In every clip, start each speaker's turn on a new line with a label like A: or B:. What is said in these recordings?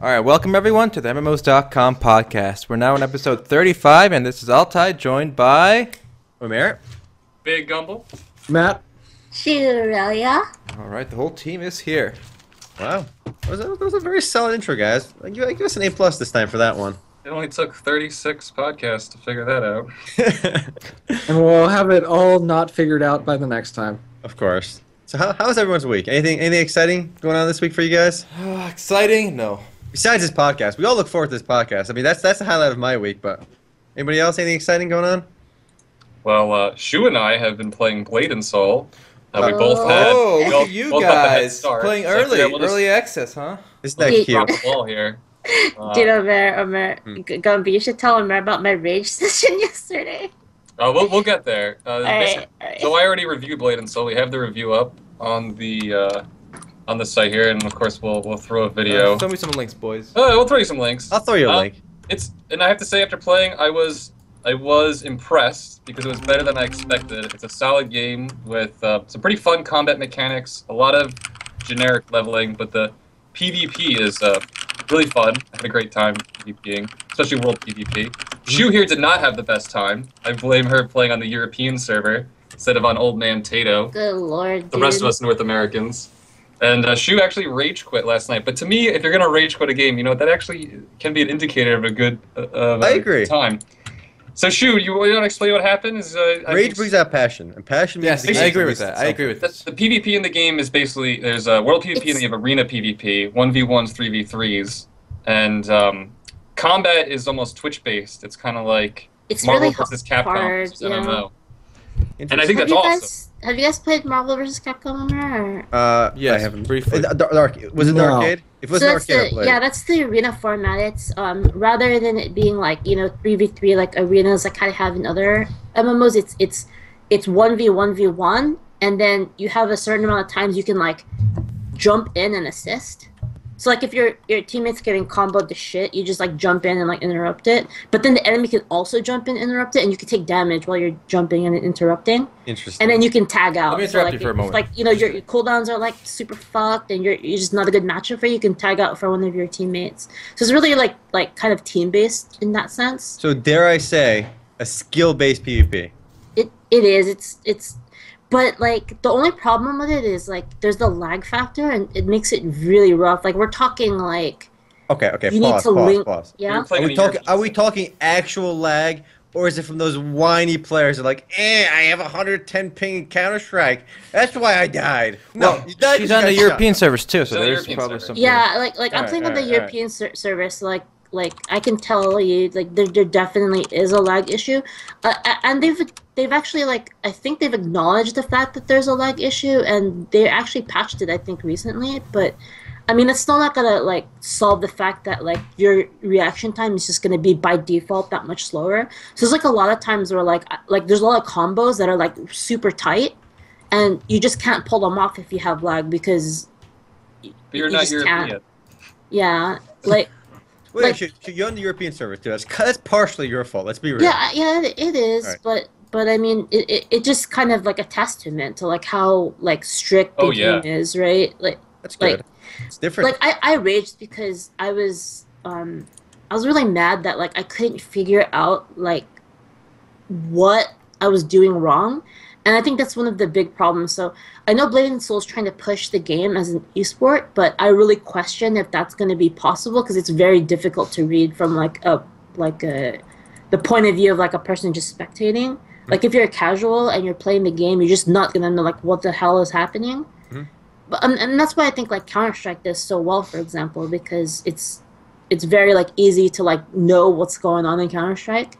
A: All right, welcome everyone to the MMOs.com podcast. We're now in episode 35, and this is Altai joined by Omerit.
B: Big Gumble.
C: Matt.
D: She's Aurelia.
A: All right, the whole team is here.
E: Wow, that was a, that was a very solid intro, guys. Like, you- Give us an A plus this time for that one.
B: It only took 36 podcasts to figure that out.
C: And we'll have it all not figured out by the next time.
E: of course. So how, how's everyone's week? Anything anything exciting going on this week for you guys?
A: Ah, exciting? No.
E: Besides this podcast, we all look forward to this podcast. I mean, that's that's the highlight of my week. But anybody else? Anything exciting going on?
B: Well, uh, Shu and I have been playing Blade and Soul. Uh, we
D: Oh.
B: both had.
A: Oh,
B: we
A: look
B: all-
A: at you
B: both got the head
A: guys
B: start,
A: playing
B: so,
A: early,
B: yeah, we'll just
A: early access, huh?
E: Isn't that
D: Yeah.
B: Drop
E: cute?
B: the ball here. Uh,
D: Dude, Omer, Omer,
E: Hmm.
D: G- Gumby, you should tell Omer about my rage session yesterday.
B: uh, we'll, we'll get there. Uh,
D: Alright,
B: So
D: alright.
B: I already reviewed Blade and Soul. We have the review up on the uh, on the site here, and of course we'll we'll throw a video.
A: Uh, send me some links, boys.
B: Uh, we'll throw you some links.
E: I'll throw you a
B: Uh,
E: link.
B: It's and I have to say after playing, I was I was impressed because it was better than I expected. It's a solid game with uh, some pretty fun combat mechanics, a lot of generic leveling, but the PvP is uh, really fun. I had a great time PvPing, especially world PvP. Shu here did not have the best time. I blame her playing on the European server instead of on Old Man Tato
D: Good lord, dude.
B: the rest of us North Americans. And uh, Shu actually rage quit last night. But to me, if you're gonna rage quit a game, you know that actually can be an indicator of a good uh, of a
E: I agree.
B: good time. So Shu, you, want to explain what happened? Is uh, I
E: Rage
B: think-
E: brings out passion, and passion. means
A: Yes,
E: the
A: I
E: game
A: agree with
E: is
A: that. I
E: something.
A: agree with
B: the,
A: this.
B: the PvP in the game is basically there's uh, world PvP and then you have arena PvP, one v ones, three v threes, and um, combat is almost Twitch based. It's kind of like
D: It's
B: Marvel
D: really
B: versus
D: hard,
B: Capcom versus
D: yeah.
B: MMO. And I
E: Interesting.
B: think
D: have
B: that's
D: you
B: awesome.
D: guys, have you guys played Marvel vs. Capcom Omer?
E: Uh,
A: Yes,
E: I haven't.
A: briefly.
E: Uh, the- the arc- was it the
C: No.
E: arcade? If it was
D: so
E: an
D: that's
E: arcade, I
D: the
E: played.
D: yeah, that's the arena format. It's um rather than it being like you know three v three like arenas that kind of have in other MMOs. It's it's it's one v one v one, and then you have a certain amount of times you can like jump in and assist. So like if your your teammates getting comboed to shit, you just like jump in and like interrupt it. But then the enemy can also jump in, and interrupt it, and you can take damage while you're jumping and interrupting
E: Interesting.
D: and then you can tag out.
A: Let me
D: So,
A: interrupt
D: like,
A: you for a
D: if,
A: moment.
D: Like you know, your, your cooldowns are like super fucked, and you're you're just not a good matchup for. You can tag out for one of your teammates. So it's really like like kind of team based in that sense.
E: so dare I say, a skill-based PvP.
D: It it is. It's it's. But like the only problem with it is like there's the lag factor, and it makes it really rough. Like we're talking like
E: Okay, okay.
D: You need
E: pause,
D: to
E: pause,
D: link-
E: pause.
B: We were
D: yeah.
B: playing
E: Are
B: in
E: we,
B: the
E: talking,
B: European
E: are we
B: server.
E: talking actual lag, or is it from those whiny players that are like, eh, I have 110 ping in Counter Strike. That's why I died. No,
A: Well,
E: you died
A: she's
E: because
A: on the
E: you got
A: European servers too, so
B: on the
A: there's
B: European
A: probably
B: server.
A: something.
D: Yeah, like like I'm
E: Alright,
D: playing on the
E: alright,
D: European ser- service. Like like I can tell you, like there, there definitely is a lag issue, uh, a- and they've they've actually like I think they've acknowledged the fact that there's a lag issue, and they actually patched it I think recently. But I mean, it's still not gonna like solve the fact that like your reaction time is just gonna be by default that much slower. So there's like a lot of times where like I- like there's a lot of combos that are like super tight. And you just can't pull them off if you have lag because
B: But you're
D: you
B: not
D: just can't.
B: European.
D: yeah, like
E: shot. Wait,
D: like-
E: shoot, shoot, you're on the European server too. That's, that's partially your fault. Let's be real.
D: Yeah, yeah, it, it is,
E: Alright.
D: but but I mean, it, it, it just kind of like a testament to like how like strict the
B: Oh, yeah.
D: game is, right? Like
E: that's
D: like-
E: good. it's different.
D: like I, I raged because I was um I was really mad that like I couldn't figure out like what I was doing wrong. And I think that's one of the big problems. So I know Blade and Soul is trying to push the game as an esport, but I really question if that's going to be possible because it's very difficult to read from like a like a the point of view of like a person just spectating. Like if you're a casual and you're playing the game, you're just not going to know like what the hell is happening. But, um, and that's why I think like Counter Strike does so well, for example, because it's it's very like easy to like know what's going on in Counter Strike,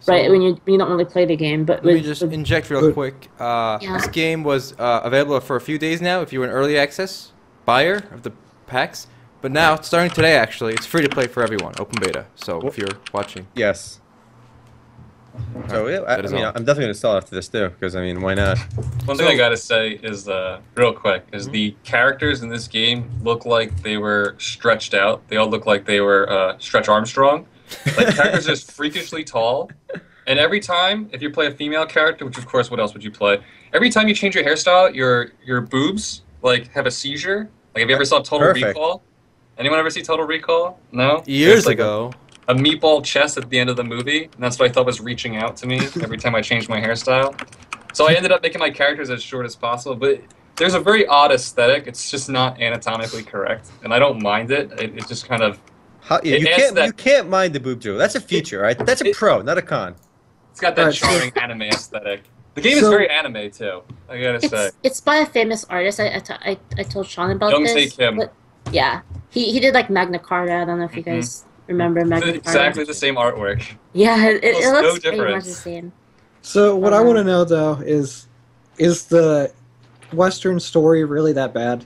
A: So-
D: right? When you you don't really play the game,
A: Let
D: but
A: me
D: with-
A: just
D: with-
A: inject real
C: Good.
A: quick. Uh,
D: Yeah.
A: This game was uh, available for a few days now if you were an early access buyer of the packs. But now, starting today, actually, it's free to play for everyone, open beta. So if you're watching,
E: yes. So yeah, I, I
A: that is
E: mean,
A: all.
E: I'm definitely gonna install after this too, because I mean, why
B: One
E: not?
A: So- Mm-hmm.
B: thing I gotta say is, uh, real quick, is the characters in this game look like they were stretched out. They all look like they were uh, Stretch Armstrong. Like the characters are just freakishly tall. And every time, if you play a female character, which of course, what else would you play? Every time you change your hairstyle, your your boobs like have a seizure, Like, have you ever saw Total
E: Perfect.
B: Recall? Anyone ever see Total Recall? No.
A: Years
B: There's, like,
A: ago.
B: a, a meatball chest at the end of the movie, and that's what I thought was reaching out to me every time I changed my hairstyle. So I ended up making my characters as short as possible, but there's a very odd aesthetic. It's just not anatomically correct, and I don't mind it. It, it just kind of
E: How, yeah,
B: It
E: you
B: adds
E: can't
B: that-
E: you can't mind the boob jewel. That's a feature, right? That's a
B: it-
E: pro, not a con.
B: it's got that
C: Right, so-
B: charming anime aesthetic. The game is
C: So-
B: very anime too. I gotta say.
D: It's, it's by a famous artist. I I t- I- I told Sean about
B: Young
D: this.
B: Tae Kim.
D: but- yeah, he he did like Magna Carta. I don't know if you
B: Mhm.
D: guys remember Magna
B: It's
D: Carta.
B: exactly the same artwork.
D: Yeah, it, it,
B: Looks
D: it
B: no
D: looks pretty
B: different.
D: much the same.
C: So what I
D: Um,
C: want to know though is, is the Western story really that bad?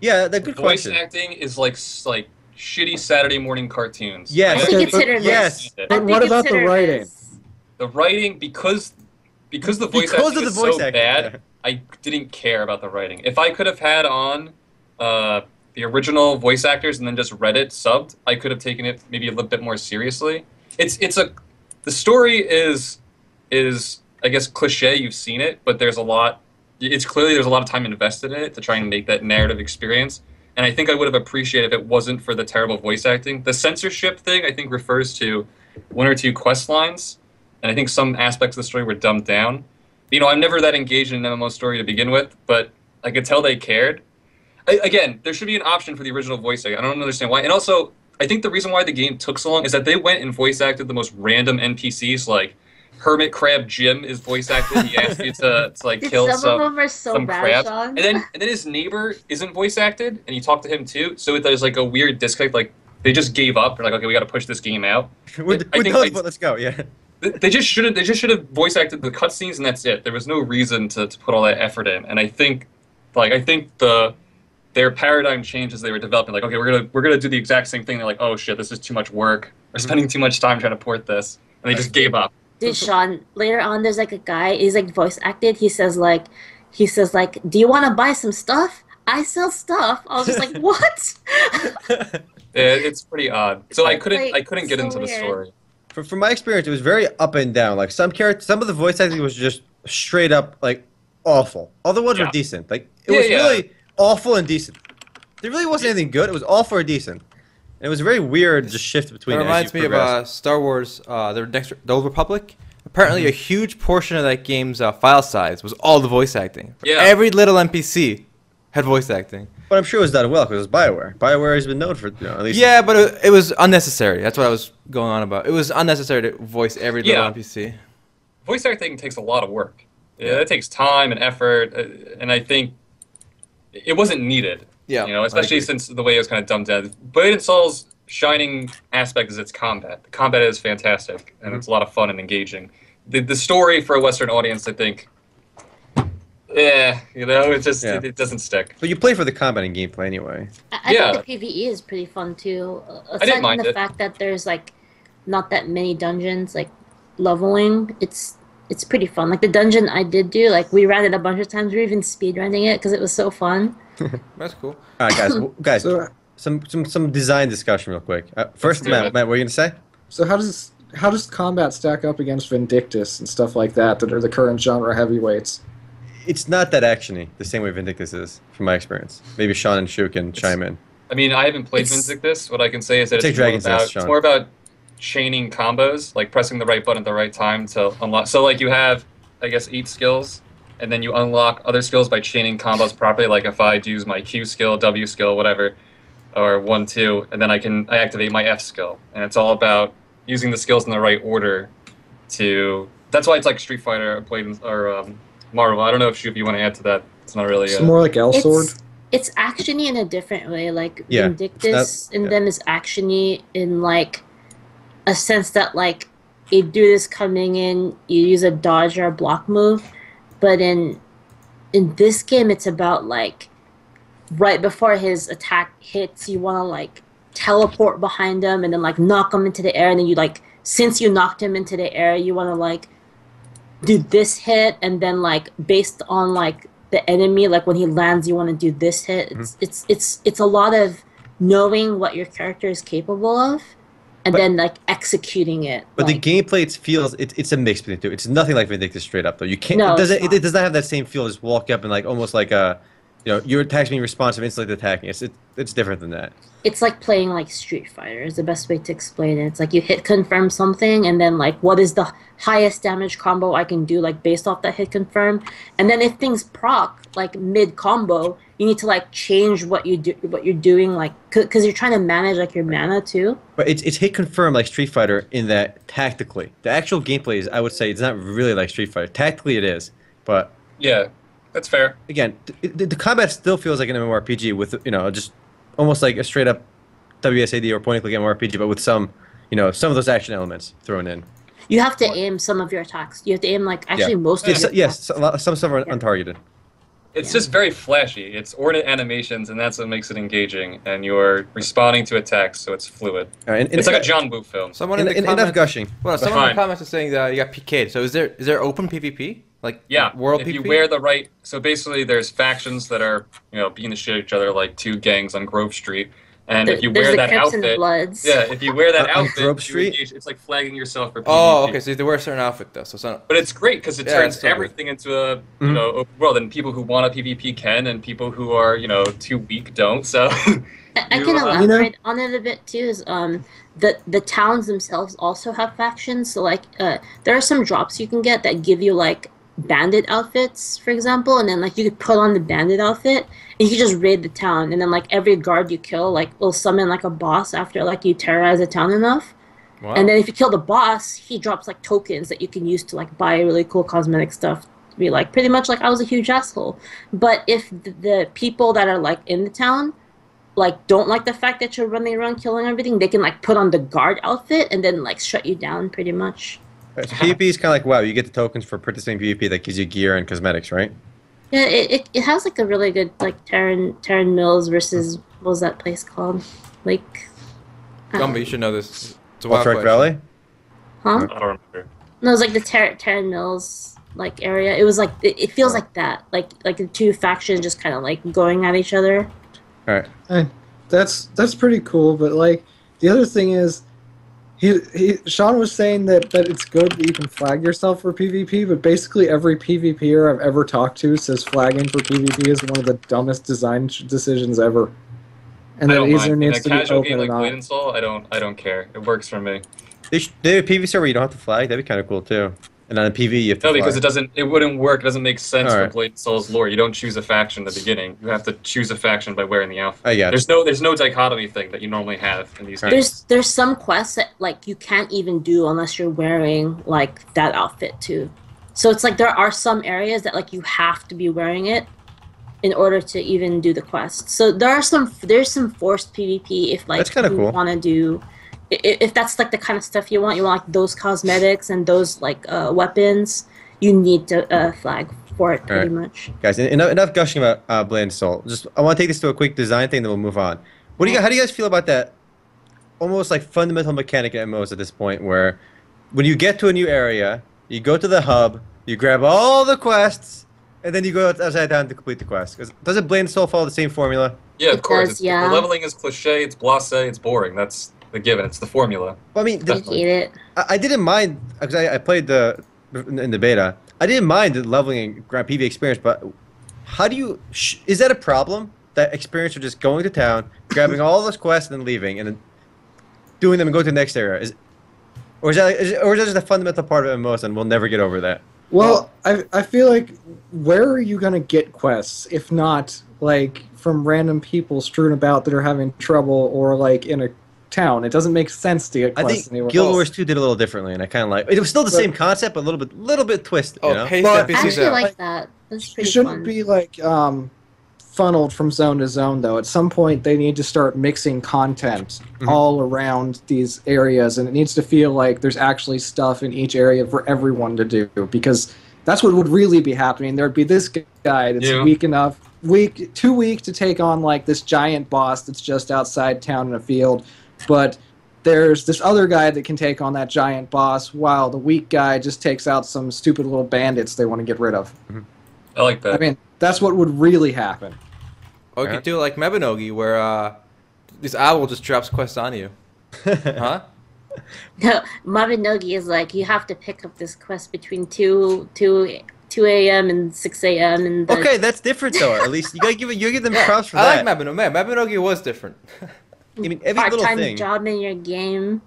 E: Yeah, that good
B: Voice
E: question.
B: acting is like s- like shitty Saturday morning cartoons.
E: Yes.
D: I
B: Like,
D: think
C: Okay,
D: it's
C: but-
D: hit or miss.
E: yes.
B: I-
D: I
C: But
D: think
C: what
D: it's
C: about
D: hit
C: the
D: or
C: writing?
D: miss.
B: the writing because because the voice acting
E: Because of the
B: was
E: voice
B: so
E: acting,
B: bad,
E: yeah.
B: I didn't care about the writing. If I could have had on uh, the original voice actors and then just read it subbed, I could have taken it maybe a little bit more seriously. It's it's a the story is is I guess cliche. You've seen it, but there's a lot. It's clearly there's a lot of time invested in it to try and make that narrative experience. And I think I would have appreciated if it wasn't for the terrible voice acting. The censorship thing I think refers to one or two quest lines, and I think some aspects of the story were dumbed down. You know, I'm never that engaged in an MMO story to begin with, but I could tell they cared. I, again, there should be an option for the original voice acting. I don't understand why. And also, I think the reason why the game took so long is that they went and voice acted the most random NPCs, like Hermit Crab Jim is voice acted. He asked you to, to like
D: Dude,
B: kill
D: some,
B: some
D: of them are so
B: some
D: bad,
B: crap.
D: Sean.
B: and then and then his neighbor isn't voice acted, and you talk to him too. So it, there's like a weird disconnect. Like they just gave up. They're like, okay, we got to push this game out.
E: We're,
B: I
E: we're
B: think
E: done,
B: I-
E: but let's go. Yeah.
B: They- They just shouldn't. They just should have voice acted the cutscenes, and that's it. There was no reason to, to put all that effort in. And I think, like, I think the their paradigm change as they were developing. Like, okay, we're gonna we're gonna do the exact same thing. They're like, oh shit, this is too much work. We're
D: Mm-hmm.
B: spending too much time trying to port this, and they just gave up.
D: Dude, Sean. Later on, there's like a guy. He's like voice acted. He says like, he says like, "Do you want to buy some stuff? I sell stuff." I was just like, "What?"
B: It, it's pretty odd. So I couldn't
D: Like,
B: I couldn't get
D: so
B: into the
D: weird.
B: story.
E: from, from my experience, it was very up and down. Like some characters, some of the voice acting was just straight up like awful. Other ones
B: Yeah.
E: were decent. Like it
B: Yeah,
E: was
B: yeah.
E: really awful and decent. There really wasn't anything good. It was awful or decent. And it was a very weird just shift between.
A: It
E: as you
A: reminds me of
E: progressed.
A: uh, Star Wars, uh, the next, the Old Republic. Apparently, a huge portion of that game's uh, file size was all the voice acting.
B: Yeah.
A: Every little NPC had voice acting.
E: but I'm sure it was done well because it was Bioware. Bioware has been known for you know, at least
A: Yeah, but it, it was unnecessary. That's what I was going on about. It was unnecessary to voice every little
B: Yeah.
A: NPC.
B: voice acting takes a lot of work. Yeah, that takes time and effort, uh, and I think it wasn't needed.
A: Yeah,
B: you know,
A: I
B: especially
A: agree.
B: since the way it was kind of dumbed down. Blade and Soul's shining aspect is its combat. The combat is fantastic,
A: Mm-hmm.
B: and it's a lot of fun and engaging. The the story for a Western audience, I think, yeah, you know, it just
E: Yeah.
B: it, it doesn't stick.
E: But you play for the combat and gameplay anyway.
D: I, I
B: Yeah.
D: think the PVE is pretty fun too. Uh, Aside
B: didn't
D: from
B: mind
D: the
B: it.
D: fact that there's like not that many dungeons, like leveling, it's it's pretty fun. Like the dungeon I did do, like we ran it a bunch of times. We were even speedrunning it because it was so fun.
A: That's cool.
E: All right, guys, w- guys,
C: So
E: some some some design discussion real quick. Uh, first,
B: do
E: Matt,
B: it.
E: Matt, what are you gonna say?
C: so how does how does combat stack up against Vindictus and stuff like that that are the current genre heavyweights?
E: It's not that actiony, the same way Vindictus is, from my experience. Maybe Sean and Shu can chime in.
B: I mean, I haven't played
D: It's-
B: Vintic this. What I can say is that it's,
E: Take
B: more
E: Dragon's
B: about,
E: Nest,
B: it's
E: Sean.
B: more about chaining combos, like pressing the right button at the right time to unlock. So, like, you have, I guess, eight skills, and then you unlock other skills by chaining combos properly. Like, if I use my Q skill, W skill, whatever, or one, two, and then I can I activate my F skill. And it's all about using the skills in the right order to. That's why it's like Street Fighter or, played in, or um, Marvel. I don't know if, Shu, if you want to add to that. It's not
E: Oh,
B: really.
C: It's
B: Uh,
C: more like Elsword.
D: It's it's actiony in a different way. Like
E: Yeah,
D: Vindictus
E: that-
D: in
E: yeah.
D: them is actiony in like a sense that like you do this coming in, you use a dodge or a block move, but in in this game it's about like right before his attack hits, you want to like teleport behind him and then like knock him into the air, and then you like since you knocked him into the air, you want to like do this hit, and then like based on like the enemy, like when he lands, you want to do this hit.
E: Mm-hmm.
D: It's it's it's it's a lot of knowing what your character is capable of, and
E: But-
D: then like executing it.
E: But
D: like-
E: the gameplay, it feels it, it's a mix between the two. It's nothing like Vindictus straight up though. You can't.
D: No,
E: it
D: it's
E: doesn't. It,
D: not.
E: it does not have that same feel as walk up and like almost like a you know, you're attacking me responsive, instantly attacking. It's it, it's different than that.
D: It's like playing like Street Fighter. Is the best way to explain it. It's like you hit confirm something, and then like what is the highest damage combo I can do, like based off that hit confirm. And then if things proc like mid combo, you need to like change what you do, what you're doing, like because you're trying to manage like your mana too.
E: But it's it's hit confirm like Street Fighter in that tactically, the actual gameplay is I would say it's not really like Street Fighter. Tactically, it is, but
B: Yeah, that's fair.
E: again, th- th- the combat still feels like an MMORPG with you know just almost like a straight up WSAD or point and click MMORPG, but with some you know some of those action elements thrown in.
D: You have to aim some of your attacks. You have to aim like actually most of
E: It's,
D: your
E: yes,
D: attacks.
E: so- a lot- some stuff are
D: Yeah.
E: untargeted.
B: It's
D: Yeah.
B: just very flashy. It's ornate animations, and that's what makes it engaging. And you're responding to attacks, so it's fluid.
E: All right, Uh, and- and
B: It's like a John Woo film.
A: Someone
E: en-
A: in the
E: en-
A: comments.
E: enough gushing.
A: Well, someone in
B: Fine.
A: the comments is saying that you got PK'd. So is there is there open PvP? Like
B: Yeah,
A: world
B: if
A: PvP?
B: you wear the right. So basically, there's factions that are you know beating the shit out of each other, like two gangs on Grove Street. And if
D: There-
B: you
D: there's
B: wear
D: the
B: that
D: Crips and the
B: outfit,
D: Bloods.
B: yeah, if you wear that
E: On- on
B: outfit,
E: Grove
B: you
E: Street?
B: engage- it's like flagging yourself for.
A: Oh,
B: PvP.
A: okay. So you have to wear a certain outfit though. So it's not.
B: But it's great because it
A: Yeah,
B: turns
A: it's so Mm-hmm. good.
B: everything into a you
E: Mhm.
B: know open world, and people who want a PvP can, and people who are you know too weak don't. So
D: I, I
B: You,
D: can
B: uh,
D: elaborate
C: You know-
D: on it a bit too. Is um the the towns themselves also have factions. So like uh, there are some drops you can get that give you like bandit outfits, for example, and then like you could put on the bandit outfit and you could just raid the town, and then like every guard you kill like will summon like a boss after like you terrorize a town enough,
A: Wow.
D: and then if you kill the boss, he drops like tokens that you can use to like buy really cool cosmetic stuff. To be like pretty much like I was a huge asshole, but if the, the people that are like in the town like don't like the fact that you're running around killing everything, they can like put on the guard outfit and then like shut you down pretty much.
E: All right, so PvP is kind of like wow, you get the tokens for participating in PvP that gives you gear and cosmetics, right?
D: Yeah, it, it, it has like a really good like Terran Terran Mills versus what was that place called? Like I don't-
A: Gumby, you should know this. It's a wild
E: Wolfrack
A: question.
E: Valley.
D: Huh?
B: I don't remember.
D: No, it was like the Ter- Terran Mills like area. It was like it, it feels like that. Like like the two factions just kind of like going at each other.
E: All right,
C: Eh, that's that's pretty cool. But like the other thing is, he, he Sean was saying that that it's good that you can flag yourself for PvP, but basically every PvPer I've ever talked to says flagging for PvP is one of the dumbest design ch- decisions ever, and
B: I
C: that
B: don't mind.
C: either
B: In
C: needs
B: a
C: to be
B: casual game
C: open or
B: like
C: not.
B: Blade and Soul, I don't, I don't care. It works for me.
E: they should, they have a PvP server where you don't have to flag. That'd be kind of cool too. And on a PV, you have to.
B: No, because it
E: flag.
B: doesn't. It wouldn't work. It doesn't make sense for
E: Alright.
B: Blade and Soul's lore. You don't choose a faction at the beginning. You have to choose a faction by wearing the outfit.
E: I got it.
B: There's no, there's no dichotomy thing that you normally have in these
E: Alright.
B: games.
D: There's there's some quests that like you can't even do unless you're wearing like that outfit too. So it's like there are some areas that like you have to be wearing it in order to even do the quest. So there are some there's some forced PvP if like
E: That's kinda
D: you
E: cool.
D: want to do i- i- if that's like the kind of stuff you want, you want like those cosmetics and those like uh, weapons, you need to uh, flag for it pretty much.
E: guys en- enough, enough gushing about uh, bland soul just i want to take this to a quick design thing then we'll move on what do you how do you guys feel about that almost like fundamental mechanic in MMOs at this point where when you get to a new area you go to the hub you grab all the quests and then you go out- outside town to complete the quest 'Cause doesn't bland soul follow the same formula
B: yeah, of
D: It
B: course.
D: does,
B: it's,
D: yeah.
B: The leveling is cliche. It's blasé. It's boring. That's the given. It's the formula.
E: well, i mean
D: I
E: the,
D: hate it.
E: I, I didn't mind because I, I played the in in the beta. I didn't mind the leveling and grand PV experience, but how do you? Sh- is that a problem? That experience of just going to town, grabbing all those quests, and then leaving, and then doing them and going to the next area is. Or is, that, is, or is that just a fundamental part of MMOs and we'll never get over that?
C: Well, I, I feel like where are you going to get quests if not like from random people strewn about that are having trouble or like in a town? It doesn't make sense to get
E: I
C: quests
E: think
C: anywhere
E: Guild
C: else.
E: Wars 2 did a little differently and I kind of like it. was still the
C: But-
E: same concept, but a little bit little bit twisted,
A: Oh,
E: you know?
A: paste
C: Well,
D: I
A: NPCs
D: actually
A: out.
D: like that. That's
C: You
D: pretty
C: shouldn't
D: fun.
C: be like um, funneled from zone to zone though. At some point, they need to start mixing content
E: Mhm.
C: all around these areas, and it needs to feel like there's actually stuff in each area for everyone to do because that's what would really be happening. There'd be this guy that's
B: Yeah.
C: weak enough, weak, too weak to take on like this giant boss that's just outside town in a field, but there's this other guy that can take on that giant boss while the weak guy just takes out some stupid little bandits they want to get rid of.
B: I like that.
C: I mean, that's what would really happen.
A: Or you could do like Mebanogi, where uh, this owl just drops quests on you. Huh?
D: No, Mabinogi is like you have to pick up this quest between two two 2 a.m. and 6 a.m. and the,
E: Okay, that's different though. At least you gotta give it. You give them props for
A: I
E: that.
A: like Mabinogi. Man, Mabinogi was different.
E: I mean, every little
D: part-time
E: thing.
D: job in your game.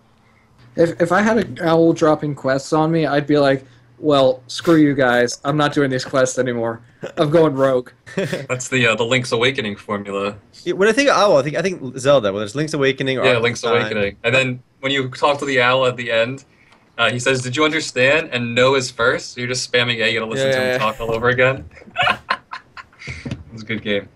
C: If, if I had an owl dropping quests on me, I'd be like, well, screw you guys. I'm not doing these quests anymore. I'm going rogue.
B: That's the uh, the Link's Awakening formula.
E: Yeah, when I think of owl, I think I think Zelda. Whether it's Link's Awakening or
B: Yeah,
E: Ocarina of
B: Link's
E: Time.
B: Awakening. And then when you talk to the owl at the end, uh, he says, "Did you understand?" And no is first. So you're just spamming A. You gotta listen to
A: Yeah.
B: him talk all over again. it's a good game.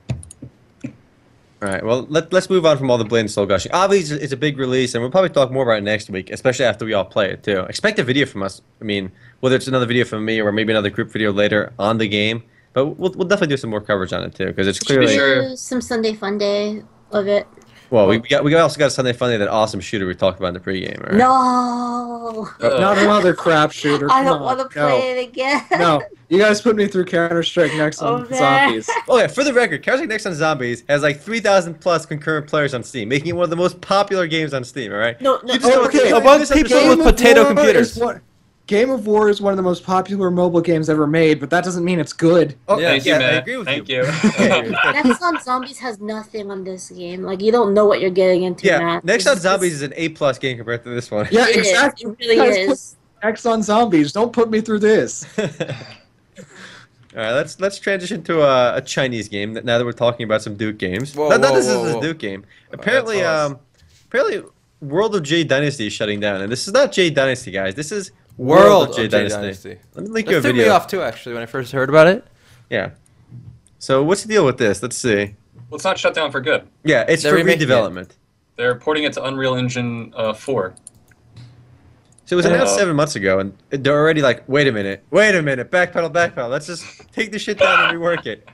E: All right. Well, let, let's move on from all the blatant soul gushing. Obviously, it's- it's a big release, and we'll probably talk more about it next week, especially after we all play it too. Expect a video from us. I mean, whether it's another video from me or maybe another group video later on the game, but we'll, we'll definitely do some more coverage on it too because it's
D: Do
E: clearly.
B: sure.
D: Some Sunday fun day of it.
E: Well, we, we got we also got Sunday Funday, that awesome shooter we talked about in the pregame. Right?
D: No,
B: Uh,
C: Not another crap shooter.
D: I
C: Come
D: don't
C: on,
D: want to
C: no.
D: play it again.
C: No, you guys put me through Counter Strike next
D: Oh,
C: on
D: man.
C: zombies.
E: Oh yeah, for the record, Counter Strike Next on Zombies has like 3,000 plus concurrent players on Steam, making it one of the most popular games on Steam. All right.
D: no, no.
E: You just don't
C: okay.
E: you
C: Among
E: don't misunderstand-
A: people with
C: of
A: potato
C: War
A: computers.
C: is one- Game of War is one of the most popular mobile games ever made, but that doesn't mean it's good.
E: Oh,
A: Yeah,
E: yeah,
B: Thank you,
E: I
B: Matt.
E: agree with
B: Thank
E: you.
B: you.
E: Okay.
D: Next on Zombies has nothing on this game. Like you don't know what you're getting into.
E: yeah,
D: Matt.
E: Next
D: It's-
E: on
D: it's-
E: Zombies is an A plus game compared to this one.
C: Yeah,
D: It is.
C: exactly.
D: It really
C: Guys,
D: is.
C: Next on zombies. Don't put me through this.
E: All right, let's let's transition to a, a Chinese game. That now that we're talking about some Duke games,
A: Whoa,
E: not, not
A: whoa,
E: this
A: whoa, Oh,
E: is
A: whoa.
E: a Duke game. Apparently,
B: pause.
E: um, apparently, World of Jade Dynasty is shutting down, and this is not Jade Dynasty, guys. This is
A: World of Jade Dynasty.
E: Let me link you a
A: That threw
E: video.
A: me off too, actually, when I first heard about it.
E: Yeah. So what's the deal with this? Let's see.
B: well, it's not shut down for good.
E: Yeah, it's
A: They're
E: for
A: remaking it.
E: redevelopment.
B: They're porting it to Unreal Engine uh, 4.
E: So it was
B: Yeah.
E: announced seven months ago, and they're already like, wait a minute, wait a minute, backpedal, backpedal. Let's just take this shit down and rework it.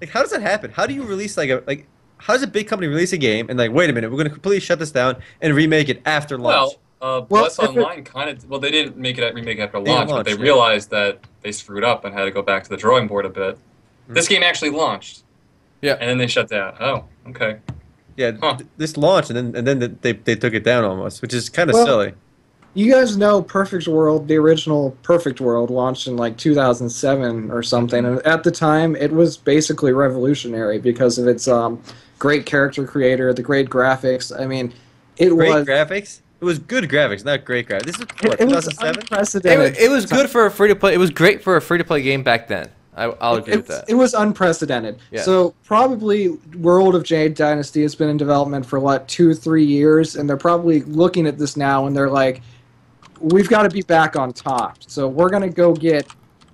E: Like, how does that happen? How do you release like a like? How does a big company release a game and like, wait a minute, we're gonna completely shut this down and remake it after launch?
B: Well, uh,
C: Well,
B: Bless
C: if it-
B: Online kind of. Well, they didn't make it at remake after
E: didn't
B: launch, but
E: launch,
B: they
E: yeah.
B: realized that they screwed up and had to go back to the drawing board a bit. This game actually launched.
A: Yeah.
B: And then they shut down. Oh, okay.
E: yeah,
B: huh.
E: th- this launch and then and then th- they they took it down almost, which is kind of
C: Well-
E: silly.
C: You guys know Perfect World, the original Perfect World, launched in like 2007 or something. And at the time, it was basically revolutionary because of its um, great character creator, the great graphics. I mean, it
E: Great
C: was
E: graphics. It was good graphics, not great graphics. This is what
C: it, it was
E: 2007.
A: It,
C: unprecedented.
A: wa- it was good for a free to play. It was great for a free to play game back then. I, I'll agree
C: it,
A: with that.
C: it was unprecedented.
A: Yeah.
C: So probably World of Jade Dynasty has been in development for what two, three years, and they're probably looking at this now and they're like, "We've got to be back on top." So we're gonna go get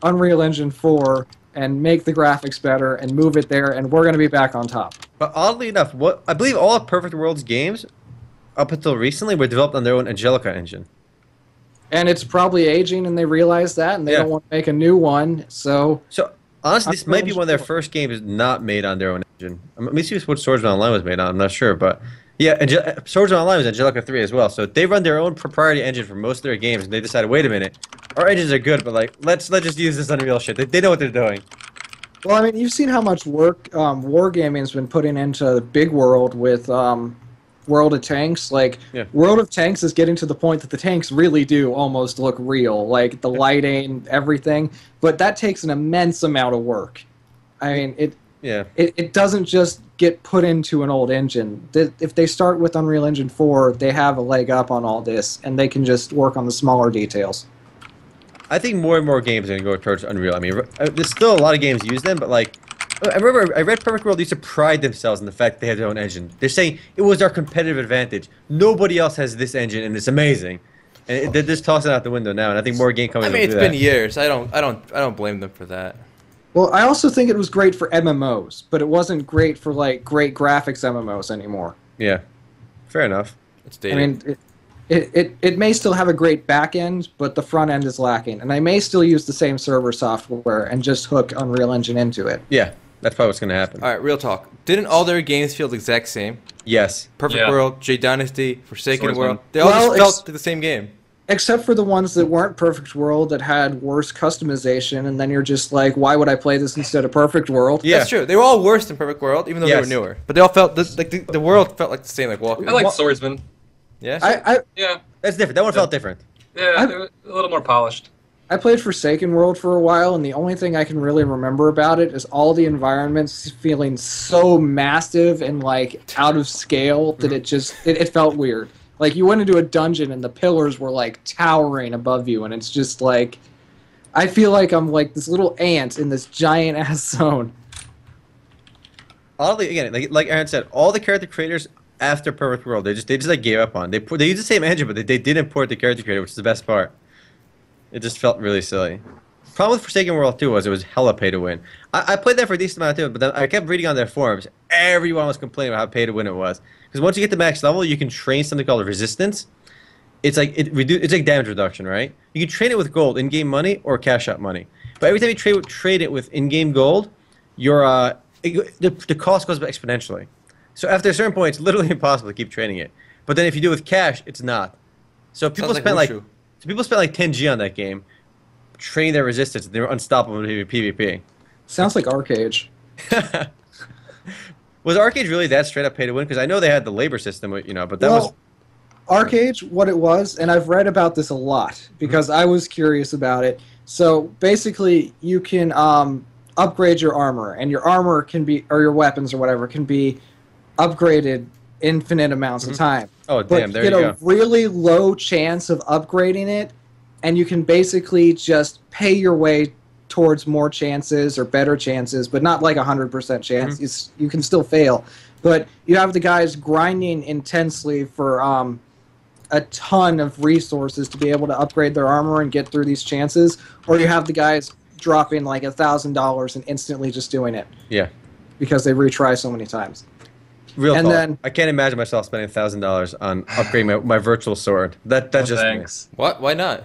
C: Unreal Engine four and make the graphics better and move it there, and we're gonna be back on top.
E: But oddly enough, what I believe all of Perfect World's games, up until recently, were developed on their own Angelica engine.
C: And it's probably aging, and they realize that, and they
E: Yeah.
C: don't want to make a new one. So
E: So honestly, this
C: I'm
E: might be
C: not
E: one of their
C: sure.
E: first games not made on their own engine. Um, Let me see what Swordsman Online was made on. I'm not sure, but yeah, Ange- Swordsman Online was Angelica three as well. So they run their own proprietary engine for most of their games, and they decided, wait a minute, our engines are good, but like let's let's just use this Unreal shit. They, they know what they're doing.
C: Well, I mean, you've seen how much work um, Wargaming's been putting into the big world with um, World of Tanks. Like,
E: Yeah.
C: World of Tanks is getting to the point that the tanks really do almost look real, like the lighting, everything. But that takes an immense amount of work. I mean, it,
E: Yeah,
C: it, it doesn't just get put into an old engine. Th- If they start with Unreal Engine 4, they have a leg up on all this, and they can just work on the smaller details.
E: I think more and more games are gonna go towards Unreal. I mean, re- uh, there's still a lot of games use them, but like. I remember I read Perfect World used to pride themselves in the fact that they had their own engine. They're saying it was our competitive advantage. Nobody else has this engine, and it's amazing. And it- they're just tossing it out the window now. And I think more game
A: I
E: companies.
A: mean,
E: will
A: it's
E: do
A: been
E: that.
A: years. I don't, I don't, I don't blame them for that.
C: Well, I also think it was great for MMOs, but it wasn't great for like great graphics MMOs anymore.
E: Yeah, fair enough.
A: It's dated.
C: I mean, it, it, it, it may still have a great back end, but the front end is lacking. And I may still use the same server software and just hook Unreal Engine into it.
E: Yeah, that's probably what's gonna happen.
A: all right, real talk. Didn't all their games feel the exact same?
E: Yes,
A: Perfect
B: Yeah.
A: World, J Dynasty, Forsaken
B: Swordsman.
A: World. They all
C: Well,
A: just
C: it's-
A: felt the same game.
C: Except for the ones that weren't Perfect World that had worse customization, and then you're just like, why would I play this instead of Perfect World?
E: Yeah.
A: That's true. They were all worse than Perfect World, even though
E: Yes.
A: they were newer. But they all felt the, like the, the world felt like the same, like walking.
B: I like
E: Well-
B: Swordsman.
A: yeah.
C: I, I,
B: Yeah.
E: that's different. That one felt different.
B: Yeah,
C: I-
B: they were a little more polished.
C: I played Forsaken World for a while, and the only thing I can really remember about it is all the environments feeling so massive and like out of scale that it just it, it felt weird. Like you went into a dungeon and the pillars were like towering above you, and it's just like I feel like I'm like this little ant in this giant ass zone.
E: Oddly, again, like, like Aaron said, all the character creators after Perfect World, they just they just like gave up on. They pu- they used the same engine, but they, they didn't port the character creator, which is the best part. It just felt really silly. Problem with Forsaken World too was it was hella pay to win. I, I played that for a decent amount of time, but then I kept reading on their forums. Everyone was complaining about how pay to win it was. Because once you get to max level, you can train something called resistance. It's like it redu- it's like damage reduction, right? You can train it with gold, in-game money, or cash out money. But every time you trade trade it with in-game gold, your uh, it- the, the cost goes up exponentially. So after a certain point, it's literally impossible to keep training it. But then if you do it with cash, it's not. So people
A: Sounds like
E: spent like
A: Wushu.
E: so people spent like 10g on that game, training their resistance, and they were unstoppable in PvP.
C: Sounds like Arcade.
E: was Arcade really that straight up pay to win? Because I know they had the labor system, you know, but that was
C: well, Arcade, what it was, and I've read about this a lot because
E: Mm-hmm.
C: I was curious about it. So basically, you can um, upgrade your armor, and your armor can be, or your weapons or whatever, can be upgraded infinite amounts
E: Mhm.
C: of time.
E: oh
C: But
E: damn, there
C: you
E: you
C: get
E: go.
C: a really low chance of upgrading it, and you can basically just pay your way towards more chances or better chances, but not like a hundred percent chance.
E: Mm-hmm.
C: It's, you can still fail, but you have the guys grinding intensely for um, a ton of resources to be able to upgrade their armor and get through these chances, or you have the guys dropping like a thousand dollars and instantly just doing it
E: Yeah,
C: because they retry so many times.
E: real.
C: and
E: thought.
C: then-
E: I can't imagine myself spending thousand dollars on upgrading my, my virtual sword. That that
B: No,
E: just me.
B: thanks.
A: What? Why not?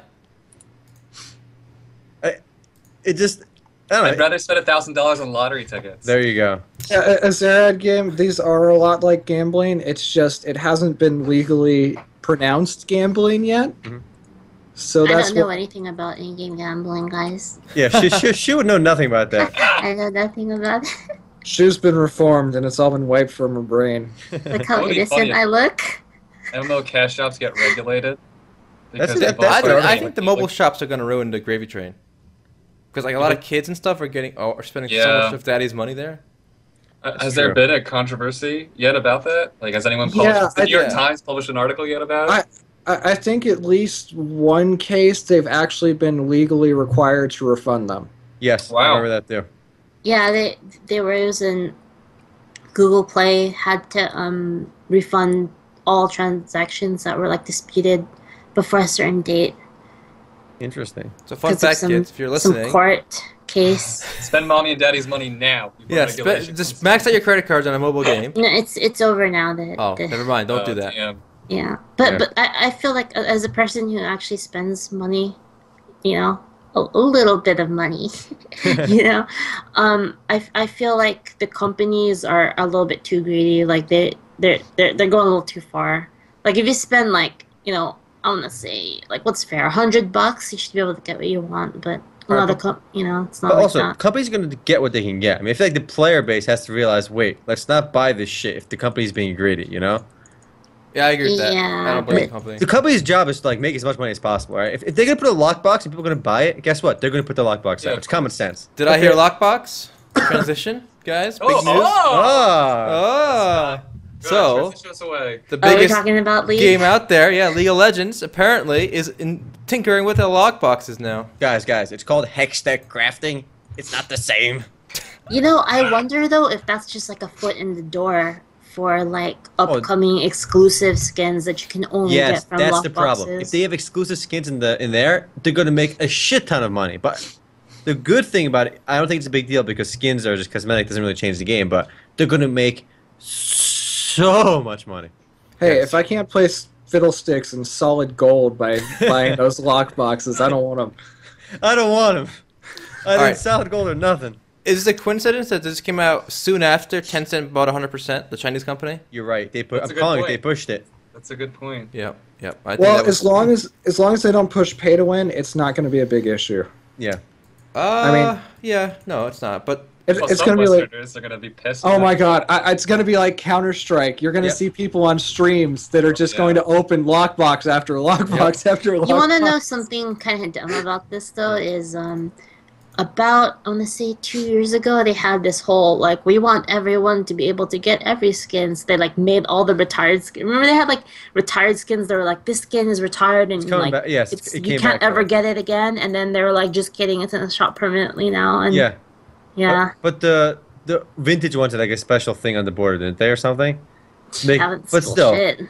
E: it just I don't know.
B: I'd rather spend a thousand dollars on lottery tickets.
E: there you go.
C: Yeah, a- a Zerad game, these are a lot like gambling. It's just it hasn't been legally pronounced gambling yet.
E: Mhm.
C: So
D: I
C: that's
D: don't know
C: what,
D: anything about in-game gambling, guys.
E: Yeah, she, she, she would know nothing about that.
D: I know nothing about it.
C: she's been reformed and it's all been wiped from her brain.
D: Look how
B: That would be
D: innocent
B: funny.
D: I look.
B: MMO cash shops get regulated.
E: That's-
B: because they
E: that-
A: Well, I,
B: both
E: what
A: think-
E: started
B: are-
A: I think the mobile shops are gonna ruin the gravy train, because like a lot of kids and stuff are getting oh, are spending so much
B: Yeah.
A: of daddy's money there.
B: Uh,
E: That's
B: Has
E: true.
B: there been a controversy yet about that? Like, has anyone published?
C: Yeah,
B: has the
C: I-
B: New York
A: yeah.
B: Times published an article yet about
C: I-
B: it?
C: I, I think at least one case they've actually been legally required to refund them.
E: Yes, I
B: Wow.
E: remember that too.
D: Yeah, they they were using Google Play had to um refund all transactions that were like disputed before a certain date
E: Interesting.
A: So fun
D: 'Cause of
A: fact,
D: some-
A: kids, if you're
D: some
A: listening,
D: court case.
B: Spend mommy and daddy's money now. before
A: yeah, spe-
B: regulation
A: just
B: comes
A: max
B: in.
A: out your credit cards on a mobile game.
D: No, it's it's over now. That
A: Oh, never mind. Don't
B: Oh,
A: do that.
B: damn.
D: yeah, but
E: Yeah.
D: but I, I feel like a- as a person who actually spends money, you know, a, a little bit of money, you know, um, I, I feel like the companies are a little bit too greedy. Like they they're they're they're going a little too far. Like if you spend like you know I want to say like what's fair, a hundred bucks, you should be able to get what you want. But a lot of com- you know, it's not
E: But
D: like
E: also,
D: that.
E: companies are going to get what they can get. I mean, I feel like the player base has to realize, wait, let's not buy this shit if the company's being greedy, you know?
A: Yeah, I agree with that. I
D: Yeah,
A: don't blame the
D: but-
A: company.
E: The company's job is to, like, make as much money as possible, right? If, if they're going to put a lockbox and people are going to buy it, guess what? They're going to put the lockbox
B: Yeah,
E: out.
B: of
E: It's common sense.
A: Did I hear lockbox transition, guys? Big
B: Oh,
A: news.
B: oh,
A: Oh.
E: Ah,
B: Good,
A: So
B: transition us away.
A: the
D: Oh, we're
A: biggest
D: talking about League.
A: game out there, yeah, League of Legends apparently is in- tinkering with the lockboxes now.
E: Guys, guys, it's called Hextech crafting. It's not the same.
D: You know, I wonder though if that's just like a foot in the door for like upcoming exclusive skins that you can only
E: Oh, Yes,
D: get from
E: that's
D: lockboxes.
E: the problem. If they have exclusive skins in the in there, they're going to make a shit ton of money. But the good thing about it, I don't think it's a big deal because skins are just cosmetic. Doesn't really change the game, but they're going to make so much money.
C: Hey,
E: Yes.
C: if I can't place fiddlesticks and solid gold by buying those lock boxes, I don't want them.
E: I don't want them. I
A: All
E: need
A: right.
E: solid gold or nothing.
A: Is it a coincidence that this came out soon after Tencent bought 100%, the Chinese company?
E: You're right. They put.
B: That's a
E: I'm
B: good
E: calling
B: point.
E: it. They pushed it.
B: That's a good point.
A: Yep, yep. I think
C: Well,
A: that was-
C: as long as as long as they don't push pay to win, it's not going to be a big issue.
E: Yeah.
A: Uh,
C: mean-
A: yeah, no, it's not. But
C: It,
B: Well,
C: it's
B: some
C: gonna be like,
B: Westerners are gonna be pissed.
C: oh my god, I, it's gonna be like Counter Strike. You're gonna
B: Yeah.
C: see people on streams that are just
B: yeah.
C: going to open lockbox after lockbox after lockbox.
D: You want to know something kind of dumb about this though? Is um about I want to say two years ago they had this whole like we want everyone to be able to get every skins. they like made all the retired skins. Remember they had like retired skins that were like this skin is retired and
E: It's coming
D: like
E: back. Yes,
D: it's,
E: it
D: you
E: came
D: can't
E: back.
D: ever get it again. And then they were like just kidding, it's in the shop permanently now. And
E: Yeah, but-
D: Um, yeah,
E: But, the the vintage ones had like a special thing on the border, didn't they, or something? They-
D: haven't
E: but
D: sold
E: still,
D: shit.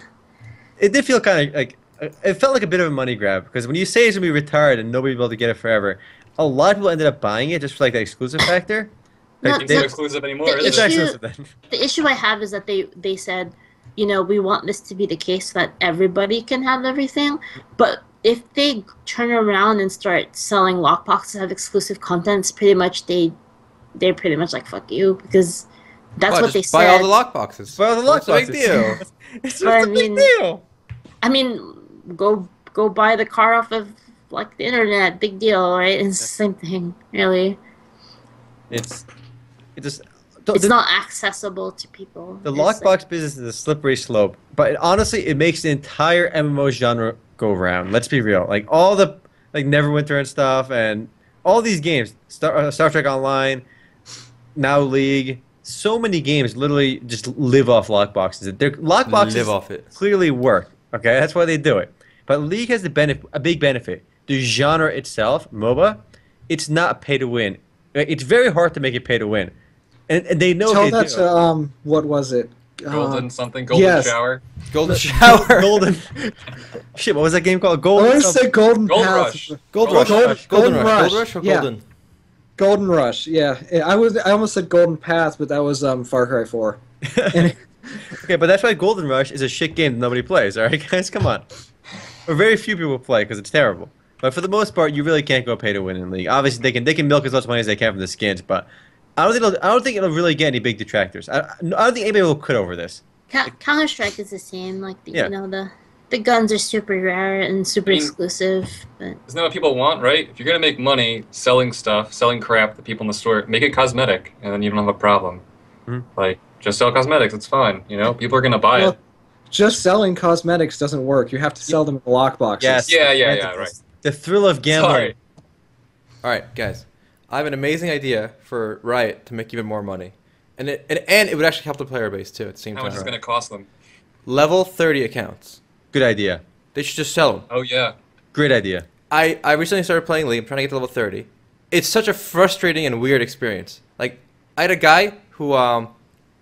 E: it did feel kind of like it felt like a bit of a money grab because when you say it's gonna be retired and nobody will be able to get it forever, a lot of people ended up buying it just for like the exclusive factor.
D: No,
E: Like,
B: It's not
E: they-
B: exclusive anymore,
D: the
B: is
E: it's
B: it?
E: not
D: issue-
E: exclusive then.
D: the issue I have is that they they said, you know, we want this to be the case so that everybody can have everything, but if they turn around and start selling lockboxes that have exclusive contents, pretty much they they're pretty much like fuck you because that's
A: Why,
D: what they
A: just buy all
D: said.
A: the lockboxes.
E: Buy all the
A: What's
E: lockboxes.
A: big deal?
E: It's
D: But I
E: just a big
D: mean-
E: deal.
D: I mean, go go buy the car off of like the internet, big deal, right? It's the same thing, really.
E: It's it just
D: It's
E: the,
D: not accessible to people.
E: the
D: It's like-
E: lockbox business is a slippery slope, but it, honestly, it makes the entire MMO genre go round. Let's be real. Like all the like Neverwinter and stuff, and all these games, Star, uh, Star Trek Online, Now League, so many games literally just live off lockboxes. Their lockboxes
A: Live off it.
E: clearly work. Okay, that's why they do it. But League has the benefit, a big benefit. The genre itself, MOBA, it's not pay to win. Uh, It's very hard to make it pay to win, and, and they know
C: Tell
E: they
C: that
E: do.
C: to um, what was it?
B: Golden
C: Um,
B: something, golden
C: yes.
B: shower.
A: Golden shower.
E: Golden. Shit, what was that game called?
C: I
E: Golden.
C: always say Golden
B: Gold
C: Path.
B: Rush.
A: Gold
B: Gold
A: rush.
C: Rush.
A: Golden
C: Gold
A: rush. Gold
C: Rush.
A: rush or
C: Yeah.
A: golden?
C: Golden Rush. Yeah, I was. I almost said Golden Path, but that was um, Far Cry Four.
E: something. okay, but that's why Golden Rush is a shit game that nobody plays. All right, guys, come on. Or very few people play because it's terrible. But for the most part, you really can't go pay to win in league. Obviously, they can they can milk as much money as they can from the skins, but I don't think it'll, I don't think it'll really get any big detractors. I, I don't think anybody will quit over this.
D: Counter Strike is the same. Like the,
E: Yeah.
D: you know the the guns are super rare and super
B: I mean-
D: exclusive. But
B: Isn't that what people want, right? If you're gonna make money selling stuff, selling crap to people in the store, make it cosmetic, and then you don't have a problem.
E: Mhm.
B: Like, just sell cosmetics. It's fine. You know, people are gonna buy
C: Well,
B: it.
C: just selling cosmetics doesn't work. You have to sell them in lock boxes.
E: Yes.
B: Yeah, yeah,
E: granted
B: yeah, right.
E: this. The thrill of gambling.
B: Sorry.
A: All right, guys. I have an amazing idea for Riot to make even more money, and it and, and it would actually help the player base too at the same
B: How
A: time.
B: much is it gonna cost them?
A: Level thirty accounts.
E: Good idea.
A: They should just sell them.
B: Oh yeah.
E: Great idea.
A: I, I recently started playing League. I'm trying to get to level 30. It's such a frustrating and weird experience. Like, I had a guy who um,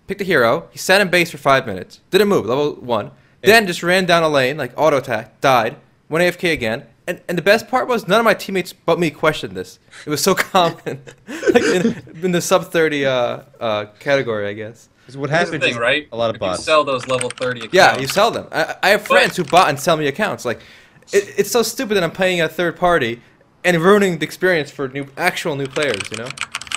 A: picked a hero. He sat in base for five minutes. Didn't move, level one. Then just ran down a lane, like auto attack, died, went AFK again. And, and the best part was none of my teammates but me questioned this. It was so common, like in, in the sub 30 uh, uh, category, I guess.
E: 'Cause What
B: Here's the
E: happened?
B: thing,
E: is
B: right?
E: A lot of
B: if
E: bots.
B: You sell those level thirty. Accounts,
A: Yeah, you sell them. I, I have friends who bought and sell me accounts. Like, it, it's so stupid that I'm paying a third party and ruining the experience for new actual new players. You know,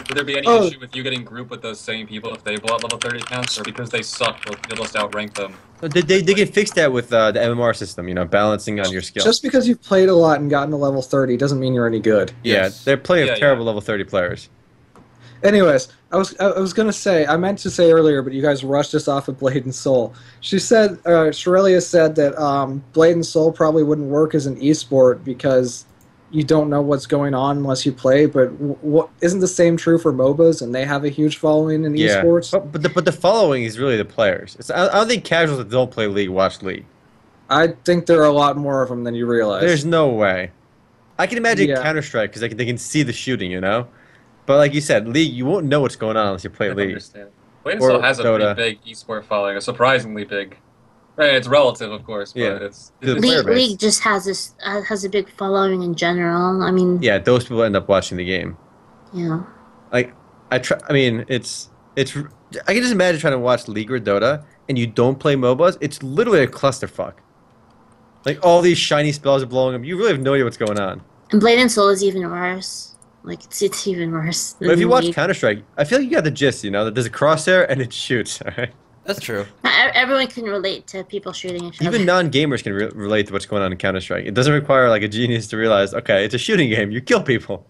B: Would there be any
C: Oh.
B: issue with you getting grouped with those same people if they blow up level 30 accounts, or because they suck, you'll, you'll just outrank them?
E: They, they, they can fix that with uh, the MMR system, you know, balancing on your skill.
C: Just because you've played a lot and gotten to level 30 doesn't mean you're any good.
E: yeah,
A: Yes.
E: they're playing
B: Yeah,
E: with terrible level 30 players.
C: Anyways, I was I was gonna say I meant to say earlier, but you guys rushed us off of Blade and Soul. She said, uh, Shirelia said that um, Blade and Soul probably wouldn't work as an esport because you don't know what's going on unless you play. But w- what isn't the same true for MOBAs, and they have a huge following in
E: Yeah.
C: esports.
E: But, but, the, but the following is really the players. It's, I, I don't think casuals that don't play League watch League.
C: I think there are a lot more of them than you realize.
E: There's no way. I can imagine
C: Yeah.
E: Counter Strike because they can, they can see the shooting, you know? But like you said, League, you won't know what's going on unless you play
B: I don't
E: League.
B: understand. Blade still
E: Or
B: has a
E: Dota.
B: pretty big esport following, a surprisingly big. Right, it's relative, of course, but
E: Yeah.
B: it's,
E: The
B: it's
E: player
D: League,
E: base.
D: League just has this uh, has a big following in general. I mean, yeah,
E: Yeah, those people end up watching the game.
D: yeah.
E: like I try. I mean, it's it's. I can just imagine trying to watch League or Dota, and you don't play MOBAs. It's literally a clusterfuck. Like all these shiny spells are blowing up. You really have no idea what's going on.
D: And Blade and Soul is even worse. Like it's it's even worse.
E: But if
D: than
E: you watch
D: League.
E: Counter Strike, I feel like you got the gist. You know that there's a crosshair and it shoots. All right.
A: that's true.
D: Not e- everyone can relate to people shooting each other.
E: Even non-gamers can re- relate to what's going on in Counter Strike. It doesn't require like a genius to realize. Okay, it's a shooting game. You kill people.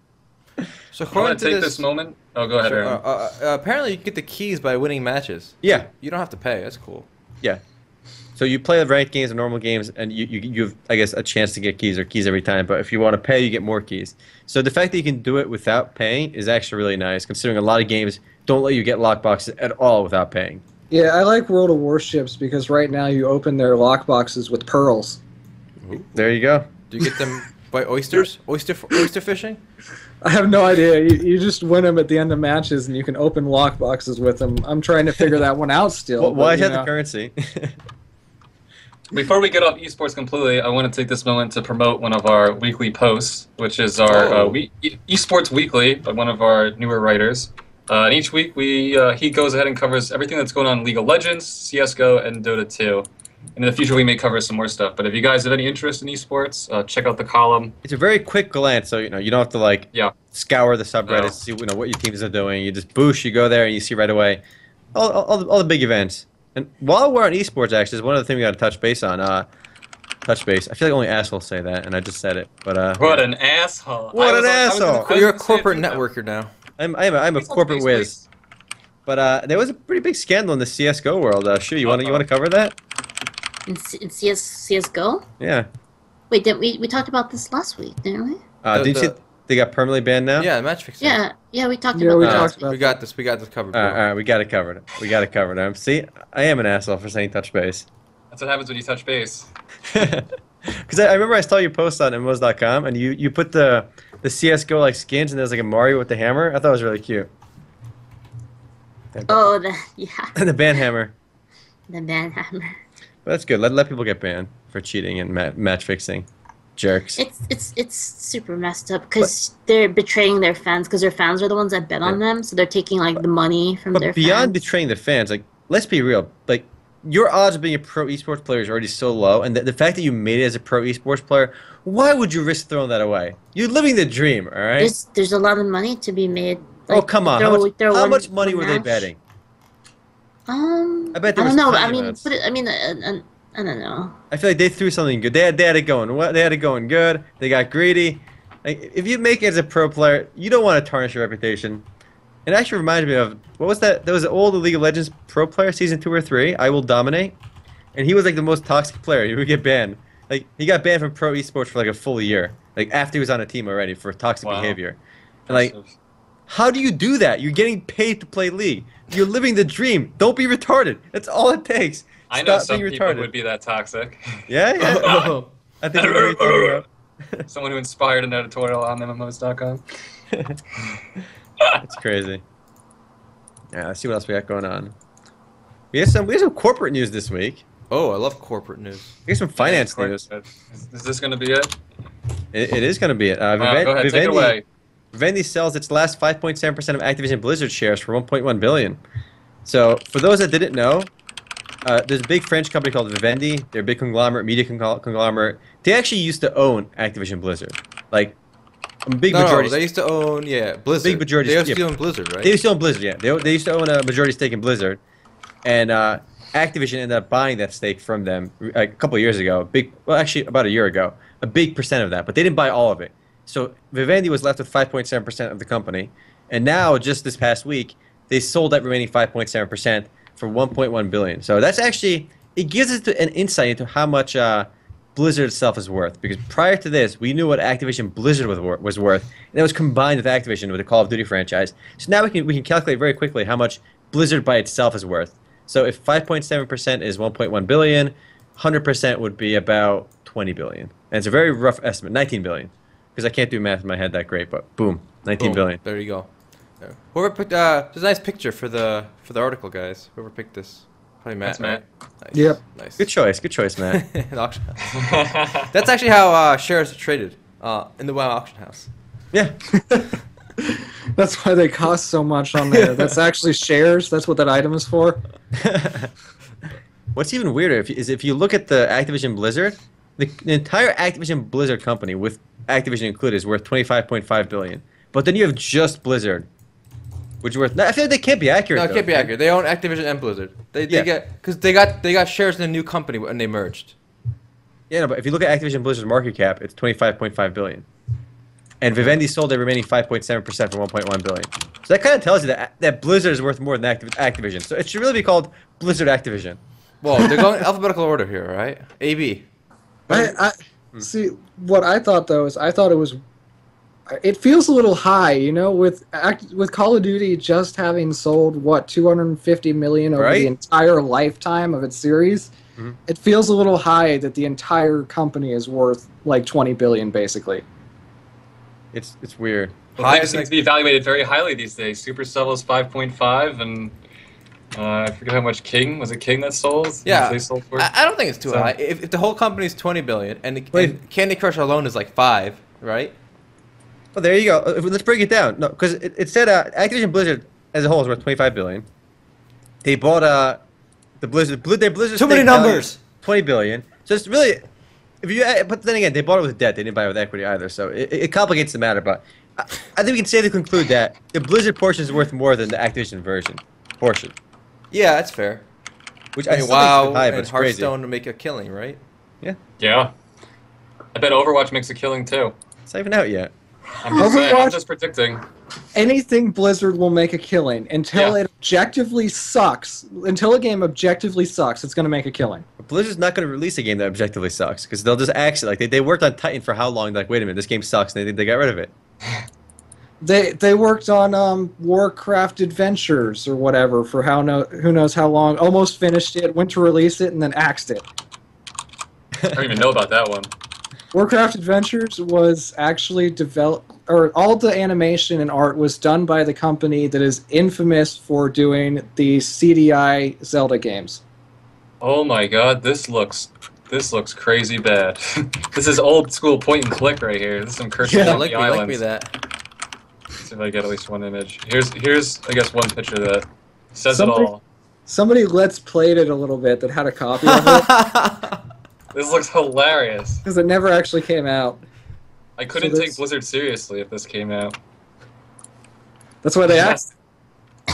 A: So
B: I
A: according
B: want
A: to
B: to take
A: this,
B: this, moment. Oh, go ahead,
A: Sure,
B: Aaron.
A: uh, uh, uh, apparently, you can get the keys by winning matches.
E: Yeah,
A: You don't have to pay. That's cool.
E: yeah. So you play the ranked games and normal games, and you, you you have I guess a chance to get keys or keys every time. But if you want to pay, you get more keys. So the fact that you can do it without paying is actually really nice, considering a lot of games don't let you get lockboxes at all without paying.
C: Yeah, I like World of Warships because right now you open their lockboxes with pearls.
E: There you go.
A: Do you get them by oysters? Oyster f- oyster fishing?
C: I have no idea. You, you just win them at the end of matches, and you can open lockboxes with them. I'm trying to figure that one out still.
E: Wh-
C: but,
E: Why is
C: you
E: that the
C: know.
E: currency?
B: Before we get off esports completely, I want to take this moment to promote one of our weekly posts, which is our
A: Oh.
B: uh, we- e- esports weekly by one of our newer writers. Uh, and each week, we uh, he goes ahead and covers everything that's going on in League of Legends, CS:GO, and Dota 2. And in the future, we may cover some more stuff. But if you guys have any interest in esports, uh, check out the column.
E: it's a very quick glance, so you know you don't have to like
B: Yeah.
E: scour the subreddit
B: No.
E: to see you know what your teams are doing. You just boosh, you go there, and you see right away all, all, all, the, all the big events. And while we're on esports, actually, is one other thing we got to touch base on. Uh, touch base. I feel like only assholes say that, and I just said it. But uh,
B: What an asshole!
E: What
B: I
E: an
B: was- I was
E: asshole.
B: gonna- Oh, I was
A: Well, Oh, you're a
B: gonna say
A: corporate
B: it too,
A: networker now.
E: I'm I'm a, I'm a
B: Please,
E: corporate
B: please,
E: whiz. But uh, there was a pretty big scandal in the CS:GO world. Uh, sure, you want to you
B: Uh-oh.
E: want to cover that?
D: In, C- in CS, CSGO?
E: Yeah.
D: Wait, didn't we, we talked about this last week, didn't we?
E: Uh,
A: The-
E: did you
A: the-
E: see they got permanently banned now?
A: Yeah, match fixing.
D: Yeah, yeah, we talked
C: Yeah,
D: about
C: we
D: that.
E: Uh,
C: talked about
A: We got this. We got this covered.
E: All
A: Bro.
E: right, all right, we got it covered. We got it covered. Um, see, I am an asshole for saying touch base.
B: That's what happens when you touch base.
E: Because I, I remember I saw your post on MMOs.com and you, you put the the CS:GO like skins and there's like a Mario with the hammer. I thought it was really cute.
D: Oh, the, yeah,
E: And the ban hammer.
D: the manhammer.
E: But that's good. Let, let people get banned for cheating and ma- match fixing, jerks.
D: It's it's it's super messed up because they're betraying their fans because their fans are the ones that bet on them, so they're taking like the money from their
E: But beyond
D: fans.
E: betraying the fans, like let's be real, like your odds of being a pro esports player is already so low, and the, the fact that you made it as a pro esports player, why would you risk throwing that away? You're living the dream, all right?
D: There's there's a lot of money to be made.
E: oh come on! how
D: throw-
E: much,
D: throw
E: how
D: one-
E: much money
D: one
E: were they
D: match.
E: betting?
D: Um, I
E: I bet
D: bet
E: there
D: I
E: was
D: don't know.
E: tons
D: I
E: of
D: mean,
E: ads.
D: put it, I mean, I, I, I don't know.
E: I feel like they threw something good. They had, they had it going. What they had it going good. They got greedy. Like, if you make it as a pro player, you don't want to tarnish your reputation. It actually reminded me of what was that? There was an old League of Legends pro player, season two or three. I will dominate, and he was like the most toxic player. He would get banned. Like he got banned from pro esports for like a full year. Like after he was on a team already for toxic
B: Wow.
E: behavior. And like, how do you do that? You're getting paid to play League. You're living the dream. Don't be retarded. That's all it takes.
B: I know
E: Stop
B: some
E: being
B: people
E: retarded.
B: would be that toxic. Oh.
E: Yeah, yeah. I think. we know what you're talking about.
B: Someone who inspired an editorial on MMOs.com.
E: It's crazy. Yeah, let's see what else we got going on. We have some we have some corporate news this week.
A: Oh, I love corporate news.
E: We have some finance
B: Yeah,
E: news.
B: Is, is this going to be it?
E: It, it is going to be it. Uh,
B: Wow, go ahead, take it away.
E: Vivendi sells its last 5.7 percent of Activision Blizzard shares for 1.1 billion. So, for those that didn't know, uh, there's a big French company called Vivendi. They're a big conglomerate, media congl- conglomerate. They actually used to own Activision Blizzard. Like a big
A: no,
E: majority.
A: no, they used to own yeah Blizzard.
E: Big majority-
A: They used to
E: yeah.
A: own Blizzard, right?
E: They used to own Blizzard, yeah. They, they used to own a majority stake in Blizzard, and uh, Activision ended up buying that stake from them uh, a couple of years ago. Big, well, actually about a year ago, a big percent of that, but they didn't buy all of it. So Vivendi was left with 5.7 percent of the company, and now just this past week they sold that remaining 5.7 percent for 1.1 billion. So that's actually it gives us an insight into how much. Uh, Blizzard itself is worth because prior to this, we knew what Activision Blizzard was, wor- was worth, and it was combined with Activision with the Call of Duty franchise. So now we can we can calculate very quickly how much Blizzard by itself is worth. So if 5.7% is 1.1 billion, 100% would be about 20 billion. And it's a very rough estimate, 19 billion, because I can't do math in my head that great, but boom, 19
A: Boom.
E: billion.
A: Oh, There you go. Yeah. Whoever picked uh, there's a nice picture for the for the article, guys. Whoever picked this, probably Matt.
B: That's Matt.
A: right? Nice.
C: Yep.
A: Nice.
E: Good choice, good choice, man.
A: An auction house. That's actually how uh, shares are traded uh, in the WoW auction house.
E: yeah,
C: That's why they cost so much on there. That's actually shares. That's what that item is for.
E: What's even weirder if, is if you look at the Activision Blizzard, the, the entire Activision Blizzard company, with Activision included, is worth twenty five point five billion. But then you have just Blizzard, which is worth. no, I feel like they can't be accurate.
A: No, it
E: though.
A: can't be accurate. They own Activision and Blizzard. They, they
E: Yeah.
A: get because they got they got shares in a new company when they merged.
E: Yeah, no, but if you look at Activision Blizzard's market cap, it's twenty five point five billion. and Vivendi sold their remaining 5.7% for 1.1 billion. So that kind of tells you that that Blizzard is worth more than Activ- Activision. So it should really be called Blizzard Activision.
A: Well, they're going alphabetical order here, right? AB.
C: I, I see. What I thought though is I thought it was. It feels a little high, you know, with act- with Call of Duty just having sold what 250 million over
E: Right?
C: the entire lifetime of its series.
E: Mhm.
C: It feels a little high that the entire company is worth like 20 billion, basically.
E: It's it's weird.
B: Well, things
A: Highest-
B: seem to be evaluated very highly these days. Supercell is 5.5, and uh, I forget how much King was it. King that sold.
A: Yeah.
B: they sold for.
A: I, I don't think it's too
B: So-
A: high. If, if the whole company's 20 billion and, the,
E: Wait.
A: and Candy Crush alone is like five, right?
E: Well, there you go. Uh, Let's break it down. No, because it, it said uh, Activision Blizzard as a whole is worth 25 billion. They bought uh, the Blizzard. Bli- their Blizzard.
A: Too many
E: stake value
A: numbers.
E: is 20 billion. So it's really, if you. uh, But then again, they bought it with debt. They didn't buy it with equity either. So it, it complicates the matter. But I, I think we can safely conclude that the Blizzard portion is worth more than the Activision version portion.
A: Yeah, that's fair.
E: Which
A: I
E: I
A: mean,
E: still wow,
A: WoW
E: high, but
A: and
E: it's crazy.
A: Hearthstone to make a killing, right?
B: yeah, I bet Overwatch makes a killing too.
E: It's not even out yet.
B: I'm just, saying, I'm
C: Overwatch-
B: just predicting.
C: anything Blizzard will make a killing until
B: Yeah.
C: it objectively sucks. Until a game objectively sucks, it's going to make a killing.
E: But Blizzard's not going to release a game that objectively sucks because they'll just axe it. Like they, they worked on Titan for how long? Like wait a minute, this game sucks, and they they got rid of it.
C: They they worked on um, Warcraft Adventures or whatever for how no who knows how long. Almost finished it, went to release it, and then axed it.
B: I don't even know about that one.
C: Warcraft Adventures was actually developed, or all the animation and art was done by the company that is infamous for doing the CDI Zelda games.
B: Oh my god, this looks this looks crazy bad. this is old school point and click right here. This is some Curse
C: Yeah,
B: of
A: Yeah,
B: the
A: like me,
B: Islands.
A: like me that.
B: See if I get at least one image. Here's here's I guess one picture that says
C: Somebody-
B: it all.
C: Somebody let's played it a little bit that had a copy of it
B: This looks hilarious.
C: because it never actually came out.
B: I couldn't
C: So
B: take
C: that's-
B: Blizzard seriously if this came out.
C: That's why they axed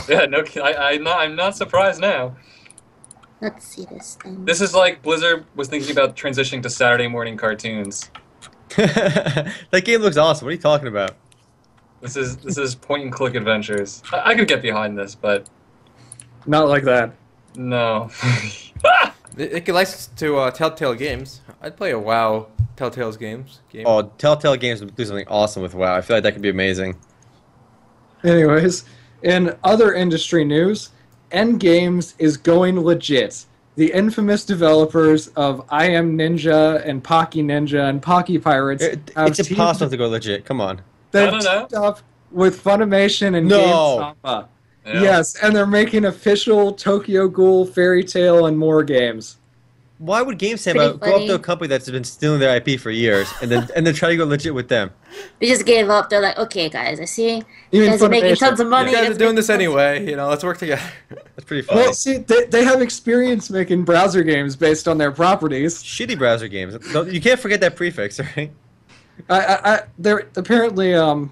B: Yeah, no, ki- I, I'm not. I'm not surprised now.
D: Let's see this thing.
B: This is like Blizzard was thinking about transitioning to Saturday morning cartoons.
E: that game looks awesome. What are you talking about?
B: This is this is point and click adventures. I, I could get behind this, but
C: Not like that.
B: no.
A: It, it could license to uh, Telltale Games. I'd play a WoW Telltale's games game.
E: Oh, Telltale Games would do something awesome with WoW. I feel like that could be amazing.
C: Anyways, in other industry news, N Games is going legit. The infamous developers of I Am Ninja and Pocky Ninja and Pocky Pirates
E: It-
C: have
E: it's
C: teamed-
E: impossible to go legit. Come on.
C: they've
B: I don't know.
C: teamed up with Funimation and
E: No.
C: GameStop.
B: Yeah.
C: Yes, and they're making official Tokyo Ghoul, Fairy Tale, and more games.
E: Why would GameStop
D: Pretty
E: out- go up
D: funny.
E: to a company that's been stealing their IP for years and then and then try to go legit with them?
D: We just gave up. They're like, okay, guys, I see you
C: Even
D: guys are making tons of
A: you
D: money.
A: guys are
D: Let's
A: doing
D: make
A: this
D: tons-
A: anyway. You know, let's work together.
E: That's pretty funny.
B: Oh.
C: Well, see, they, they have experience making browser games based on their properties.
E: Shitty browser games. Don't- You can't forget that prefix, right?
C: I, I, I there apparently um,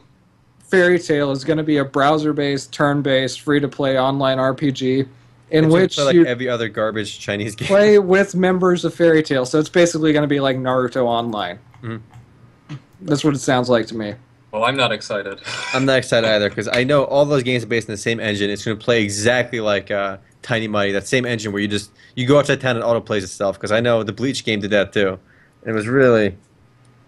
C: Fairy Tale is going to be a browser-based, turn-based, free-to-play online RPG in
E: It's
C: which
E: just like
C: you
E: every other garbage Chinese game.
C: play with members of Fairy Tale. So it's basically going to be like Naruto Online.
E: Mhm.
C: That's what it sounds like to me.
B: Well, I'm not excited.
C: Um,
E: I'm not excited either because I know all those games are based on the same engine. It's going to play exactly like uh, Tiny Mighty, that same engine where you just you go outside town and auto plays itself. Because I know the Bleach game did that too. It was really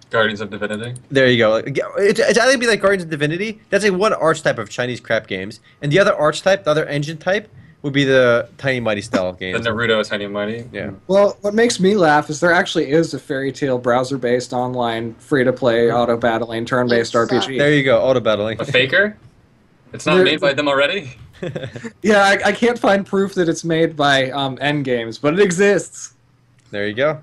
B: Guardians of Divinity.
E: There you go. Like, It's, it's either be like Guardians of Divinity. That's like one archetype of Chinese crap games, and the other archetype, the other engine type, would be the Tiny Mighty style
B: The
E: games.
B: Naruto Tiny Mighty.
E: Yeah.
C: Well, what makes me laugh is there actually is a Fairy Tale browser-based online free-to-play auto battling turn-based
D: It sucks.
C: RPG.
E: Mm-hmm. There you go. Auto battling.
B: A faker? It's not
C: There-
B: made by them already?
C: Yeah, I, I can't find proof that it's made by um, N Games, but it exists.
E: there you go.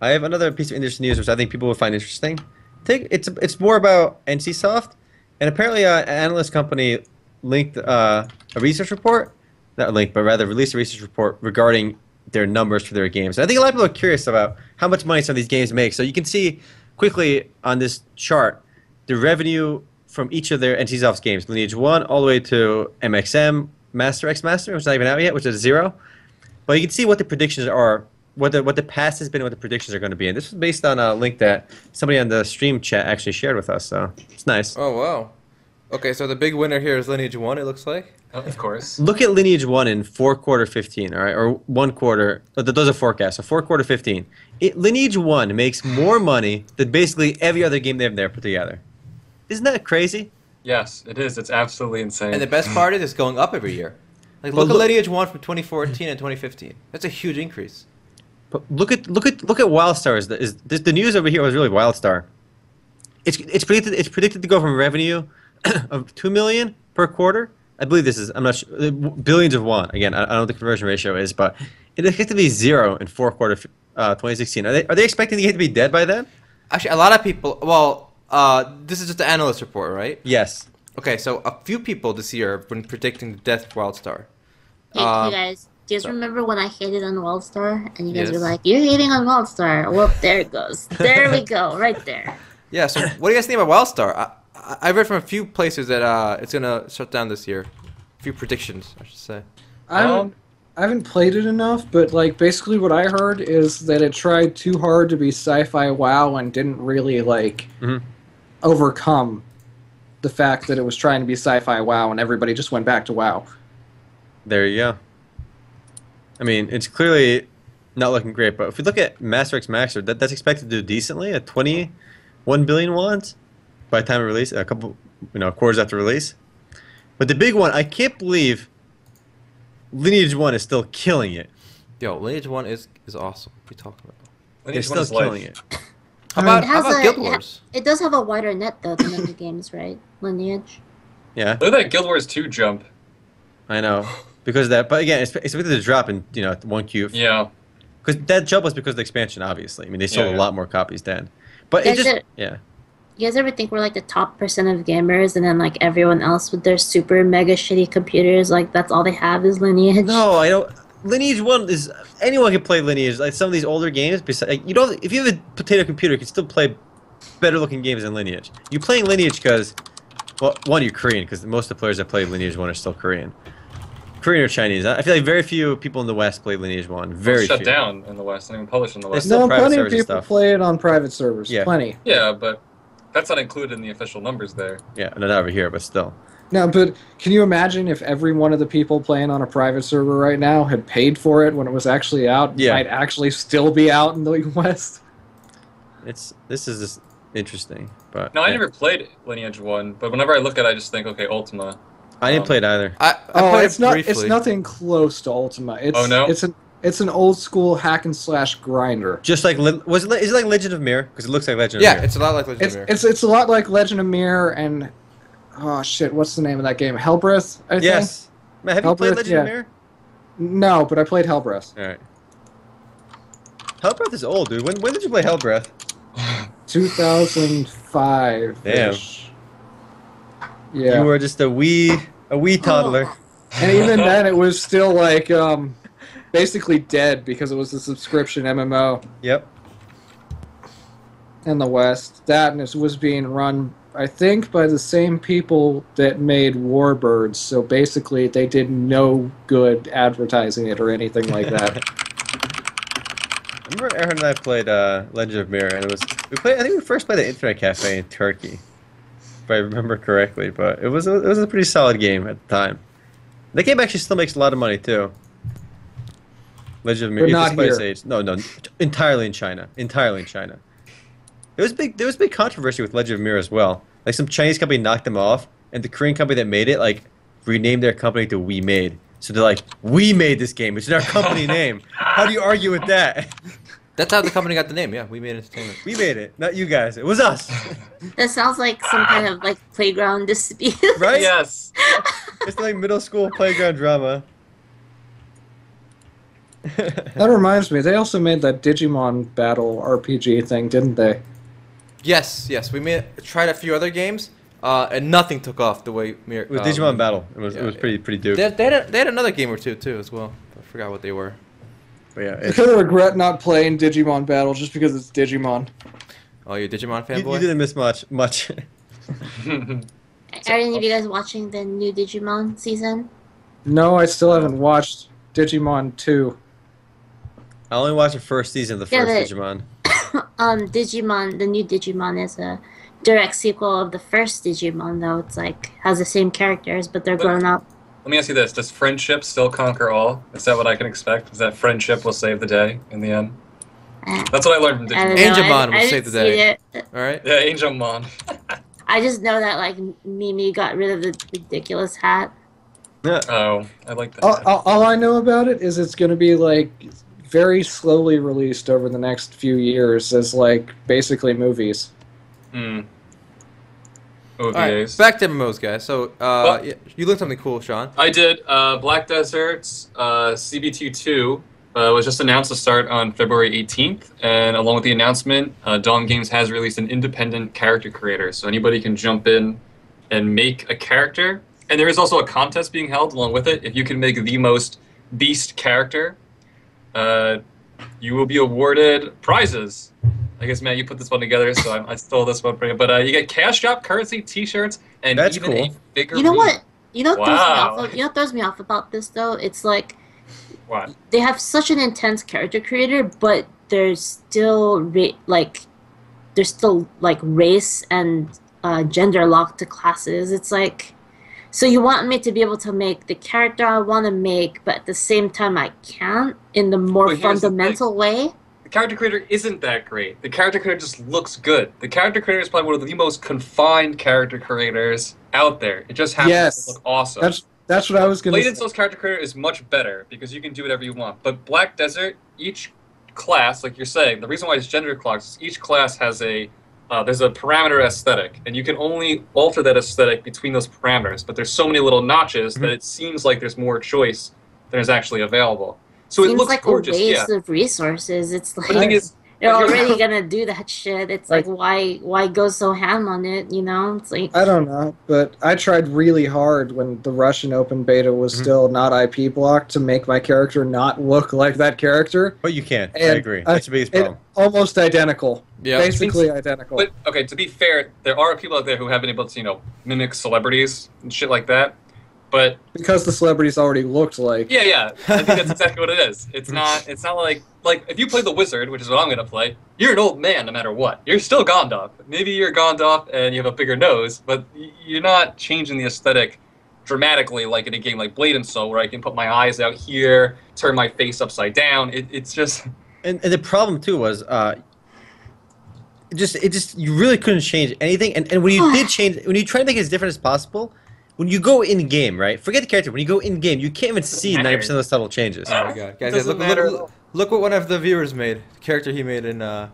E: I have another piece of interesting news, which I think people will find interesting. Take it's it's more about NCSoft, and apparently uh, an analyst company linked uh, a research report, not linked, but rather released a research report regarding their numbers for their games. And I think a lot of people are curious about how much money some of these games make. So you can see quickly on this chart the revenue from each of their NCSoft's games, Lineage One all the way to MXM Master X Master, which is not even out yet, which is zero. But you can see what the predictions are what the what the past has been, and what the predictions are going to be, and this was based on a link that somebody on the stream chat actually shared with us. So it's nice.
A: Oh wow. Okay, so the big winner here is Lineage One. It looks like.
B: Oh, Of course.
E: Look at lineage one in four quarter fifteen, all right, or one quarter. th- Those are forecasts. So four quarter fifteen. It, lineage one makes more money than basically every other game they've there put together. Isn't that crazy?
B: Yes, it is. It's absolutely insane.
A: And the best part is it's going up every year. Like
E: But
A: look at
E: look-
A: Lineage One from 2014 and 2015. That's a huge increase.
E: But look at look at look at WildStar. Is the, is this, the news over here was really WildStar. It's it's predicted it's predicted to go from revenue of two million per quarter. I believe this is I'm not sure uh, billions of one. Again, I, I don't know what the conversion ratio is, but it's expected to be zero in four quarter f- uh, 2016. Are they are they expecting the game to be dead by then?
A: Actually, a lot of people. Well, uh, this is just the analyst report, right?
E: Yes.
A: Okay, so a few people this year have been predicting the death of WildStar.
D: Hey,
A: Um,
E: Ah.
D: hey guys, do you guys
A: so-
D: remember when I hated on WildStar and you guys were
A: Yes.
D: like, "You're hating on WildStar." Well, there it goes. There we go, right there.
A: Yeah. So what do you guys think about WildStar? I, I I've read from a few places that uh, it's gonna shut down this year. A few predictions, I should say.
C: I haven't,
B: Um,
C: I haven't played it enough, but like basically what I heard is that it tried too hard to be sci-fi wow and didn't really like
E: Mhm.
C: overcome the fact that it was trying to be sci-fi wow and everybody just went back to wow.
E: There you go. I mean, it's clearly not looking great, but if we look at Master X Maxer, that, that's expected to do decently at 21 billion wands by the time of release, a couple, you know, quarters after release. But the big one, I can't believe Lineage 1 is still killing it.
A: Yo, Lineage One is is awesome. What are you talking about?
E: They're
B: Lineage
E: still
B: One is life.
E: killing it.
A: How about,
D: it
A: how
D: has
A: about
D: a-
A: Guild
D: it ha-
A: Wars?
D: It does have a wider net though than other games, right? Lineage.
E: Yeah,
B: Look at that Guild Wars 2 jump.
E: I know. Because of that, but again, it's it's expected to drop in, you know, 1Q.
B: Yeah.
E: Because that jump was because of the expansion, obviously. I mean, they sold
B: Yeah,
E: a
B: yeah.
E: lot more copies then. But it
D: That's
E: just,
D: it.
E: yeah.
D: You guys ever think we're like the top percent of gamers, and then like everyone else with their super mega shitty computers, like that's all they have is Lineage.
E: No, I don't. Lineage one is anyone can play Lineage. Like some of these older games, besides like, you don't. If you have a potato computer, you can still play better looking games than Lineage. You're playing Lineage because, well, one you're Korean because most of the players that play Lineage one are still Korean, Korean or Chinese. I I feel like very few people in the West play Lineage one. Very
B: shut
E: few.
B: down in the West and even published in the
E: It's
B: West.
E: still
C: no,
E: private
C: plenty of
E: servers and
C: people
E: stuff.
C: play it on private servers.
E: Yeah.
C: Plenty.
B: Yeah, but that's not included in the official numbers there.
E: Yeah, not over here, but still.
C: No, but can you imagine if every one of the people playing on a private server right now had paid for it when it was actually out?
E: Yeah.
C: Might actually still be out in the West.
E: It's this is just interesting, but
B: No, I
E: yeah.
B: never played Lineage 1, but whenever I look at it, I just think, okay, Ultima.
E: I didn't
B: um,
E: play it either.
A: I, I
C: oh,
A: played
C: it's
A: it
C: not.
A: briefly.
C: It's nothing close to Ultima. It's,
B: Oh, no?
C: It's an it's an old school hack and slash grinder.
E: Just like Li- was it, li- is it like Legend of Mirror? Because it looks like Legend of
A: Yeah,
E: Mirror.
A: it's a lot like Legend
C: It's
A: of Mirror.
C: it's it's a lot like Legend of Mirror and oh shit, what's the name of that game? Hellbreath. I Think?
E: yes. Man, have you played
C: Hellbreath,
E: Legend
C: yeah.
E: of Mirror?
C: No, but I played Hellbreath.
E: All right. Hellbreath is old, dude. When, when did you play Hellbreath?
C: Two thousand five. Yeah.
E: You were just a wee a wee toddler.
C: and even then it was still like um, basically dead because it was a subscription MMO
E: Yep.
C: in the West. That and it was being run, I think, by the same people that made Warbirds. So basically, they did no good advertising it or anything like that.
E: I remember Aaron and I played uh, Legend of Mirror, and it was we played. I think we first played at Internet Cafe in Turkey, if I remember correctly. But it was a, it was a pretty solid game at the time. The game actually still makes a lot of money too. Legend of Mirror,
C: But
E: if
C: not
E: despite its
C: here.
E: age. No, no, entirely in China. Entirely in China. There was big there was big controversy with Legend of Mirror as well. Like some Chinese company knocked them off, and the Korean company that made it like renamed their company to We Made. So they're like, we made this game. It's in our company name. How do you argue with that?
A: That's how the company got the name. Yeah, we made entertainment.
E: We made it, not you guys. It was us,
D: That sounds like some kind of like playground dispute.
E: right?
B: yes.
E: It's like middle school playground drama.
C: that reminds me, they also made that Digimon battle RPG thing, didn't they?
A: Yes, yes, we made tried a few other games, uh, and nothing took off the way Mirror.
E: With
A: uh,
C: Um,
E: Digimon Battle, it was
A: yeah,
E: it was
A: yeah.
E: pretty pretty dope.
A: They, they, had a, they had another game or two too as well. I forgot what they were.
E: But yeah,
C: I
E: it's, you,
C: kind of regret not playing Digimon battle just because it's Digimon.
A: Oh, you a Digimon
E: you
A: fanboy?
E: didn't miss much much.
D: Are any of you guys watching the new Digimon season?
C: Uh, No, I still haven't watched Digimon 2.
E: I only watched the first season of the
D: Yeah,
E: first
D: they-
E: Digimon.
D: um, Digimon, the new Digimon is a direct sequel of the first Digimon, though it's like has the same characters, but they're
B: But-
D: grown up.
B: Let me ask you this: Does friendship still conquer all? Is that what I can expect? Is that friendship will save the day in the end?
D: Eh,
B: That's what I learned from
D: I don't
B: Digimon.
D: know, I-
A: Angemon
D: I
A: will
D: didn't
A: save the
D: see
A: day.
D: it.
A: All right.
B: Yeah, Angel Mon.
D: I just know that like Mimi got rid of the ridiculous hat.
B: Oh, I like that.
E: Uh,
C: All, all, all I know about it is it's going to be like very slowly released over the next few years as like basically movies.
B: Hmm.
A: All right.
B: OVAs.
A: Back to MMOs, guys. So uh,
B: Well-
A: yeah, you learned something cool, Sean.
B: I did. Uh, Black Desert uh, CBT2 uh, was just announced to start on February 18th, and along with the announcement, uh, Dawn Games has released an independent character creator, so anybody can jump in and make a character. And there is also a contest being held along with it. If you can make the most beast character, uh, you will be awarded prizes. I guess, Matt, you put this one together, so I, I stole this one from you. But uh, you get cash shop, currency, T-shirts, and
E: That's
B: even
E: cool.
B: a figurine.
D: You know what? You know what throws me
B: Wow.
D: off. Of, you know what throws me off about this though? It's like
B: What?
D: they have such an intense character creator, but there's still ra- like there's still like race and uh, gender locked to classes. It's like so you want me to be able to make the character I want to make, but at the same time I can't in the more
B: Well, here's the thing.
D: fundamental way.
B: the character creator isn't that great. The character creator just looks good. The character creator is probably one of the most confined character creators out there. It just happens
C: Yes.
B: to look awesome.
C: That's that's what I was going
B: Blade
C: to. say.
B: Soul's character creator is much better because you can do whatever you want. But Black Desert, each class, like you're saying, the reason why it's gender clocks is each class has a uh, there's a parameter aesthetic, and you can only alter that aesthetic between those parameters. But there's so many little notches
C: Mm-hmm.
B: that it seems like there's more choice than is actually available. So it
D: Seems
B: looks
D: like
B: gorgeous,
D: a
B: yeah.
D: waste of resources. It's like
B: But the thing is,
D: they're
B: Like,
D: already gonna do that shit. It's like, why why go so ham on it? You know, it's like
B: Uh,
C: I don't know, but I tried really hard when the Russian open beta was
E: Mhm.
C: still not IP blocked to make my character not look like that character.
E: But you can't. I
C: And
E: agree.
C: I-
E: That's the biggest
C: It
E: problem.
C: almost identical,
A: Yeah.
C: basically identical.
B: But okay, to be fair, there are people out there who have been able to, you know, mimic celebrities and shit like that. But
C: because the celebrities already looked like.
B: yeah, yeah, I think that's exactly what it is. It's not. It's not like like if you play the wizard, which is what I'm gonna play. You're an old man, no matter what. You're still Gondorf. Maybe you're Gondorf and you have a bigger nose, but y- you're not changing the aesthetic dramatically like in a game like Blade and Soul, where I can put my eyes out here, turn my face upside down. It, it's just
E: And, and the problem too was uh, it just it just you really couldn't change anything. And, and when you did change, when you try to make it as different as possible, when you go in game, right? Forget the character. When you go in game, you can't even see
B: matter.
E: ninety percent of the subtle changes.
A: Oh my god, guys! guys,
B: doesn't
A: look,
B: matter
A: look,
B: at all.
A: look, look what one of the viewers made. The character he made in uh,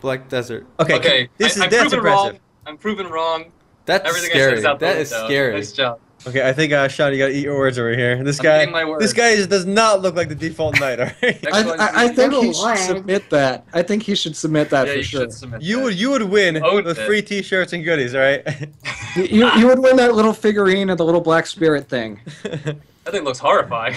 A: Black Desert.
E: Okay,
B: okay.
E: this
B: I,
E: is
B: I'm
E: that's
B: proven
E: impressive.
B: wrong. I'm proven wrong.
A: That's
B: Everything I said
A: scary.
B: is out the
A: That is
B: window.
A: scary.
B: Nice job.
E: Okay, I think uh, Sean, you gotta eat your words over here. This
B: I'm
E: guy,
B: eating my words.
E: this guy just does not look like the default knight. All right,
C: I, I, I think he
D: Oh, Lord.
C: should submit that. I think he should submit that
B: yeah,
C: for
B: you
C: sure.
B: should submit
E: you
B: that.
E: would you would win
B: Owned
E: with
B: it.
E: free T-shirts and goodies. All right.
C: You, you, you would win that little figurine and the little black spirit thing.
B: That thing looks horrifying.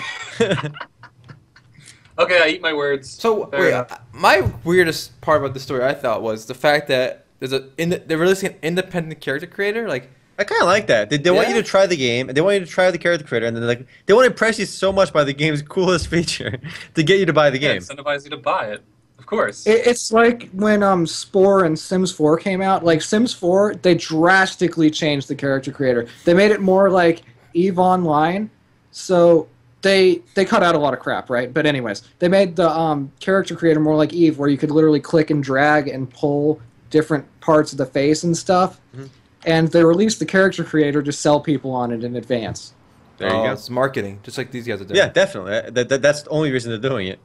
B: okay, I eat my words.
A: So
B: Fair
A: wait,
B: enough.
A: uh, my weirdest part about the story I thought was the fact that there's a in they're releasing an independent character creator. Like,
E: I kind of like that. They, they want you
A: Yeah.
E: to try the game, and they want you to try the character creator, and then like they want to impress you so much by the game's coolest feature to get you to buy the
B: Yeah,
E: game.
B: incentivize you to buy it. Of course.
C: It, it's like when um Spore and Sims 4 came out. Like Sims 4, they drastically changed the character creator. They made it more like Eve Online. So they they cut out a lot of crap, right? But anyways, they made the um character creator more like Eve, where you could literally click and drag and pull different parts of the face and stuff.
E: Mhm.
C: And they released the character creator to sell people on it in advance.
E: There
A: oh,
E: you go.
A: It's marketing, just like these guys are doing.
E: Yeah, definitely. That- That, that, that's the only reason they're doing it.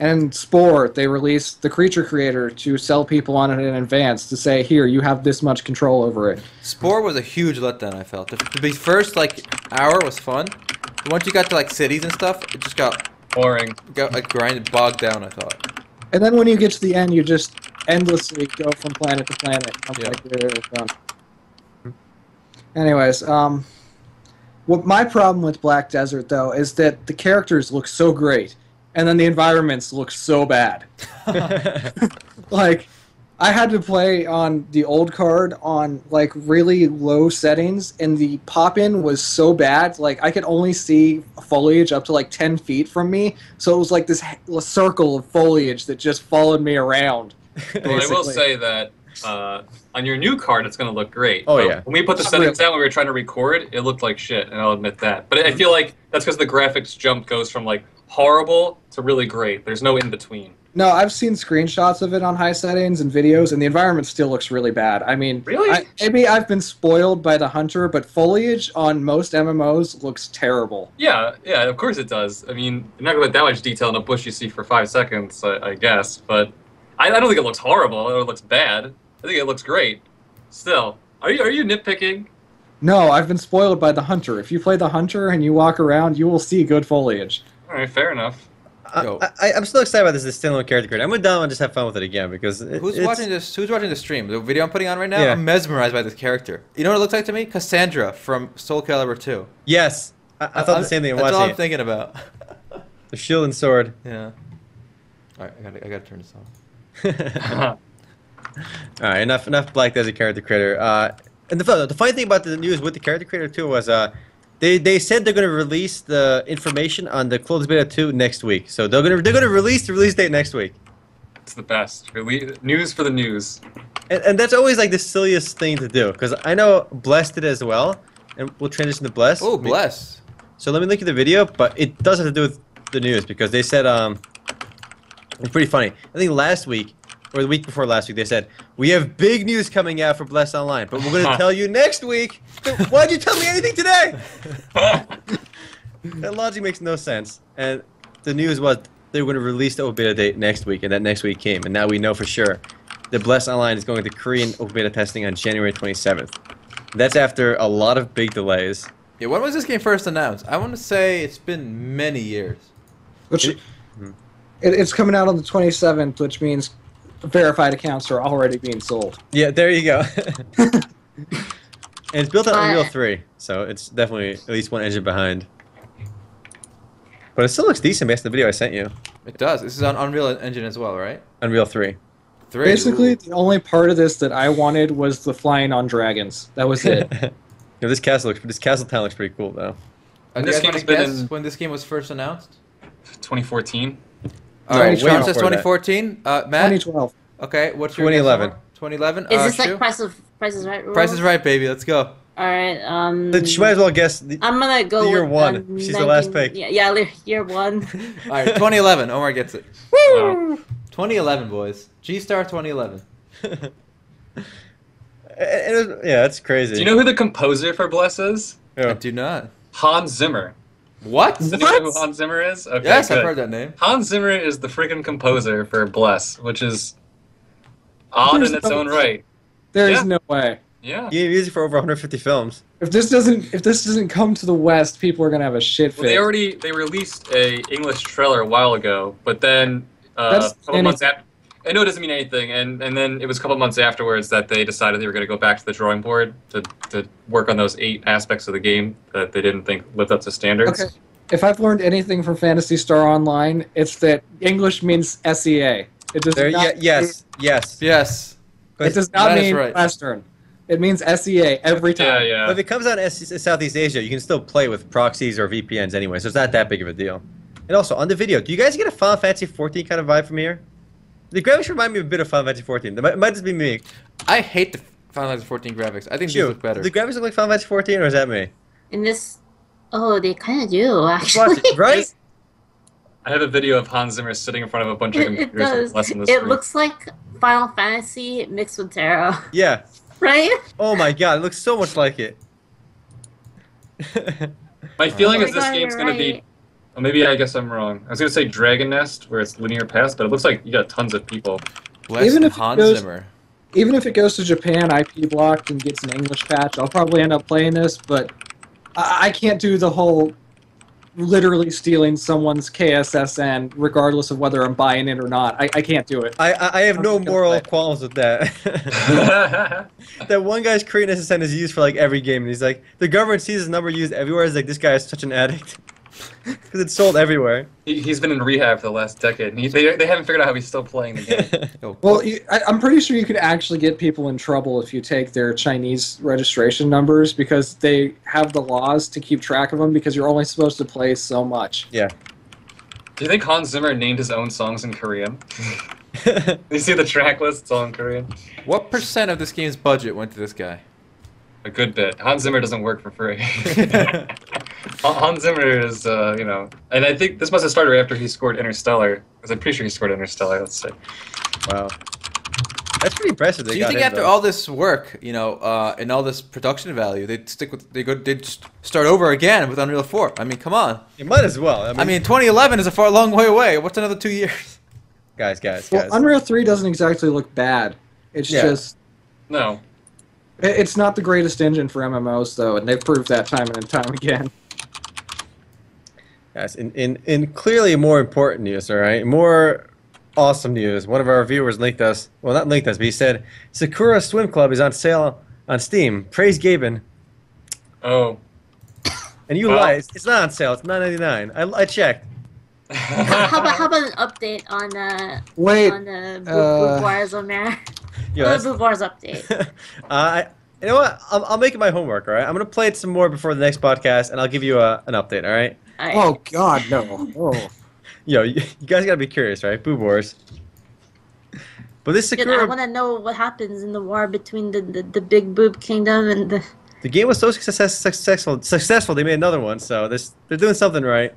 C: And Spore, they released the creature creator to sell people on it in advance to say, here, you have this much control over it.
A: Spore was a huge letdown. I felt the, the first like hour was fun. but Once you got to like cities and stuff, it just got
B: Boring.
A: got like grinded bogged down. I thought.
C: And then when you get to the end, you just endlessly go from planet to planet. I'm
A: Yeah.
C: like, "We're done." Anyways, um, what my problem with Black Desert, though, is that the characters look so great, and then the environments look so bad.
E: yeah,
C: Like, I had to play on the old card on like really low settings, and the pop in was so bad. Like I could only see foliage up to like ten feet from me, so it was like this h- circle of foliage that just followed me around.
B: Well, I will
C: basically.
B: say that uh, on your new card, it's going to look great.
E: Oh,
B: But
E: yeah.
B: When we put the settings down, when we were trying to record, it looked like shit, and I'll admit that. But I feel like that's because the graphics jump goes from like horrible to really great. There's no in between.
C: No, I've seen screenshots of it on high settings and videos, and the environment still looks really bad. I mean,
B: Really?
C: I, maybe I've been spoiled by the hunter, but foliage on most MMOs looks terrible.
B: Yeah, yeah, of course it does. I mean, you're not going to put that much detail in a bush you see for five seconds, I, I guess. But I, I don't think it looks horrible. I don't think it looks bad. I think it looks great. Still, are you are you nitpicking?
C: No, I've been spoiled by the hunter. If you play the hunter and you walk around, you will see good foliage.
B: All right, fair enough.
A: Yo.
E: I, I, I'm still excited about this, this standalone character creator. I'm gonna download and just have fun with it again because it,
A: Who's
E: it's,
A: watching this? Who's watching the stream? The video I'm putting on right now.
E: Yeah.
A: I'm mesmerized by this character. You know what it looks like to me? Cassandra from Soul Calibur 2.
E: Yes, I, I thought the same thing. I'm
A: That's all
E: Watching
A: I'm
E: it.
A: thinking about.
E: the shield and sword.
A: yeah. All right, I gotta, I gotta turn this off.
E: all right, enough enough Black Desert character creator. Uh, and the the funny thing about the news with the character creator too was uh, they they said they're gonna release the information on the closed beta two next week. So they're gonna they're gonna release the release date next week.
B: It's the best. Really, news for the news.
E: And, and that's always like the silliest thing to do because I know Blessed did it as well, and we'll transition to Blessed.
A: Oh, bless.
E: So let me look at the video, but it does have to do with the news because they said um, it's pretty funny. I think last week or the week before last week they said we have big news coming out for Bless Online, but we're going to tell you next week. So why'd you tell me anything today? That logic makes no sense. And the news was they were going to release the open beta date next week, and that next week came, and now we know for sure that Bless Online is going to Korean open beta testing on January 27th. That's after a lot of big delays.
A: Yeah, when was this game first announced? I want to say it's been many years.
C: Which
E: It-
C: it, it's coming out on the 27th, which means verified accounts are already being sold.
E: Yeah, there you go. and it's built on
D: But-
E: Unreal 3, so it's definitely at least one engine behind. But it still looks decent based on the video I sent you.
A: It does. This is on Unreal Engine as well, right?
E: Unreal 3.
A: Three.
C: Basically,
A: Ooh.
C: the only part of this that I wanted was the flying on dragons. That was it.
E: yeah, this castle looks this castle town looks pretty cool though.
A: Uh, do
B: This
A: you guys
B: game's
A: want to
B: been
A: guess
B: in-
A: when this game was first announced?
B: 2014.
A: All right,
E: way
A: Sean says
E: before that.
A: 2014. Uh, Matt.
C: 2012.
A: Okay, what's your
E: 2011.
A: 2011.
D: Is
A: uh,
D: this like
A: Shu?
D: price of Price is Right?
A: Price is right, baby. Let's go.
D: All right. Um.
E: But She might as well guess. The,
D: I'm gonna go
E: Year
D: with,
E: one.
D: um,
E: She's the last
D: 19
E: pick.
D: Yeah, yeah, li- year one.
A: All right, 2011. Omar gets it.
B: Wow.
A: 2011, boys. G Star 2011.
E: And- and it was- yeah, that's crazy.
B: Do you know who the composer for Bless is?
A: I
E: Yeah.
A: do not.
B: Hans Zimmer.
A: What?
B: Does anyone know who Hans Zimmer is? Okay,
A: Yes, I've
B: good.
A: heard that name.
B: Hans Zimmer is the freaking composer for Bless, which is odd
C: There's
B: in its
C: no-
B: own right.
C: There is
B: Yeah.
C: no way.
B: Yeah.
E: He made music for over 150 films.
C: If this doesn't if this doesn't come to the West, people are gonna have a shit fit.
B: Well, they already they released a English trailer a while ago, but then uh,
C: That's
B: a couple months after. I know it doesn't mean anything, and, and then it was a couple months afterwards that they decided they were going to go back to the drawing board to, to work on those eight aspects of the game that they didn't think lived up to standards.
C: okay. If I've learned anything from Fantasy Star Online, it's that English means SEA. It does
E: There,
C: not
E: yeah, yes, yes.
A: Yes.
C: It does not
A: That is
C: mean
A: right.
C: Western. It means SEA every
B: Yeah,
C: time.
E: But if
B: yeah.
E: it comes out in S- Southeast Asia, you can still play with proxies or VPNs anyway, so it's not that big of a deal. And also, on the video, do you guys get a Final Fantasy 14 kind of vibe from here? The graphics remind me a bit of Final Fantasy 14. That might, might just be me.
A: I hate the Final Fantasy 14 graphics. I think these
E: Shoot,
A: look better.
E: The graphics look like Final Fantasy 14, or is that me?
D: In this, oh, they kind of do actually.
E: Watch it, right?
B: I have a video of Hans Zimmer sitting in front of a bunch of
D: It, it
B: computers
D: does.
B: with Bless on the
D: It
B: screen.
D: looks like Final Fantasy mixed with Tarot,
E: Yeah.
D: right?
E: Oh my god, it looks so much like it.
B: My feeling
D: Oh
B: is
D: my
B: this
D: God,
B: game's
D: you're
B: going to be.
D: right.
B: Oh, maybe I guess I'm wrong. I was going to say Dragon Nest, where it's linear paths, but it looks like you got tons of people.
A: Bless
C: Even if it
A: Hans
C: goes-
A: Zimmer.
C: Even if it goes to Japan IP blocked and gets an English patch, I'll probably end up playing this, but I, I can't do the whole literally stealing someone's KSSN regardless of whether I'm buying it or not. I, I can't do it.
E: I, I I have
C: I'm
E: no
C: just gonna
E: moral
C: play.
E: qualms with that.
B: yeah,
E: that one guy's Korean SSN is used for like every game, and he's like, the government sees his number used everywhere. He's like, this guy is such an addict. because it's sold everywhere.
B: He, he's been in rehab for the last decade, and he, they, they haven't figured out how he's still playing the game.
C: Well, you, I, I'm pretty sure you could actually get people in trouble if you take their Chinese registration numbers because they have the laws to keep track of them because you're only supposed to play so much.
E: yeah.
B: Do you think Hans Zimmer named his own songs in Korean? you see the track list; it's all in Korean.
A: What percent of this game's budget went to this guy?
B: A good bit. Hans Zimmer doesn't work for free. Hans Zimmer is, uh, you know, and I think this must have started right after he scored Interstellar, because I'm pretty sure he scored Interstellar. Let's say.
E: wow. That's pretty impressive. They
A: Do you
E: got
A: think
E: him,
A: after
E: though.
A: all this work, you know, uh, and all this production value, they'd stick with they go they'd just start over again with Unreal Four? I mean, come on.
E: you might as well. I mean,
A: I mean, 2011 is a far long way away. What's another two years?
E: guys, guys,
C: Well,
E: guys.
C: Unreal 3 doesn't exactly look bad. It's
E: Yeah.
C: just
B: No,
C: it- it's not the greatest engine for MMOs though, and they've proved that time and time again.
E: Yes, in, in, in clearly more important news, all right? More awesome news. One of our viewers linked us, well, not linked us, but he said Sakura Swim Club is on sale on Steam. Praise Gaben.
B: oh.
E: And you
B: Wow.
E: lie. It's, it's not on sale. It's nine ninety nine. I, I checked.
D: how about how about an update on uh
C: Wait,
D: on the Bo- Oh,
C: uh,
D: Bouvoir's on there?
E: Yo,
D: Yeah,
E: that's-
D: Bouvoir's update.
E: uh, I, you know what? I'll, I'll make it my homework, all right? I'm going to play it some more before the next podcast, and I'll give you a, an update, all right?
D: All right.
C: oh god, no. Oh.
E: Yo, you, you guys got to be curious, right? Boo Wars. But this
D: Dude, I
E: Sakura,
D: want to know what happens in the war between the, the, the big boob kingdom and the.
E: the game was so success, successful, successful, they made another one, so this, they're doing something right.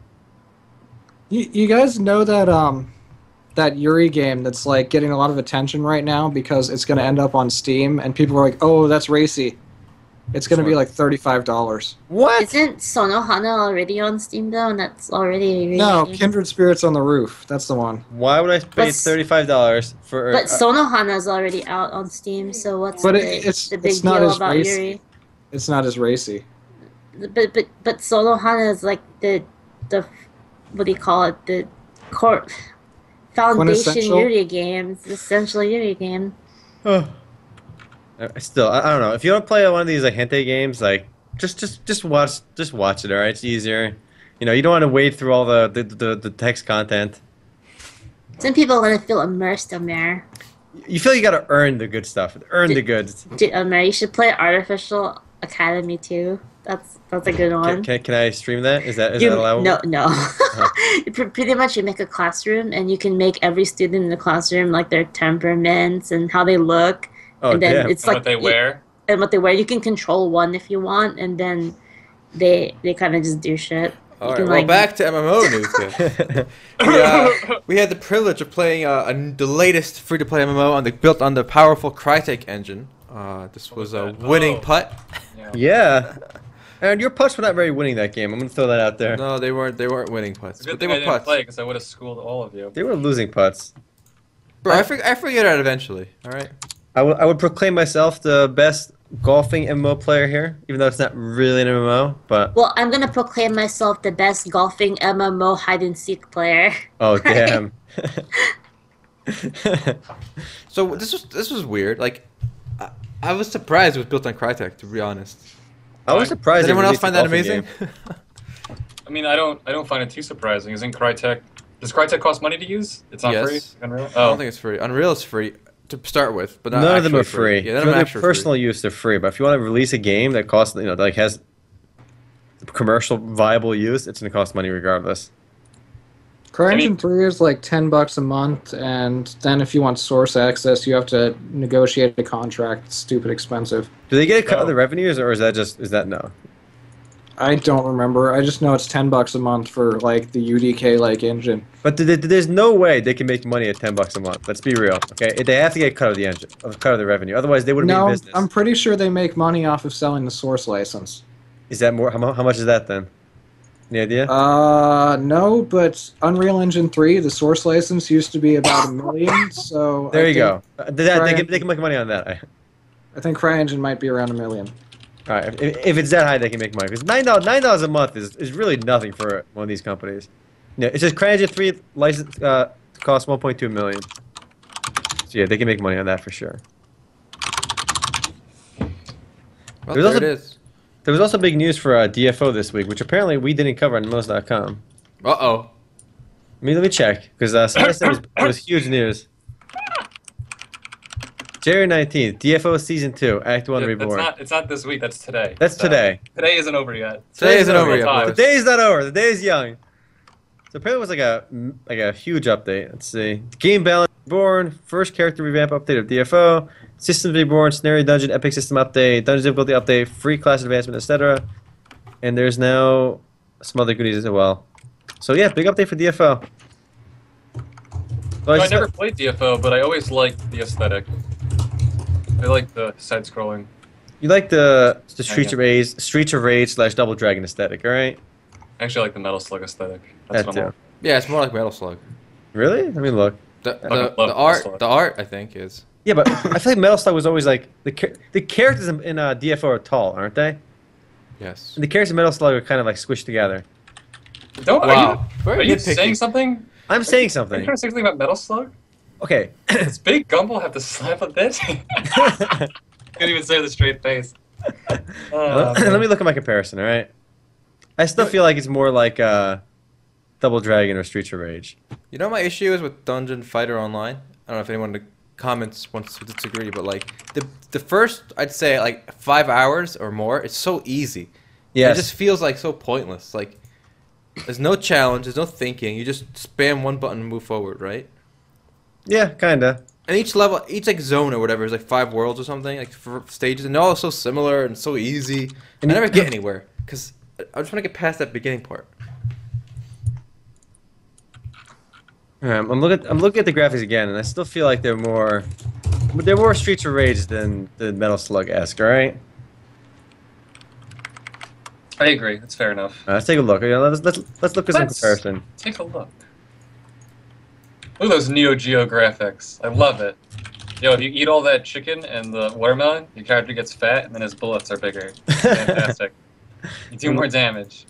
C: You, you guys know that um that Yuri game that's like getting a lot of attention right now because it's going to end up on Steam and people are like, "Oh, that's racy." It's going to be
E: Sure.
C: like $35.
E: What?
D: Isn't Sonohana already on Steam though? And that's already. a video
C: No,
D: game?
C: Kindred Spirits on the Roof. That's the one.
E: Why would I pay
D: But-
E: thirty-five dollars for?
D: But
E: uh,
D: Sonohana's already out on Steam, so what's
C: But
D: the,
C: it- it's-
D: the big
C: it's not
D: deal
C: as
D: about
C: racy.
D: Yuri?
C: It's not as racy.
D: But but but Sonohana is like the the what do you call it? The core foundation
C: Quintessential?
D: Yuri game, the essential Yuri game.
E: uh, I- I still, I, I don't know. If you want to play one of these like hente games, like just, just, just watch, just watch it. All right, it's easier. You know, you don't want to wade through all the the, the, the text content.
D: Some people want to feel immersed on there.
E: You feel you got to earn the good stuff. Earn the goods.
D: Dude, um, you should play Artificial Academy too. That's that's a good one.
E: Can, can, can I stream that? Is that is
D: You-
E: that allowable?
D: no, no. Pre- Pretty much, you make a classroom, and you can make every student in the classroom like their temperaments and how they look,
E: Oh
D: and then
E: damn.
B: and
D: it's like
B: what they
D: you-
B: wear.
D: and what they wear. You can control one if you want, and then they they kind of just do shit.
A: All right,
D: You can,
A: well,
D: like-
A: back to MMO news. Then. we, uh, we had the privilege of playing uh, an- the latest free-to-play MMO on the built on the powerful Crytek engine. Uh, this
B: What was
A: was a
B: that?
A: winning
B: Oh.
A: putt.
B: Yeah.
E: yeah. Aaron, your putts were not very winning that game. I'm gonna throw that out there.
A: No, they weren't. They weren't winning
B: It's
A: putts.
B: a good
A: But they
B: thing I
A: were
B: didn't
A: putts.
B: play because I would have schooled all of you.
E: They were losing putts.
A: Bro, I, fig- I figured it out eventually. All right.
E: I would I would proclaim myself the best golfing MMO player here, even though it's not really an MMO. But
D: Well, I'm gonna proclaim myself the best golfing MMO hide and seek player.
E: oh damn.
A: So this was this was weird. Like, I, I was surprised it was built on Crytek. To be honest,
E: I was
B: Fine.
E: surprised.
A: did
E: they
A: anyone else
E: released a
A: find that
E: golfing
A: amazing?
E: game.
B: I mean, I don't, I don't find it too surprising. Is in Crytek? Does Crytek cost money to use? It's not
A: Yes.
B: free. Unreal.
A: I
B: Oh,
A: don't think it's free. Unreal is free to start with, but not
E: None of them
A: actually
E: are free.
A: Yeah, none of
E: For
A: them
E: their
A: are actually
E: personal
A: free.
E: use, they're free. But if you want to release a game that costs, you know, like has commercial viable use, it's going to cost money regardless.
C: CryEngine
B: I mean-
C: 3 is like 10 bucks a month and then if you want source access, you have to negotiate a contract. It's stupid expensive.
E: Do they get a cut of
B: No.
E: the revenues, or is that just is that no?
C: I don't remember. I just know it's 10 bucks a month for like the UDK like engine.
E: But th- th- there's no way they can make money at ten bucks a month. Let's be real, okay? They have to get a cut of the engine, of a cut of the revenue. Otherwise, they wouldn't
C: No,
E: be in business.
C: I'm pretty sure they make money off of selling the source license.
E: Is that more? How, mu- how much is that then? Any idea?
C: Uh, no, but Unreal Engine 3, the source license used to be about a million, so
E: there
C: I
E: you
C: think-
E: go. Uh, th- that- they,
C: Brian-
E: can, they can make money on that. All
C: I think CryEngine might be around a million.
E: right. If, if it's that high, they can make money. Because nine dollars, nine dollars a month is, is really nothing for one of these companies. No, it's just CryEngine three license uh, costs one point two million. So yeah, they can make money on that for sure.
A: Well,
E: There's
A: there
E: also-
A: it is.
E: There was also big news for uh, DFO this week, which apparently we didn't cover on Mills.com.
A: Uh oh.
E: Let me let me check because uh, somebody said it was, it was huge news. January nineteenth, DFO season two, Act one
B: It's
E: reborn.
B: not. It's not this week. That's today.
E: That's
B: So,
E: today.
B: Today isn't over yet.
A: Today isn't over yet.
B: Time.
E: The day is not over. The day is young. So apparently it was like a like a huge update. Let's see. Game balance reborn, first character revamp update of DFO, systems reborn, scenario dungeon, epic system update, dungeon difficulty update, free class advancement, etc. And there's now some other goodies as well. So yeah, big update for DFO. So
B: No,
E: I
B: I
E: just-
B: never played DFO, but I always liked the aesthetic. I like the side scrolling.
E: you like the the
B: Hang
E: Streets
B: on.
E: of Rage Streets of Rage slash Double Dragon aesthetic, all right?
B: I actually like the Metal Slug aesthetic. That's
E: That
B: what I'm all-
E: too.
A: Yeah, it's more like Metal Slug.
E: Really? Let me look.
A: The,
E: I
A: the,
B: love
A: the
B: Metal
A: art,
B: Slug.
A: the art, I think is.
E: Yeah, but I feel like Metal Slug was always like the char- the characters in, in uh, DFO are tall, aren't they?
A: Yes.
E: And the characters in Metal Slug are kind of like squished together.
B: Don't,
A: Wow.
B: Are you,
A: Very
B: are you
A: nitpicky.
B: saying something?
E: I'm saying
B: Are you
E: something.
B: trying to say something about Metal Slug?
E: Okay.
B: Does Big Gumball have to slap a bit? Couldn't even say with a straight face. Uh,
E: Let me look at my comparison. All right. I still feel like it's more like uh, Double Dragon or Streets of Rage.
A: You know, my issue is with Dungeon Fighter Online. I don't know if anyone in the comments wants to disagree, but like the the first, I'd say like five hours or more, it's so easy.
E: Yes.
A: It just feels like so pointless. Like there's no challenge, there's no thinking. You just spam one button and move forward, right?
E: yeah, kinda.
A: And each level, each like zone or whatever is like five worlds or something, like f stages, and they're all so similar and so easy. I never get anywhere because I just want to get past that beginning part.
E: Um, I'm looking. I'm looking at the graphics again, and I still feel like they're more, they're more Streets of Rage than the Metal Slug esque. All right.
B: I agree. That's fair enough.
E: Uh, let's take a look. You know, let's, let's let's look at some
B: Let's-
E: comparison.
B: Take a look. Look at those Neo Geo graphics. I love it. Yo, if you eat all that chicken and the watermelon, your character gets fat and then his bullets are bigger. Fantastic. you do more damage.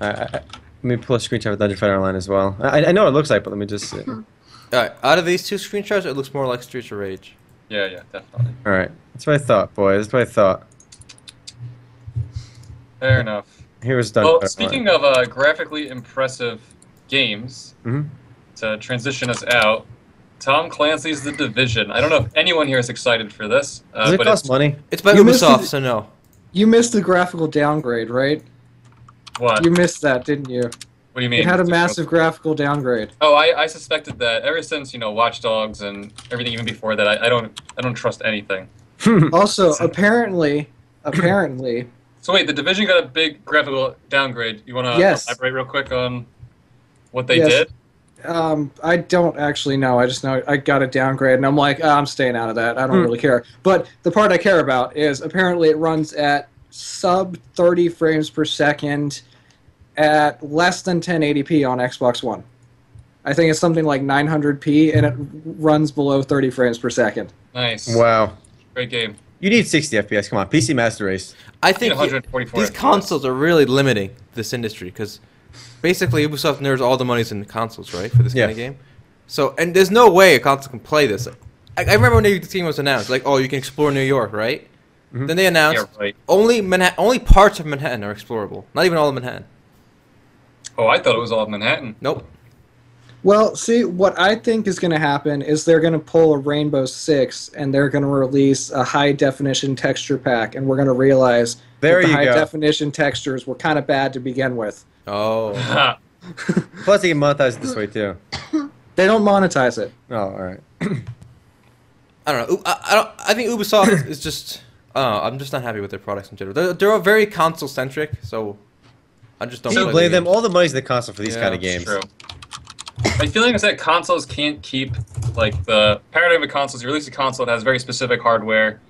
E: I, I, I- let me pull a screenshot of Dungeon Fighter Online as well. I, I know what it looks like, but let me just see. All
A: All right, out of these two screenshots, it looks more like Streets of Rage.
B: Yeah, yeah, definitely.
E: right, that's what I thought, boys. That's what I thought.
B: Fair enough.
E: Here was Dungeon
B: Well,
E: Fighter
B: speaking of uh, graphically impressive games,
E: Mhm.
B: to transition us out, Tom Clancy's The Division. I don't know if anyone here is excited for this,
E: Does
B: uh,
E: it
B: but
E: cost
B: it's
E: money?
A: It's by
C: You missed
A: Ubisoft,
C: it.
A: so no.
C: You missed the graphical downgrade, right?
B: what?
C: You missed that, didn't you?
B: what do you mean?
C: It had a
B: It's
C: massive graphical downgrade.
B: Oh, I, I suspected that ever since you know Watch Dogs and everything even before that. I, I don't I don't trust anything.
C: Also, apparently, apparently,
B: So wait, the division got a big graphical downgrade. You want to
C: Yes.
B: elaborate real quick on what they
C: Yes.
B: did?
C: um, I don't actually know. I just know I got a downgrade, and I'm like, "Ah, I'm staying out of that. I don't
E: Hmm.
C: really care. But the part I care about is apparently it runs at sub 30 frames per second at less than 1080p on Xbox One. I think it's something like 900p, and it runs below 30 frames per second.
B: Nice,
E: Wow,
B: great game.
E: you need 60 FPS. Come on, PC Master Race.
A: I
B: Need
A: think y-
B: 144.
A: these consoles are really limiting this industry because basically Ubisoft nerves all the money's in consoles, right, for this kind of
E: Yeah.
A: game. So, and there's no way a console can play this. I, I remember when this game was announced, like, oh, you can explore New York, right?
E: Mm-hmm.
A: Then they
B: Yeah,
A: announced
B: right.
A: only Manha- only parts of Manhattan are explorable. Not even all of Manhattan.
B: Oh, I thought it was all of Manhattan.
A: Nope.
C: Well, see, what I think is going to happen is they're going to pull a Rainbow Six and they're going to release a high definition texture pack, and we're going to realize
E: There
C: that the
E: you
C: high
E: go.
C: definition textures were kind of bad to begin with.
A: Oh,
B: Ha.
E: Plus, they can monetize it this way too.
C: They don't monetize it.
E: Oh, all right.
A: I don't know. U- I, I, don't, I think Ubisoft is just. Uh, I'm just not happy with their products in general. They're, they're all very console centric, so I just don't.
E: Can you
A: play the
E: blame them?
A: games.
E: All the money's in the console for these
A: Yeah,
E: kind of
A: that's
E: games.
B: True. My feeling is that consoles can't keep like the paradigm of consoles. You release a console that has very specific hardware,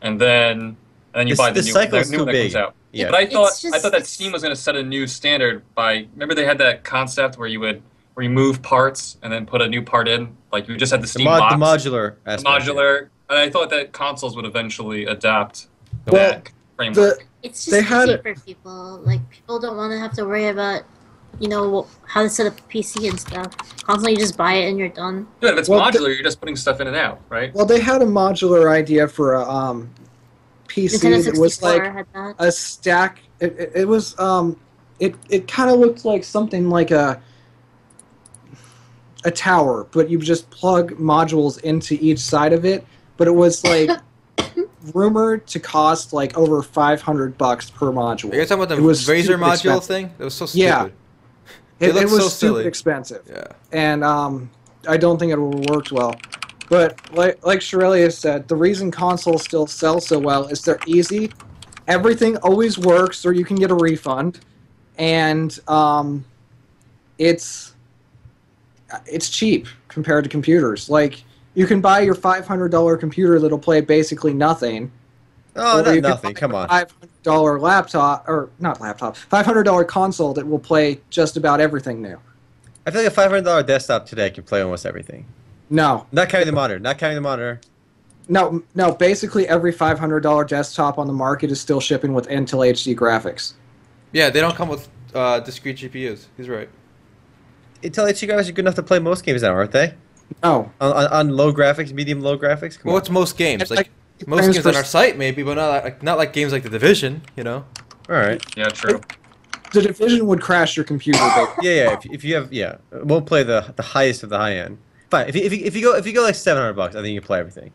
B: and then and then you
E: This-
B: buy the
E: this
B: new, one-
E: cycle
B: the
E: is
B: new
E: too
B: one that comes
E: big.
B: out.
E: Yeah.
B: But I thought
D: It's just-
B: I thought that Steam was going to set a new standard by. Remember they had that concept where you would remove parts and then put a new part in. Like you just had the
E: The,
B: Steam
E: mod- the
B: box,
E: modular
B: the
E: aspect.
B: modular. And I thought that consoles would eventually adapt
C: Well,
B: that
E: Mm.
B: framework.
C: The,
D: It's just
C: They had
D: easy
C: it-
D: for people. Like people don't want to have to worry about, you know, wh- how to set up a PC and stuff. Constantly, you just buy it and you're done.
B: Dude, if it's
C: well, the-
B: modular, you're just putting stuff in and out, right?
C: well, they had a modular idea for a um,
D: Nintendo
C: PC that
D: 64
C: was like
D: had that.
C: a stack. It, it, it was um, it it kind of looked like something like a a tower, but you just plug modules into each side of it. But it was like rumored to cost like over five hundred bucks per module.
A: Are you guys talking about
C: It
A: the
C: was
A: Razor
C: stupid
A: module
C: expensive.
A: thing? That was so stupid.
C: Yeah.
A: It
C: It, it
A: looked
C: was
A: so
C: super
A: silly.
C: expensive,
A: Yeah.
C: and um, I don't think it worked well. But like like Shirelia said, the reason consoles still sell so well is they're easy. Everything always works, or you can get a refund, and um, it's it's cheap compared to computers. Like you can buy your five hundred dollar computer that'll play basically nothing,
E: Oh,
C: or
E: not
C: you could
E: nothing.
C: buy
E: Come
C: a
E: on.
C: Five hundred dollar laptop, or not laptop, five hundred dollar console that will play just about everything new.
E: I feel like a five hundred dollar desktop today can play almost everything.
C: No,
E: Not counting the monitor. Not counting the monitor.
C: no, no. Basically, every five hundred dollar desktop on the market is still shipping with Intel HD graphics.
A: Yeah, they don't come with uh, discrete GPUs. He's right.
E: Intel HD graphics are good enough to play most games now, aren't they?
C: No,
E: On, on, on low graphics, medium low graphics. Come
A: Well,
E: on.
A: what's most games?
C: It's
A: Like,
C: like-
A: most
C: frames
A: games
C: per
A: on our
C: s-
A: site, maybe, but not like not like games like The Division. You know.
E: All right.
B: Yeah, true.
C: the division would crash your computer. but-
E: Yeah, yeah. If, if you have, yeah, we'll play the the highest of the high end. Fine. If you, if you, if you go if you go like seven hundred bucks, I think you play everything.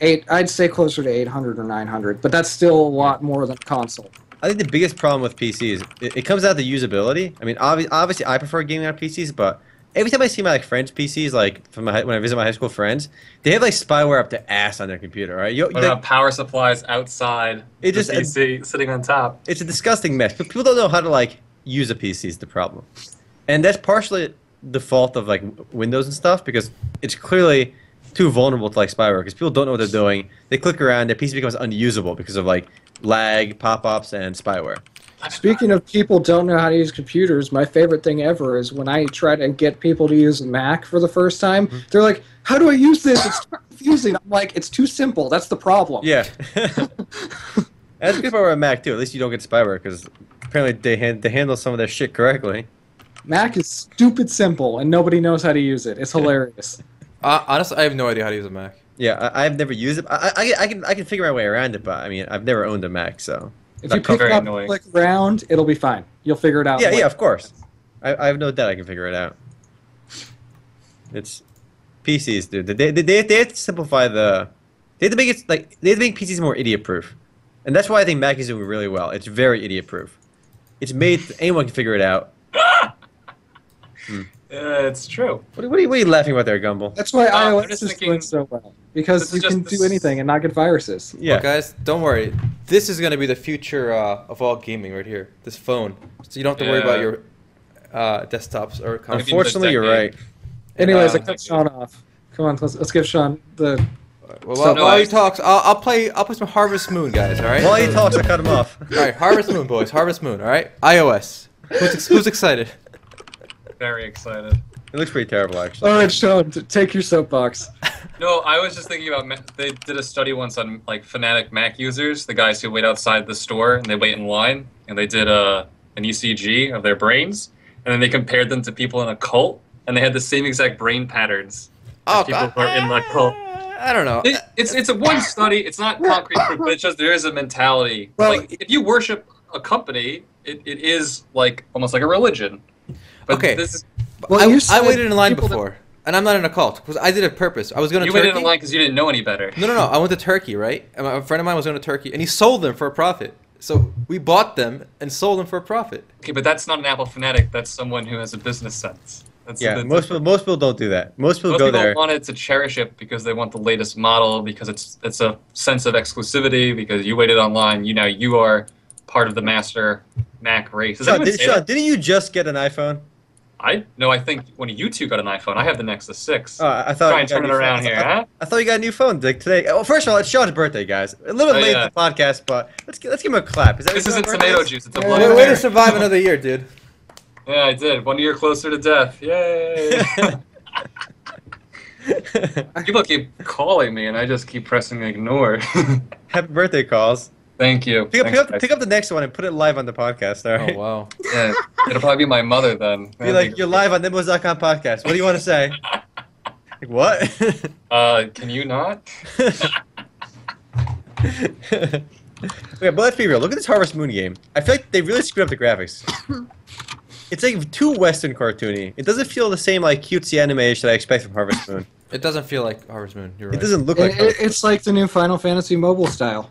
C: Eight, I'd say closer to eight hundred or nine hundred, but that's still a lot more than a console.
E: I think the biggest problem with PCs it, it comes out to usability. I mean, obvi- obviously, I prefer gaming on PCs, but every time I see my like friends' PCs, like from my, hi- when I visit my high school friends, they have like spyware up to ass on their computer. Right? You,
B: What
E: like,
B: about power supplies outside?
E: It
B: It
E: just-
B: just PC sitting on top.
E: it's a disgusting mess. But people don't know how to like use a PC is the problem, and that's partially the fault of like w- Windows and stuff because it's clearly too vulnerable to like spyware because people don't know what they're doing. They click around, their PC becomes unusable because of like lag, pop-ups, and spyware.
C: Speaking of people don't know how to use computers, my favorite thing ever is when I try to get people to use a Mac for the first time.
A: Mm-hmm.
C: They're like, "How do I use this? It's too confusing." I'm like, "It's too simple. That's the problem."
E: Yeah, that's good for a Mac too. At least you don't get spyware because apparently they hand- they handle some of their shit correctly.
C: Mac is stupid simple, and nobody knows how to use it. It's hilarious.
A: Uh, honestly, I have no idea how to use a Mac.
E: Yeah, I, I've never used it. I, I, I can I can figure my way around it, but I mean I've never owned a Mac, so
C: If
E: That
C: you pick it
B: very
C: up,
B: annoying.
C: and click around, it'll be fine. You'll figure it out.
E: yeah,
C: later.
E: yeah, of course. I, I have no doubt I can figure it out. It's PCs, dude. They, they, they, they have to simplify the. They have to make it like they have to make PCs more idiot proof, and that's why I think Mac is doing really well. It's very idiot proof. It's made anyone can figure it out.
B: Yeah, it's true.
E: What, are- what, are, you, what are you laughing about there, Gumball?
C: That's why
B: I'm
C: iOS is
B: just thinking-
C: doing so well
B: This
C: because
B: is
C: you
B: just
C: can
B: this-
C: do anything and not get viruses.
E: Yeah,
A: Well, guys, don't worry. This is gonna be the future uh, of all gaming right here. This phone, so you don't have to worry
B: Yeah.
A: about your uh, desktops or consoles.
B: Unfor-
E: unfortunately, you're right.
B: decade.
C: Anyways,
A: Uh,
C: I cut Sean off. Come on, let's, let's give Sean the.
A: Well, while,
B: No,
A: while
B: I-
A: he talks, I'll, I'll play. I'll play some Harvest Moon, guys. All right.
E: While he talks, I cut him off.
A: All right, Harvest Moon, boys. Harvest Moon. All right. iOS. Who's, ex- who's excited?
B: Very excited.
E: It looks pretty terrible, actually.
C: All right, Sean, t- take your soapbox.
B: No, I was just thinking about. Ma- They did a study once on like fanatic Mac users, the guys who wait outside the store and they wait in line, and they did a an ECG of their brains, and then they compared them to people in a cult, and they had the same exact brain patterns.
A: Oh
B: people
A: God.
B: who are in the cult.
A: I don't know.
B: It, it's it's a one study. It's not concrete proof, but it shows there is a mentality.
C: Well,
B: like if you worship a company, it, it is like almost like a religion. But
A: Okay.
B: this is,
C: Well,
A: I,
C: you
A: I
C: said
A: waited in line
C: people that-
A: before, and I'm not in a cult because I did it purpose. I was going to
B: you
A: Turkey.
B: waited in line because you didn't know any better.
A: No, no, no. I went to Turkey, right? And my- a friend of mine was going to Turkey, and he sold them for a profit. So we bought them and sold them for a profit.
B: Okay, but that's not an Apple fanatic. That's someone who has a business sense. That's
E: Yeah,
B: that's-
E: most people, most people don't do that. Most people
B: most
E: go
B: people
E: there.
B: wanted to cherish it because they want the latest model because it's it's a sense of exclusivity because you waited online. You now you are part of the master Mac race. Does
E: Sean,
B: anyone
E: did,
B: say
E: Sean,
B: that?
E: didn't you just get an iPhone?
B: I no. I think when you two got an iPhone, I have the Nexus Six.
E: Oh, I I thought
B: Try
E: you
B: and
E: got
B: turn
E: a
B: it
E: new phone.
B: around
E: I-
B: here,
E: I-
B: huh?
E: I thought you got a new phone like today. Well, first of all, it's Sean's birthday, guys. A little bit
B: Oh,
E: late
B: yeah.
E: in the podcast, but let's get, let's give him a clap. Is that
B: This
E: his
B: isn't
E: birthday?
B: tomato juice. It's a
C: Yeah.
B: blood.
C: Wait,
A: Way, way to
B: orange.
A: survive another year, dude.
B: Yeah, I did. One year closer to death. Yay! People keep calling me, and I just keep pressing ignore.
E: Happy birthday calls.
B: Thank you.
E: Pick up, pick,
B: Thanks,
E: up,
B: guys.
E: pick up the next one and put it live on the podcast. All
A: Oh
E: right.
A: wow.
B: Yeah, it'll probably be my mother then.
E: Be like, you're live on Nimbos.com podcast. What do you want to say? like what?
B: Uh, can you not?
E: okay, but let's be real. Look at this Harvest Moon game. I feel like they really screwed up the graphics. it's like too Western cartoony. It doesn't feel the same like cutesy animation that I expect from Harvest Moon.
A: It doesn't feel like Harvest Moon. You're right.
E: It doesn't look
C: It-
E: like. uh,
C: it- it's like the new Final Fantasy mobile style.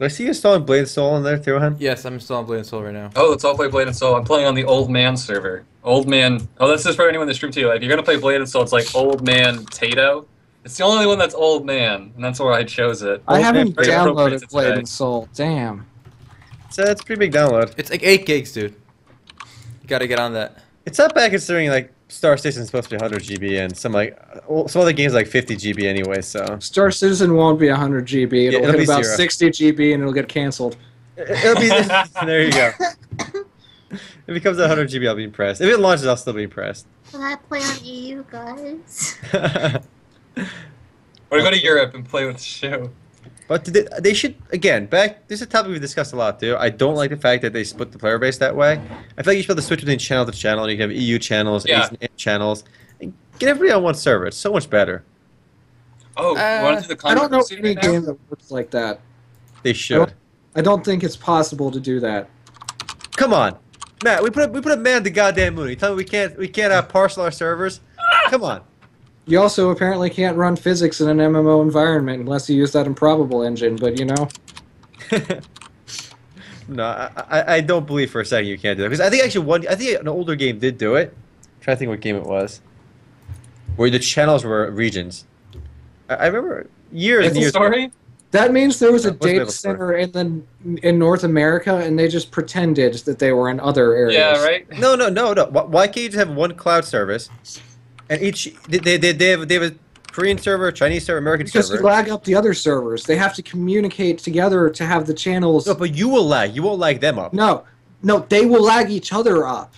E: Do I see you installing Blade Soul in there, too, Han?
A: Yes, I'm installing Blade and Soul right now.
B: Oh, let's all play Blade and Soul. I'm playing on the old man server. Old man. Oh, that's just for anyone in the stream too. If you're gonna play Blade and Soul, it's like old man Tato. It's the only one that's old man, and that's where I chose it.
C: I
E: Well,
C: haven't
B: very appropriate
C: downloaded
B: to
C: Blade
B: today.
C: and Soul. Damn.
E: So that's uh, a pretty big download.
A: It's like eight gigs, dude. You gotta get on that.
E: It's not bad considering like Star Citizen's supposed to be 100 GB and some like uh, well, some other games like 50 GB anyway. So
C: Star Citizen won't be 100 GB. It'll,
E: Yeah, it'll
C: hit
E: be
C: about
E: zero.
C: 60 GB and it'll get canceled.
E: it'll be there. You go. If it becomes 100 GB, I'll be impressed. If it launches, I'll still be impressed.
D: Can I play on EU, guys?
B: Or go to Europe and play with Shu.
E: But they, they should again back. This is a topic we have discussed a lot, too. I don't like the fact that they split the player base that way. I feel like you should be able to switch between channel to channel. And you can have EU channels,
B: Yeah.
E: Asian channels. And get everybody on one server. It's so much better.
B: Oh,
A: Uh,
B: you want to do the
C: I don't know
B: controversy
C: any
B: right now?
C: game that works like that.
E: They should.
C: I don't think it's possible to do that.
E: Come on, Matt. We put a, we put a man to goddamn moon. You tell me we can't we can't uh, parcel our servers. Come on.
C: You also apparently can't run physics in an MMO environment unless you use that improbable engine, but you know.
E: no, I, I I don't believe for a second you can't do that because I think actually one I think an older game did do it. i trying to think what game it was, where the channels were regions. I, I remember years and
B: Maple
E: years.
B: story?
C: That means there was a
E: Yeah, what's
C: data
E: Maple Story?
C: center in the in North America and they just pretended that they were in other areas.
B: Yeah, right.
E: No, no, no, no. Why, why can't you just have one cloud service, and each they they they, they, have, they have a Korean server, Chinese server, American
C: Because you
E: server.
C: lag up the other servers. They have to communicate together to have the channels.
E: no, but you will lag. You won't lag them up.
C: No, no, they will lag each other up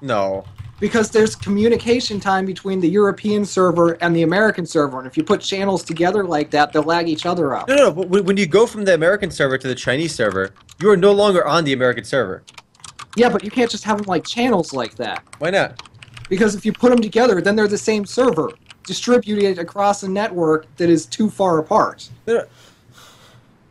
E: No.
C: because there's communication time between the European server and the American server. And if you put channels together like that, they'll lag each other up.
E: No, no, no. but When when you go from the American server to the Chinese server, you are no longer on the American server.
C: Yeah, but you can't just have them like channels like that
E: Why not?
C: because if you put them together, then they're the same server distributed across a network that is too far apart.
E: No, no.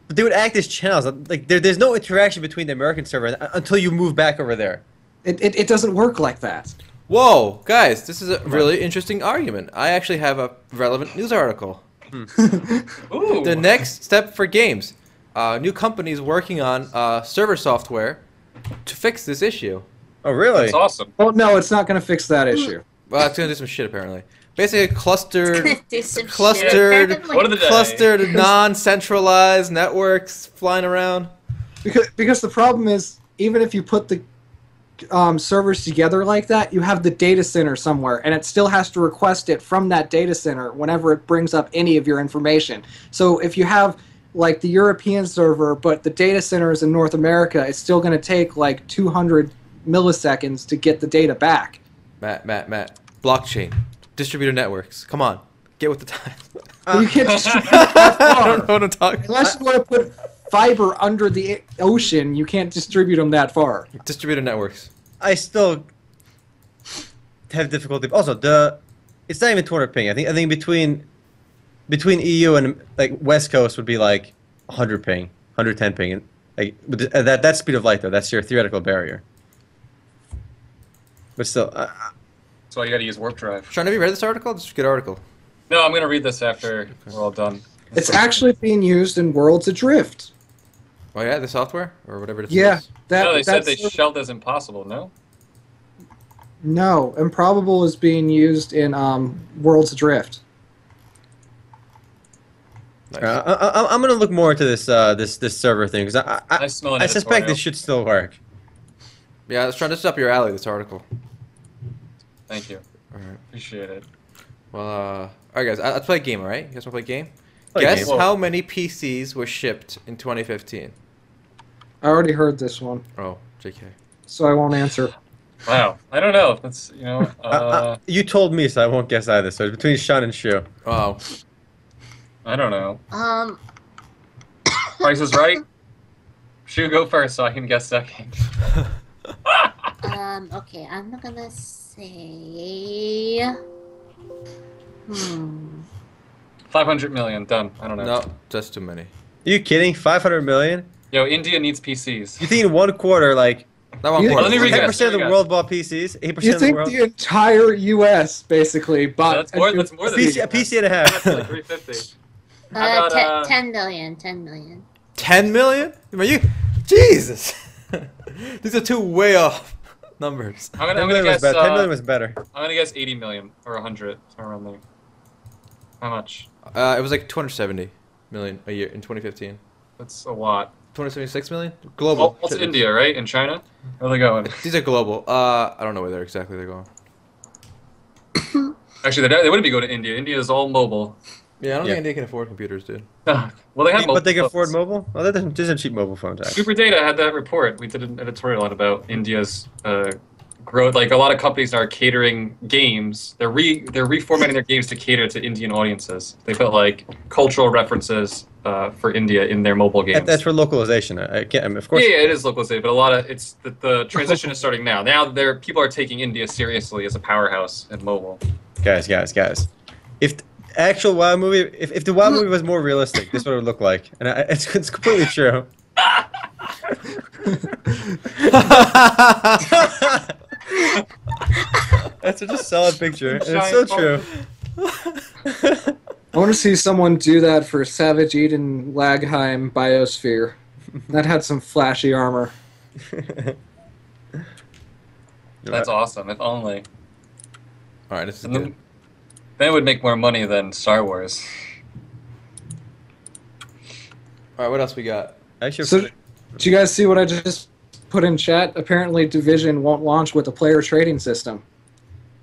E: But they would act as channels. Like there, there's no interaction between the American server and- uh, until you move back over there.
C: It, it, it doesn't work like that.
A: Whoa, guys, this is a really interesting argument. I actually have a relevant news article.
B: Ooh.
A: The next step for games. Uh, new companies working on uh, server software to fix this issue.
E: Oh, really?
B: That's awesome.
C: Well, no, it's not going to fix that issue.
A: Well, it's gonna do some shit apparently. Basically, clustered,
D: do some shit.
A: Clustered-
D: Apparently-
B: What are the-
A: clustered, non-centralized networks flying around.
C: Because, because the problem is, even if you put the um, servers together like that, you have the data center somewhere, and it still has to request it from that data center whenever it brings up any of your information. So if you have like the European server, but the data center is in North America, it's still going to take like 200 milliseconds to get the data back.
A: Matt, Matt, Matt. Blockchain, distributed networks. Come on, get with the times.
C: But you can't distribute that
A: I
C: far.
A: don't know what I'm talking.
C: Unless you want to put fiber under the i- ocean, you can't distribute them that far.
A: Distributed networks.
E: I still have difficulty. Also, the it's not even 200 ping. I think I think between between EU and like West Coast would be like 100 ping, 110 ping, and like with the- uh, that that speed of light though. That's your theoretical barrier. But still, uh,
B: That's why you got to use warp drive.
A: Sean, have you read this article? This is a good article.
B: No, I'm gonna read this after we're all done.
C: It's actually being used in Worlds Adrift.
A: Oh yeah, the software or whatever it is.
C: Yeah, that,
B: no, they said
C: that's
B: they shelved as impossible. No.
C: no improbable is being used in um, Worlds Adrift.
A: Nice.
E: Uh, I, I, I'm gonna look more into this uh, this this server thing because I I,
B: I smell an
E: I suspect
B: editorial.
E: this should still work.
A: Yeah, Sean, this is up your alley. This article.
B: Thank you.
A: All right.
B: Appreciate it.
A: Well, uh, all right, guys. I- Let's play a game. All right, you guys want to play a game?
E: Play a
A: Guess
E: game.
A: how many PCs were shipped in 2015?
C: I already heard this one,
A: Oh, JK.
C: so I won't answer.
B: Wow. I don't know. That's you know.
E: Uh, uh,
B: Uh,
E: you told me, so I won't guess either. So it's between Sean and Shu,
A: Wow.
B: I don't know.
D: Um,
B: Price is right. Shu, go first so I can guess second.
D: um, okay, I'm not gonna say. Hmm.
B: 500 million. Done. I don't know.
A: No, that's too many.
E: Are you kidding? 500 million?
B: Yo, India needs PCs.
E: You think in one quarter, like
A: Not one
C: You-
A: quarter.
B: Let me re-guess.
E: 10% of the
B: Here we go.
E: world bought PCs, 8%
C: You
E: of the
C: think
E: world.
C: the entire U.S. basically bought
B: that's more- that's more
E: A
B: than
E: PC, a PC and a half.
B: Like 350. How
D: Uh,
B: about,
D: te-
B: uh,
D: 10 million, 10 million.
A: Ten million? Are you? Jesus. These are two way off numbers.
B: I'm gonna,
E: 10
B: I'm gonna
E: million was
B: guess.
E: better. 10
B: Uh,
E: million was better.
B: I'm gonna guess 80 million or 100 somewhere around there. How much?
A: Uh, it was like 270 million a year in 2015.
B: That's a lot.
A: 276 million global.
B: Well, also
A: shipments.
B: India, right? And China. Where are they going?
A: These are global. Uh, I don't know where they're exactly they're going.
B: Actually, they, they wouldn't be going to India. India is all mobile.
A: Yeah, I don't
E: Yeah.
A: think India can afford computers, dude.
B: well, they have.
E: But they can
B: mobile
E: afford
B: phones.
E: mobile? Well, that doesn't, doesn't cheap mobile phones, actually.
B: Super Data had that report. We did an editorial on about India's uh, growth. Like a lot of companies are catering games. They're re they're reformatting their games to cater to Indian audiences. They put like cultural references uh, for India in their mobile games.
E: That- That's for localization. I I can't, I mean, of
B: yeah,
E: course.
B: yeah, it is localized, but a lot of it's the, the transition is starting now. Now there people are taking India seriously as a powerhouse in mobile.
E: Guys, guys, guys. If the actual WoW movie, if, if the WoW movie was more realistic, this is what it would look like. And I, it's, it's completely true. That's such a solid picture. And it's so
B: Giant
E: true.
C: I want to see someone do that for Savage Eden Lagheim Biosphere. That had some flashy armor.
B: That's awesome. If only
A: All right, this is
B: And
A: good.
B: then, then it would make more money than Star Wars.
A: All right, what else we got?
E: Actually,
C: So, do you guys see what I just put in chat? Apparently, Division won't launch with a player trading system.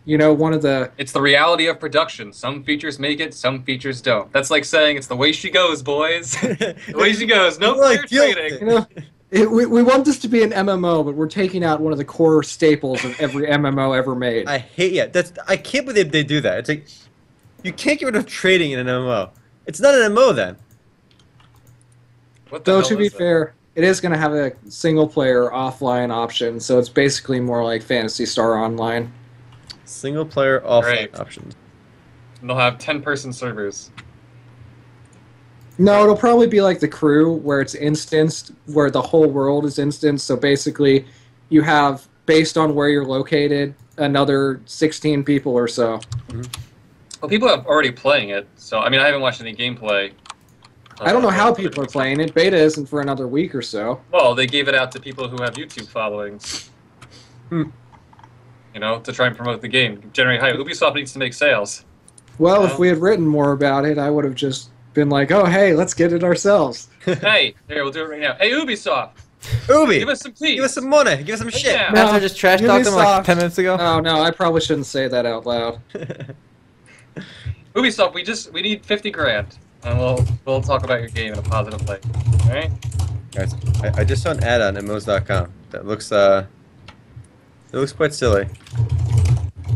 C: You know, one of the
B: It's the reality of production. Some features make it, some features don't. That's like saying it's the way she goes, boys. the way she goes. No
E: You're like
B: player
E: guilty.
B: trading.
C: you know, it, we, we want this to be an MMO, but we're taking out one of the core staples of every MMO ever made.
E: I hate yeah. That's I can't believe they, they do that. It's like you can't get rid of trading in an MMO. It's not an MMO then.
B: What the
C: Though
B: hell
C: to be
B: is that?
C: fair, it is going to have a single player offline option, so it's basically more like Fantasy Star Online.
E: Single player offline
B: Right.
E: options.
B: And they'll have 10 person servers.
C: No, it'll probably be like the crew where it's instanced, where the whole world is instanced. So basically, you have based on where you're located, another 16 people or so.
B: Well, people are already playing it, so I mean, I haven't watched any gameplay.
C: I don't know how people are playing it. Beta isn't for another week or so.
B: Well, they gave it out to people who have YouTube followings.
C: Hmm.
B: You know, to try and promote the game, generate hype. Ubisoft needs to make sales.
C: Well,
B: Yeah.
C: if we had written more about it, I would have just been like, "Oh, hey, let's get it ourselves."
B: hey, here we'll do it right now. Hey, Ubisoft,
E: Ubi,
B: give us some please.
E: give us some money. Give us some
B: Right
E: shit.
B: now.
A: After I just trash talked them like
C: Ubisoft.
A: 10 minutes
E: Uh,
A: ago.
C: Oh no, I probably shouldn't say that out loud.
B: Ubisoft, we just we need fifty grand, and we'll we'll talk about your game in a positive light. All right?
E: Guys, I, I just saw an ad on MMOs.com that looks uh, it looks quite silly.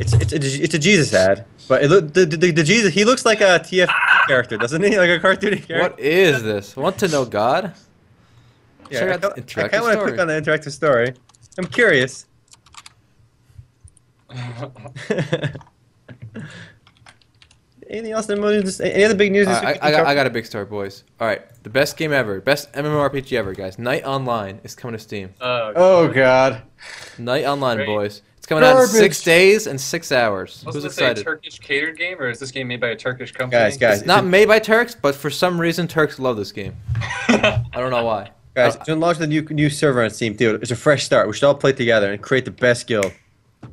E: It's it's a, it's a Jesus ad, but it look, the, the the Jesus he looks like a TF character, doesn't he? Like a cartoony character.
A: What is this? Want to know God?
E: Yeah,
A: Check
E: I
A: out
E: kinda-
A: the
E: I
A: interactive
E: kind of want to
A: story.
E: click on the interactive story. I'm curious.
B: Uh,
E: Anything else in the news? this- Any other big news?
A: All
E: This
A: right,
E: week
A: I, I,
E: we
A: got, I
E: covered?
A: got a big story, boys. All right, the best game ever, best MMORPG ever, guys. Night Online is coming to Steam.
B: Uh,
E: Oh God!
A: Night Online,
B: Great.
A: boys. It's coming out in six days and six hours.
B: wasn't
A: Who's
B: this a
A: excited?
B: Turkish catered game, or is this game made by a Turkish company?
E: Guys, guys,
A: It's not made by Turks, but for some reason Turks love this game. I don't know why.
E: guys, to launch the new new server on Steam, dude, it's a fresh start. We should all play together and create the best guild.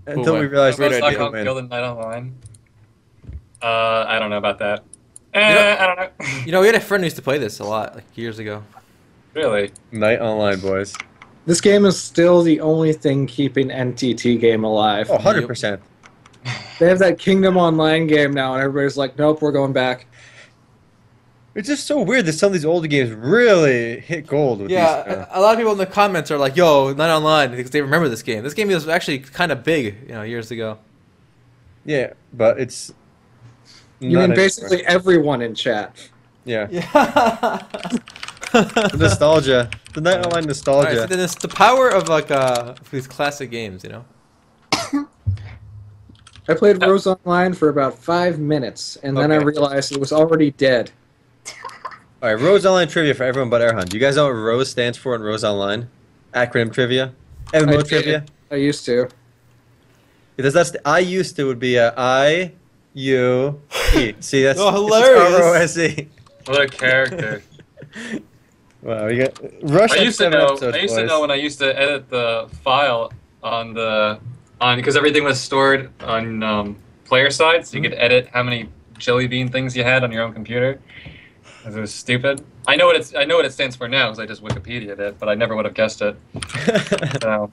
E: Until
A: Boy.
E: we realize
A: Great
E: we
A: idea.
E: don't
B: Roblox.com
E: win.
B: Guild and Night Online. Uh, I don't know about that. Eh,
A: know-
B: I don't know.
A: You know, we had a friend who used to play this a lot, like years ago.
B: really?
E: Night online, boys.
C: This game is still the only thing keeping NTT game alive.
E: Oh, 100 percent.
C: They have that Kingdom Online game now, and everybody's like, "Nope, we're going back."
E: It's just so weird that some of these older games really hit gold. With
A: Yeah,
E: These, uh,
A: a, a lot of people in the comments are like, "Yo, Night Online," because they remember this game. This game was actually kind of big, you know, years ago.
E: yeah, but it's.
C: You
E: not
C: mean
E: anymore.
C: basically everyone in chat?
E: Yeah.
A: Yeah.
E: The nostalgia. The night online nostalgia.
A: Alright, so then it's the power of like uh, these classic games, you know.
C: I played
B: Yeah.
C: Rose Online for about five minutes, and then I
E: Oh. Okay.
C: realized it was already dead.
E: All right, Rose Online trivia for everyone but Erhan. Do you guys know what Rose stands for in Rose Online? Acronym trivia,
C: I
E: MMO
C: did.
E: trivia.
C: I used to.
E: Because that's the, I used to would be a I U E. See that's
A: Oh,
E: it's
A: hilarious.
E: R O S E.
B: What a character.
E: Wow, we got Rush.
B: I
E: had
B: used to
E: seven
B: know.
E: episodes,
B: I used to
E: boys.
B: know when I used to edit the file on the on because everything was stored on um, player side, so you could edit how many jelly bean things you had on your own computer. 'Cause It was stupid. I know what it's. I know what it stands for now because I just Wikipedia it, but I never would have guessed it. So.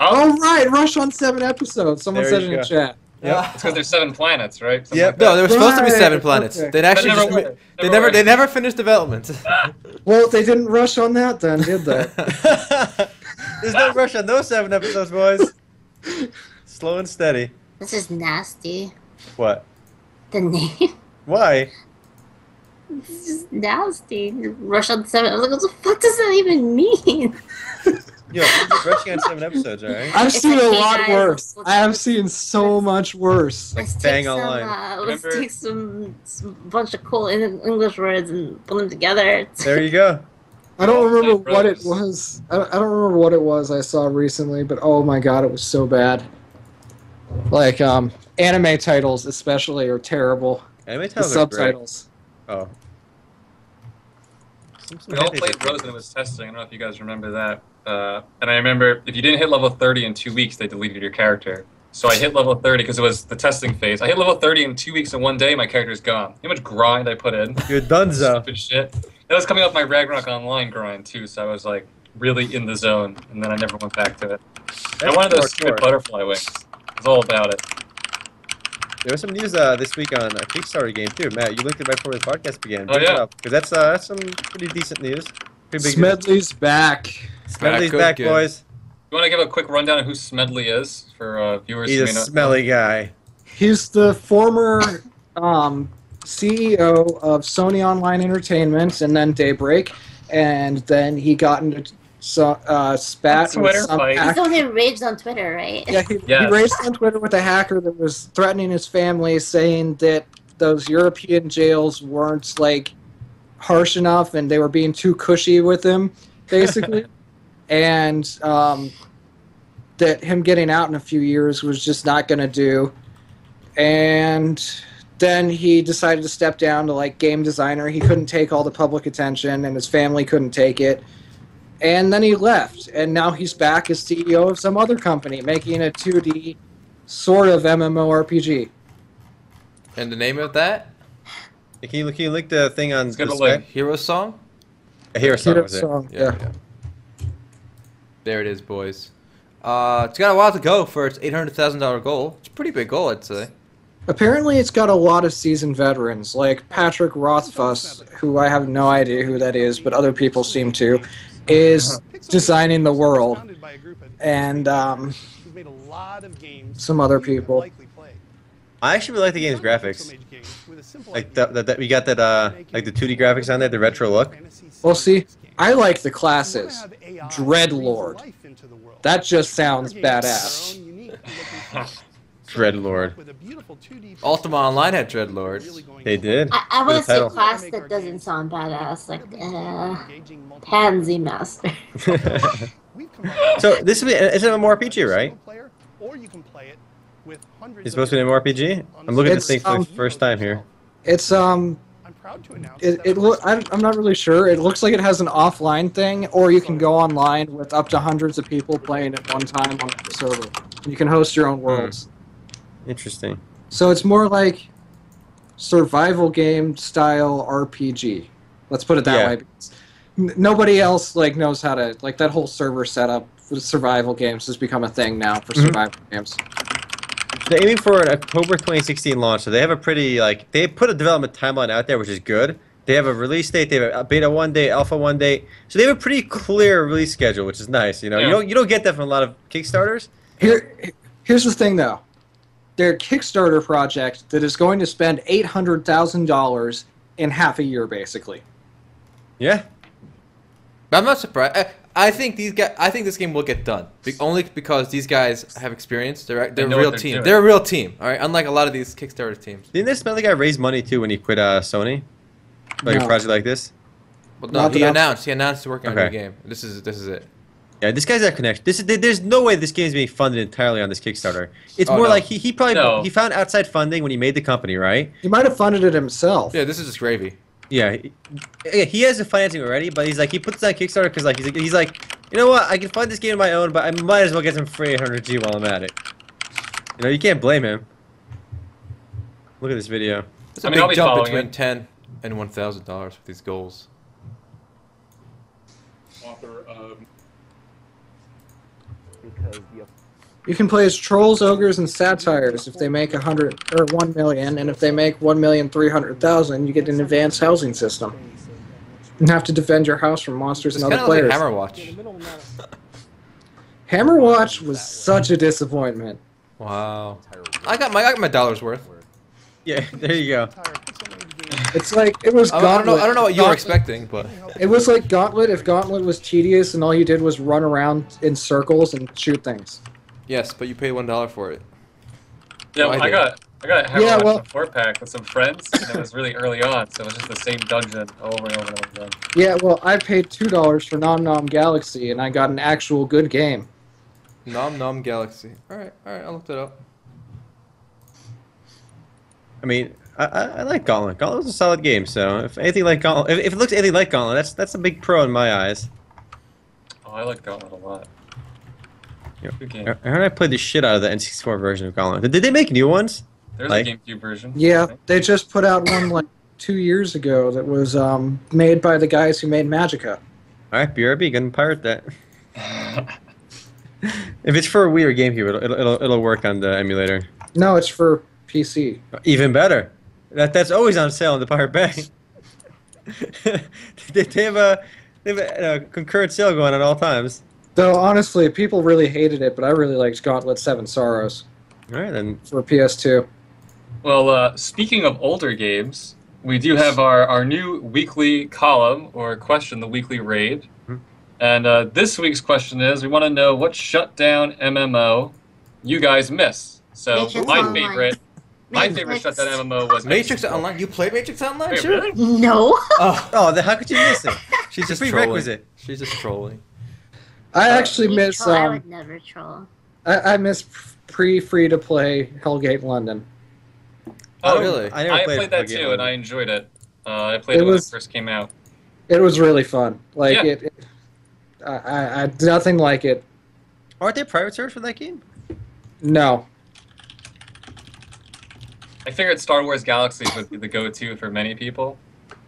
C: All
B: Oh,
C: right, Rush on seven episodes. Someone
E: There
C: said
E: you
C: in the
E: go.
C: chat.
E: Yep.
B: it's because there's seven planets, right? Something
E: Yep.
B: like
A: No,
B: that.
A: there were supposed to be
C: Right,
A: seven planets.
C: okay.
A: They
B: But
A: actually
B: never
A: just,
B: were.
A: ma- they never
B: were.
A: they never finished development.
C: Well, they didn't rush on that then, did they?
E: There's no rush on those seven episodes, boys. Slow and steady.
D: This is nasty.
E: What?
D: The name.
E: Why?
D: This is nasty. Rush on seven. I was like, what the fuck does that even mean?
E: Yo, you're rushing on seven episodes, all right?
C: I've
D: It's
C: seen
D: like,
C: a
D: hey,
C: lot
D: guys,
C: worse.
D: let's-
C: I have seen so much worse.
D: Let's
E: bang
D: take some.
E: online.
D: Uh, let's
B: Remember-
D: take some, some bunch of cool en- English words and put them together.
E: There you go.
C: I don't remember
B: Big
C: what it
B: Brothers.
C: was. I don't, I don't remember what it was I saw recently, but oh my god, it was so bad. Like um, anime titles especially are terrible.
E: Anime
C: The
E: titles are great.
C: subtitles.
E: Oh.
B: We all played Rose and it was testing. I don't know if you guys remember that. Uh, and I remember if you didn't hit level 30 in two weeks, they deleted your character. So I hit level 30 because it was the testing phase. I hit level 30 in two weeks and one day, my character's gone. You know How much grind I put in?
E: You're donezo.
B: Stupid shit. That was coming off my Ragnarok Online grind too, so I was like really in the zone, and then I never went back to it. I wanted those stupid
E: There
B: butterfly wings. It's all about it.
E: was some news uh, this week on a Kickstarter game too, Matt. You linked it right before the podcast began.
B: Oh,
E: Check it
B: yeah.
E: up, 'cause that's uh, that's some pretty decent news. Pretty big news.
C: Smedley's back.
E: Smedley's
A: Good,
E: back,
A: good.
E: boys.
B: You want to give a quick rundown of who Smedley is for uh, viewers?
E: He's
B: who
E: a
B: may not know?
E: smelly guy.
C: He's the former um, CEO of Sony Online Entertainment and then Daybreak, and then he got into so, uh, spat
B: A Twitter
C: with some
B: fight.
D: He's
C: hack-
D: the one who raged on Twitter, right?
C: Yeah, he,
B: Yes.
C: he raced on Twitter with a hacker that was threatening his family, saying that those European jails weren't like harsh enough and they were being too cushy with him, basically. and um, that him getting out in a few years was just not going to do. And then he decided to step down to like game designer. He couldn't take all the public attention, and his family couldn't take it. And then he left, and now he's back as CEO of some other company, making a 2D sort of MMORPG.
A: and the name of that
E: Can you, can you link the thing on
B: Let's give
E: the
B: it a look.
E: Skype?
A: hero song.
E: A hero song, was it?
C: So,
A: Yeah. yeah. There it is, boys. Uh, it's got a while to go for its eight hundred thousand dollar goal. It's a pretty big goal, I'd say.
C: Apparently, it's got a lot of seasoned veterans, like Patrick Rothfuss, who I have no idea who that is, but other people seem to, is designing the world, and um, some other people.
E: I actually really like the game's graphics. Like that, that, that we got that uh like the 2D graphics on there, the retro look.
C: Well, see, I like the classes. Dreadlord. That just sounds badass.
E: Dreadlord.
A: Ultima Online had Dreadlords.
E: They did.
D: I, I
E: For the
D: want to see a
E: title.
D: class that doesn't sound badass, like uh, Pansy Master.
E: so this is it's an MMORPG, right?
F: Or you can play it with hundreds
E: It's
F: of
E: supposed to be an MMORPG. I'm looking at this thing
C: It's,
E: for the
C: um,
E: first time here.
C: It's um,
F: I'm proud to announce
C: it,
F: that
C: it
F: our
C: loo-
F: first
C: I, I'm not really sure. It looks like it has an offline thing, or you can go online with up to hundreds of people playing at one time on the server. You can host your
F: Hmm.
C: own worlds.
E: Interesting.
C: So it's more like survival game style RPG. Let's put it that
E: Yeah.
C: way. because n- Nobody else like knows how to like that whole server setup for survival games has become a thing now for
E: Mhm.
C: survival games.
E: They're aiming for an October 2016 launch, so they have a pretty like they put a development timeline out there, which is good. They have a release date. They have a beta one day, alpha one day. So they have a pretty clear release schedule, which is nice. You know, you
B: Yeah.
E: don't you don't get that from a lot of Kickstarters.
C: Here, here's the thing though. Their Kickstarter project that is going to spend eight hundred thousand dollars in half a year, basically.
E: Yeah.
A: But I'm not surprised. I, I think these guys. I think this game will get done. Be- only because these guys have experience. They're they're
B: know
A: a real
B: what they're
A: team.
B: doing.
A: They're a real team. All right. Unlike a lot of these Kickstarter teams.
E: Didn't this other guy raise money too when he quit uh, Sony? Like a
C: No.
E: project like this?
A: But no,
C: Not
A: he
C: that I'm-
A: announced. He announced he's working on a new
E: Okay.
A: game. This is this is it.
E: Yeah, this guy's that connection. This is there- there's no way this game's being funded entirely on this Kickstarter. It's
A: Oh,
E: more
A: no.
E: like he, he probably
B: No.
E: he found outside funding when he made the company, right?
C: He might have funded it himself.
A: Yeah. This is just gravy.
E: Yeah, he, yeah, he has the financing already, but he's like he puts it on Kickstarter because like he's like, he's like, you know what? I can fund this game on my own, but I might as well get some free 800G while I'm at it. You know, you can't blame him. Look at this video.
A: It's a
B: I mean, I'll
A: big
B: be
A: jump
B: following
A: between
B: it.
A: ten and one thousand dollars with these goals.
B: Author of
G: because you
C: You can play as trolls, ogres, and satires if they make a hundred or one million, and if they make one million three hundred thousand, you get an advanced housing system and have to defend your house from monsters
A: It's
C: and
A: kind
C: other
A: of like
C: players.
A: Hammer
G: in
A: Watch.
G: the middle of the
C: Hammer Watch was such a disappointment.
A: Wow. I got my I got my dollars worth.
E: Yeah, there you go.
F: Tire, put something to do.
C: It's like it was.
A: I, I don't know.
C: Gauntlet.
A: I don't know what you were
C: Gauntlet-
A: expecting, but
C: It was like Gauntlet. If Gauntlet was tedious and all you did was run around in circles and shoot things.
A: yes. But you paid one dollar for it.
B: Yeah,
A: Oh, I
B: well, I,
A: did.
B: got I got a Hammer
C: Yeah,
B: Watch
C: well-
B: four pack with some friends, and it was really early on, so it was just the same dungeon over and over and over again.
C: Yeah, well, I paid two dollars for Nom Nom Galaxy, and I got an actual good game.
A: Nom Nom Galaxy. All right. All right. I'll look that up.
E: I mean, I, I, I like Gauntlet. Gauntlet's a solid game, so if anything like Gauntlet, if, if it looks anything like Gauntlet, that's that's a big pro in my eyes.
B: Oh, I like Gauntlet a lot.
E: Yeah.
B: Good
E: I
B: game.
E: I heard I played the shit out of the N64 version of Gauntlet. Did, did they make new ones?
B: There's
E: Like-
B: a GameCube version.
C: Yeah, they just put out one like two years ago that was um, made by the guys who made Magica.
E: All right, BRB, gonna pirate that. if it's for a Wii or GameCube, it'll, it'll, it'll, it'll work on the emulator.
C: No, it's for PC.
E: Even better. That that's always on sale in the Pirate Bay. they, they have a they have a, a concurrent sale going at all times.
C: Though honestly, people really hated it, but I really liked Gauntlet Seven Sorrows
E: All right, then
C: for PS2.
B: Well, uh, speaking of older games, we do have our, our new weekly column or question, the weekly raid.
E: Mhm.
B: And uh, this week's question is we want to know what shutdown MMO you guys miss. So,
D: Matrix
B: my
D: Online.
B: favorite. My
D: Matrix.
B: favorite shutdown MMO was
A: Matrix Online. You played Matrix Online?
B: Wait,
A: sure.
B: really?
D: No.
A: Oh,
E: oh, then how could you miss it?
A: she's just
E: prerequisite.
A: trolling. She's just trolling.
C: I actually miss
D: troll, I
C: um,
D: would never troll.
C: I, I miss pre free to play Hellgate London.
E: I
B: Oh,
E: don't-
A: really?
E: I, never
B: I
E: played,
B: played that
E: Pokemon.
B: too, and I enjoyed it. Uh, I played
C: It
B: it, when
C: was-
B: it first came out.
C: It was really fun. Like
B: Yeah.
C: it, it I, I, I nothing like it.
E: Aren't there private servers for that game?
C: No,
B: I figured Star Wars Galaxies would be the go-to for many people.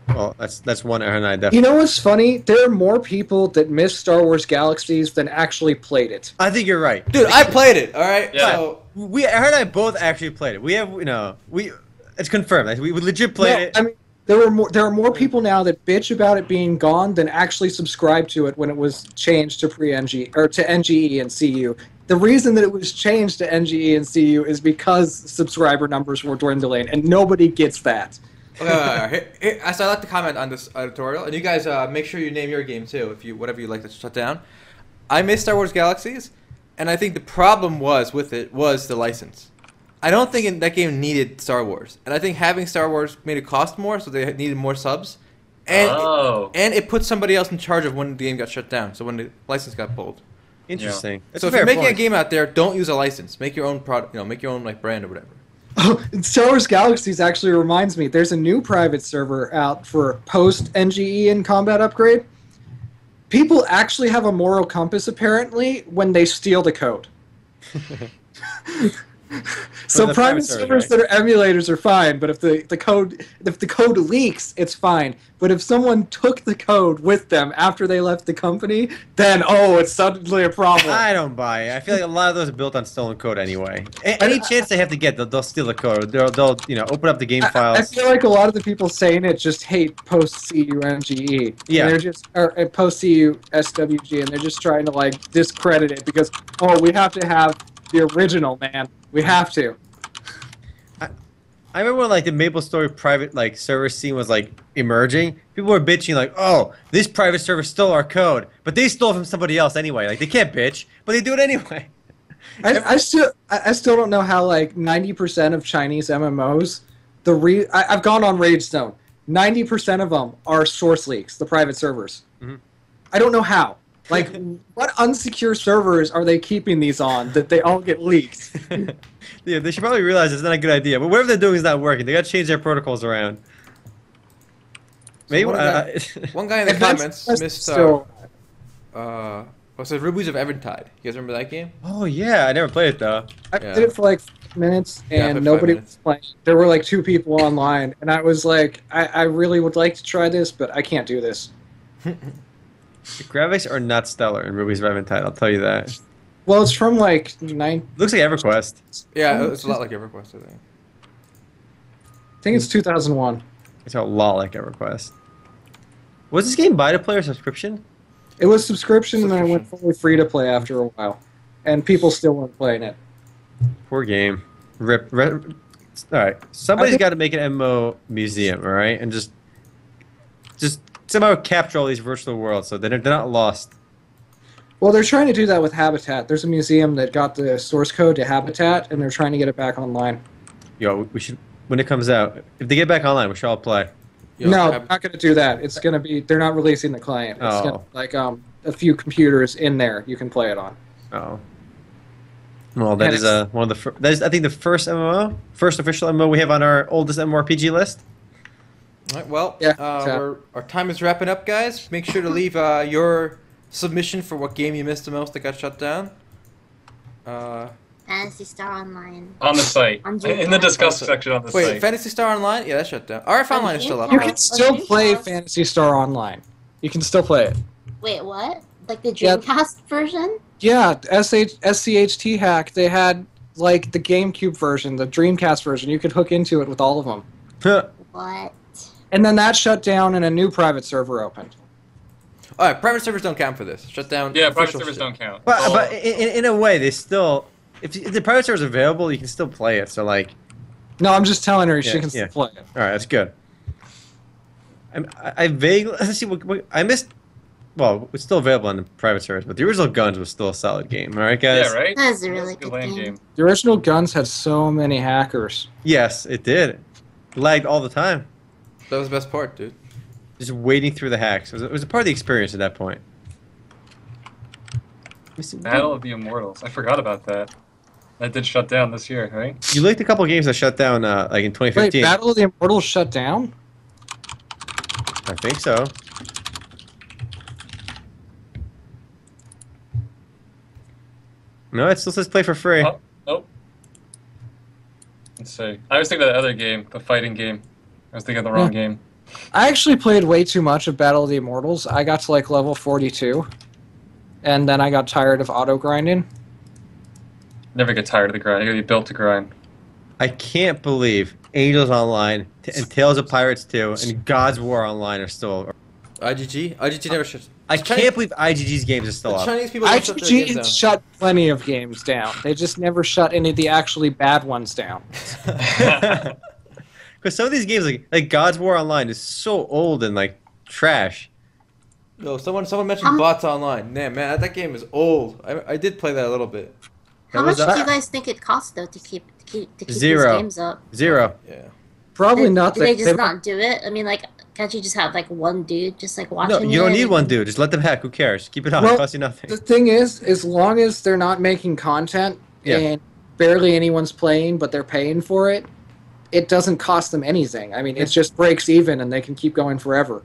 E: Well, that's that's one error I definitely.
C: you know what's funny? There are more people that miss Star Wars Galaxies than actually played it.
E: I think you're right.
A: Dude, I played it. All right.
B: Yeah.
A: So
E: We Aaron and I both actually played it. We have you know we it's confirmed. Like, we, we legit played
C: No,
E: it.
C: I mean, there were more. There are more people now that bitch about it being gone than actually subscribe to it when it was changed to pre NG or to NGE and CU. The reason that it was changed to NGE and CU is because subscriber numbers were dwindling, and nobody gets that.
A: okay, all right, all right. Here- here- so I'd like to comment on this editorial, and you guys uh, make sure you name your game too, if you whatever you like to shut down. I miss Star Wars Galaxies, and I think the problem was with it was the license. I don't think in- that game needed Star Wars, and I think having Star Wars made it cost more, so they needed more subs, and
B: oh,
A: and it put somebody else in charge of when the game got shut down. So when the license got pulled.
E: Interesting. That's
A: so
E: a
A: if you're
E: fair
A: making a
E: point.
A: game out there, don't use a license. Make your own product. You know, make your own like brand or whatever.
C: Oh, and Star Wars Galaxies actually reminds me. There's a new private server out for post NGE and combat upgrade. People actually have a moral compass apparently when they steal the code. so private,
E: the private server,
C: servers that
E: right?
C: are emulators are fine, but if the, the code if the code leaks, it's fine. But if someone took the code with them after they left the company, then oh, it's suddenly a problem.
E: I don't buy it. I feel like a lot of those are built on stolen code anyway. A- any chance they have to get, they'll, they'll steal the code. They'll, they'll you know open up the game
C: I- I
E: files.
C: feel like a lot of the people saying it just hate post CUMGE.
E: Yeah.
C: E. they're just or post CUSWG, and they're just trying to like discredit it because oh, we have to have the original man. We have to.
E: I remember when like the MapleStory private like server scene was like emerging. People were bitching like, "Oh, this private server stole our code, but they stole from somebody else anyway." Like they can't bitch, but they do it anyway.
C: I, I still I I still don't know how like ninety percent of Chinese MMOs, the re I, I've gone on Rage Zone. Ninety percent of them are source leaks, the private servers.
E: Mhm.
C: I don't know how. Like, what unsecure servers are they keeping these on that they all get leaked?
E: yeah, they should probably realize it's not a good idea. But whatever they're doing is not working. They got to change their protocols around. Maybe
A: what
E: uh,
A: One guy in the
C: If that's-
A: comments
C: that's
A: missed. Uh,
C: still-
A: uh, what's it? Rubies of Eventide. You guys remember that game?
E: oh yeah, I never played it though.
C: I
A: Yeah.
C: did it for like five minutes
A: Yeah,
C: and
A: for five
C: nobody
A: minutes.
C: was playing. There were like two people online, and I was like, I, I really would like to try this, but I can't do this.
E: The graphics are not stellar in Ruby's Revenant title. I'll tell you that. It
C: Well, it's from like nine.
E: looks like EverQuest.
A: Yeah, it's a lot like EverQuest, I think.
C: I think it's 2001.
E: It's a lot like EverQuest. Was this game buy to play or subscription?
C: It was subscription, and then I went fully free to play after a while, and people still weren't playing it.
E: Poor game. Rip. rip all right, somebody's
C: think-
E: got to make an MMO museum, all right, and just just somehow capture all these virtual worlds so they're they're not lost.
C: Well, they're trying to do that with Habitat. There's a museum that got the source code to Habitat, and they're trying to get it back online.
E: Yo, we should when it comes out. If they get back online, we should all play.
A: Yo,
C: no,
A: Hab-
C: they're not going to do that. It's going to be they're not releasing the client. It's
E: Oh.
C: gonna, be like um a few computers in there you can play it on.
E: Oh. Well, that
C: And
E: is
C: it's-
E: uh, one of the fir- that is I think the first MMO, first official MMO we have on our oldest MMORPG list.
A: All right, well,
C: Yeah,
A: uh,
C: so-
A: we're, our time is wrapping up, guys. Make sure to leave uh, your submission for what game you missed the most that got shut down. Uh,
G: Fantasy Star Online.
B: on the site
G: I'm doing
B: in the
G: that.
B: discuss section on the
A: wait,
B: site.
A: Fantasy Star Online? Yeah, that shut down. RF Online is still up.
C: You
G: Oh,
A: right?
C: can
G: okay.
C: still play
G: Yes.
C: Fantasy Star Online. You can still play it.
G: Wait, what? Like the
C: Yeah.
G: Dreamcast version?
C: Yeah, SH, SCHT hack. They had like the GameCube version, the Dreamcast version. You could hook into it with all of them,
E: Huh.
G: What?
C: and then that shut down, and a new private server opened.
A: All right, private servers don't count for this. Shut down.
B: Yeah, private
A: official
B: servers
A: shit.
B: don't count.
E: but
B: Oh,
E: but in, in, in a way, they still if, if the private server's available, you can still play it. So like,
C: No, I'm just telling her she
E: Yeah,
C: can still
E: yeah.
C: play it.
E: all right, that's good. I'm, I, I vaguely let's see what, what I missed. Well, it's still available on the private servers, but the original Guns was still a solid game. All right, guys.
B: yeah, right.
G: That is a
B: That's
G: really
B: good
G: good
B: land
G: game.
B: game.
C: The original guns had so many hackers.
E: Yes, it did. Lagged all the time.
A: That was the best part, dude.
E: just wading through the hacks. It was, it was a part of the experience at that point. Let me see,
B: Battle of the Immortals. I forgot about that. That did shut down this year, right?
E: You linked a couple of games that shut down, uh, like in
C: Wait,
E: 2015.
C: Battle of the Immortals shut down?
E: I think so. No, it still says play for free.
B: Oh, nope. Let's see. I was thinking of the other game, the fighting game. I was thinking of the
E: Hmm.
B: wrong game.
C: I actually played way too much of Battle of the Immortals. I got to like level 42, and then I got tired of auto grinding.
B: Never get tired of the grind. You gotta be built to grind.
E: I can't believe Angels Online t- and Tales of Pirates 2 and God's War Online are still.
A: IGG? IGG never shut
E: I
A: The
E: can't
A: Chinese-
E: believe IGG's games are still
A: The
E: up.
A: Chinese people don't shut their
C: IGG
A: games
C: had
A: down.
C: shut plenty of games down. They just never shut any of the actually bad ones down.
E: Because some of these games, like like God's War Online, is so old and like trash.
A: No, someone someone mentioned
G: Um,
A: bots online. Nah, man, that, that game is old. I, I did play that a little bit.
E: That
G: How
E: was
G: much
E: a-
G: do you guys think it costs though to keep to keep to keep
E: Zero.
G: these games up?
E: Zero.
A: Yeah.
C: Probably
G: Did-
C: not.
G: Did they
C: they-
G: just not do it? I mean, like, can't you just have like one dude just like watching?
E: No, you don't
G: it
E: need
G: and-
E: one dude. Just let them hack. Who cares? Keep it on.
C: Well,
E: it costs you nothing.
C: the thing is, as long as they're not making content
E: Yeah.
C: and barely anyone's playing, but they're paying for it, it doesn't cost them anything. I mean, it just breaks even, and they can keep going forever.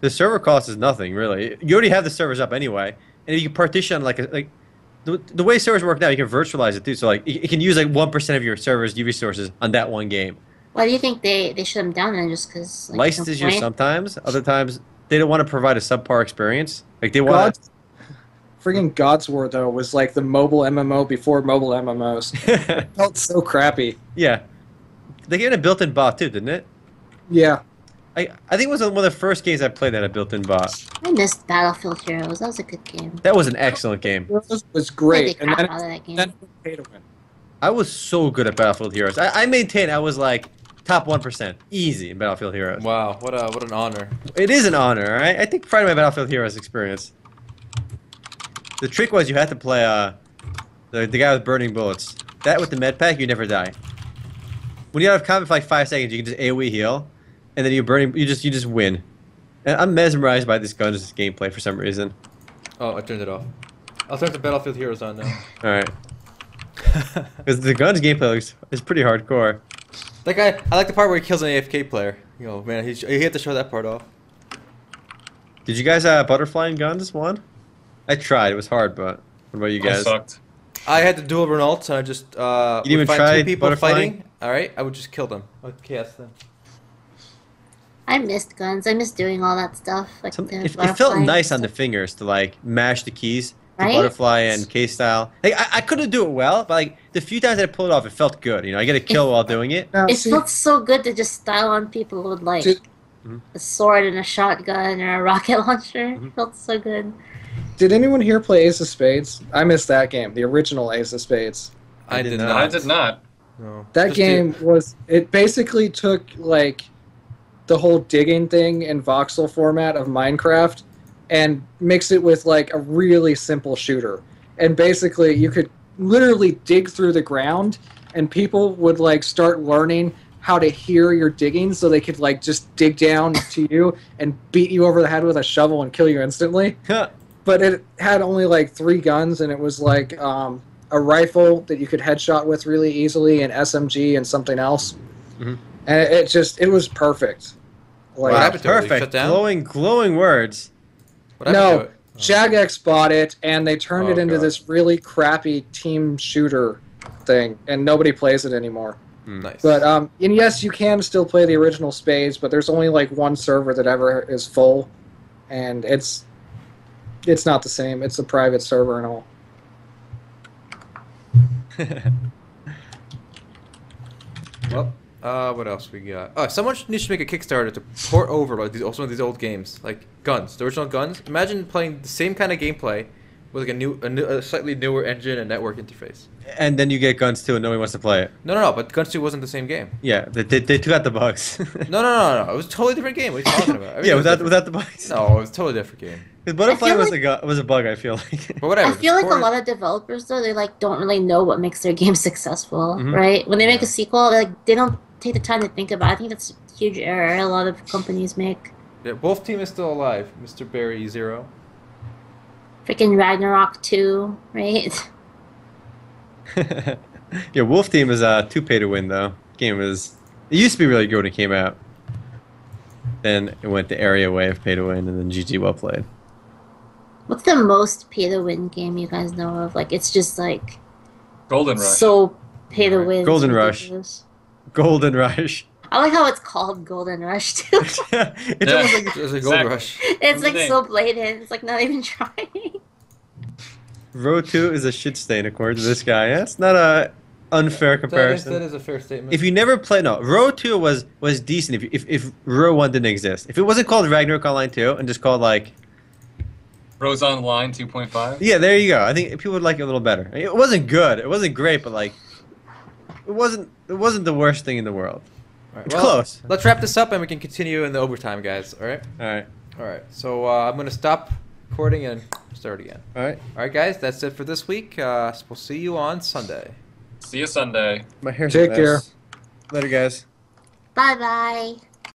E: The server cost is nothing really. You already have the servers up anyway, and you can partition like a, like the, the way servers work now. You can virtualize it too. So like it, it can use like one percent of your servers resources on that one game.
G: Why do you think they they shut them down then? Just because like,
E: Licenses you sometimes. Other times they don't want to provide a subpar experience. Like they want.
C: God's, friggin' God's War though was like the mobile MMO before mobile MMOs.
E: to...
C: Felt so crappy.
E: yeah, they gave it a built-in bot too, didn't it?
C: Yeah,
E: I, I think it was one of the first games I played that had a built-in bot.
G: I missed Battlefield Heroes. That was a good game.
E: That was an excellent game.
C: it was
G: Great.
C: great,
G: the
C: and
G: crap
C: then
G: out of that game.
C: then it was pay to win.
E: I was so good at Battlefield Heroes. I, I maintain I was like top one percent, easy in Battlefield Heroes.
A: Wow, what a what an honor.
E: It is an honor, all right? I take pride in my Battlefield Heroes experience. The trick was you had to play uh, the, the guy with burning bullets. That with the med pack, you never die. When you're out of combat for like five seconds, you can just AoE heal, and then you burning you just you just win. And I'm mesmerized by this gun's gameplay for some reason.
A: Oh, I turned it off. I'll turn the Battlefield Heroes on now.
E: All right, because the gun's gameplay looks, is pretty hardcore.
A: that guy, I like the part where he kills an AFK player. You know, man, he, sh- he had to show that part off.
E: Did you guys uh, butterflying guns one? I tried. It was hard, but what about you
B: I
E: guys?
B: sucked.
A: I had to dual Renault, and I just uh,
E: You didn't
A: would
E: even
A: find
E: try
A: two people
E: butterflying?
A: fighting. All right, I would just kill them. I would chaos them.
G: I missed guns. I missed doing all that stuff. Like
E: Some-
G: the
E: it, it felt
G: butterfly
E: nice on the
G: stuff.
E: fingers to like mash the keys, the
G: Right?
E: butterfly and K style. Like I, I couldn't do it well, but like the few times I pulled it off, it felt good. You know, I get a kill while doing it.
C: Now,
G: It
C: see,
G: felt so good to just style on people with like
C: Did-
G: a sword and a shotgun or a rocket launcher.
E: Mm-hmm.
G: It felt so good.
C: did anyone here play Ace of Spades? I missed that game, the original Ace of Spades.
A: I, did not.
B: I did not.
A: No.
C: That
A: Just do-
C: game was it basically took like the whole digging thing in voxel format of Minecraft and mixed it with like a really simple shooter. And basically you could literally dig through the ground and people would like start learning how to hear your digging so they could like just dig down to you and beat you over the head with a shovel and kill you instantly but it had only like three guns and it was like um, a rifle that you could headshot with really easily an smg and something else
A: Mm-hmm.
E: Mhm.
C: and it, it just it was perfect
A: What
C: like
E: wow,
A: happened to it? You
E: perfect.
A: shut down?
E: Glowing, glowing words.
A: What happened to
C: No.
A: it?
C: jagex bought it and they turned it
A: Oh,
C: into
A: God.
C: this really crappy team shooter thing and nobody plays it anymore
A: Nice.
C: but um and yes you can still play the original spades but there's only like one server that ever is full and it's it's not the same it's a private server and all
A: Well, uh, what else we got? Oh, someone should- needs to make a Kickstarter to port over like these, some of these old games, like Guns, the original Guns. Imagine playing the same kind of gameplay with like a new, a, new, a slightly newer engine and network interface.
E: and then you get guns too, and nobody wants to play it.
A: No, no, no. But Guns Two wasn't the same game.
E: Yeah, they, they, they took out the bugs.
A: No, no, no, no, no. It was a totally different game. What are you talking about?
E: yeah,
A: Everything was
E: without
A: different.
E: without the bugs.
A: No, it was a totally different game.
E: The butterfly
G: feel
E: was
G: like-
E: a gu- was a bug. I feel like.
A: But whatever.
G: I feel like a
A: port it.
G: lot of developers though they like don't really know what makes their game successful,
B: Mm-hmm.
E: Mhm.
G: right? When they make a sequel, like they don't take the time to think about. It. I think that's a huge error a lot of companies make.
A: Yeah, Wolf Team is still alive. Mr. Barry Zero.
G: Freaking Ragnarok 2, right?
E: yeah, Wolf Team is uh, too pay to win though. Game is it used to be really good when it came out. Then it went the area way of pay to win, and then GG well played.
G: What's the most pay to win game you guys know of? Like it's just like
B: Golden Rush.
G: so pay to win.
E: Golden Rush. Golden Rush.
G: I like how it's called Golden Rush too.
E: it's
B: Yeah.
E: almost
A: It
E: like
A: was a gold
B: Exactly.
A: rush.
G: it's like
B: Name.
G: so blatant. It's like not even trying.
E: row two is a shit stain according to this guy. That's not a unfair
A: That is,
E: comparison.
A: that is a fair statement.
E: if you never play no row two was was decent if, you- if if row one didn't exist if it wasn't called ragnarok online 2 and just called like
B: Rose Online 2.5.
E: yeah there you go i think people would like it a little better I mean, it wasn't good it wasn't great but like it wasn't it wasn't the worst thing in the world
A: All right,
E: it's close.
A: Let's wrap this up and we can continue in the overtime, guys. All right.
E: all right
A: All right. So uh, I'm gonna stop recording and start again.
E: all right
A: All right, guys. That's it for this week. Uh, we'll see you on Sunday.
B: See you Sunday.
E: my hair's a
C: Take
E: mess.
C: care.
E: later guys
G: Bye bye.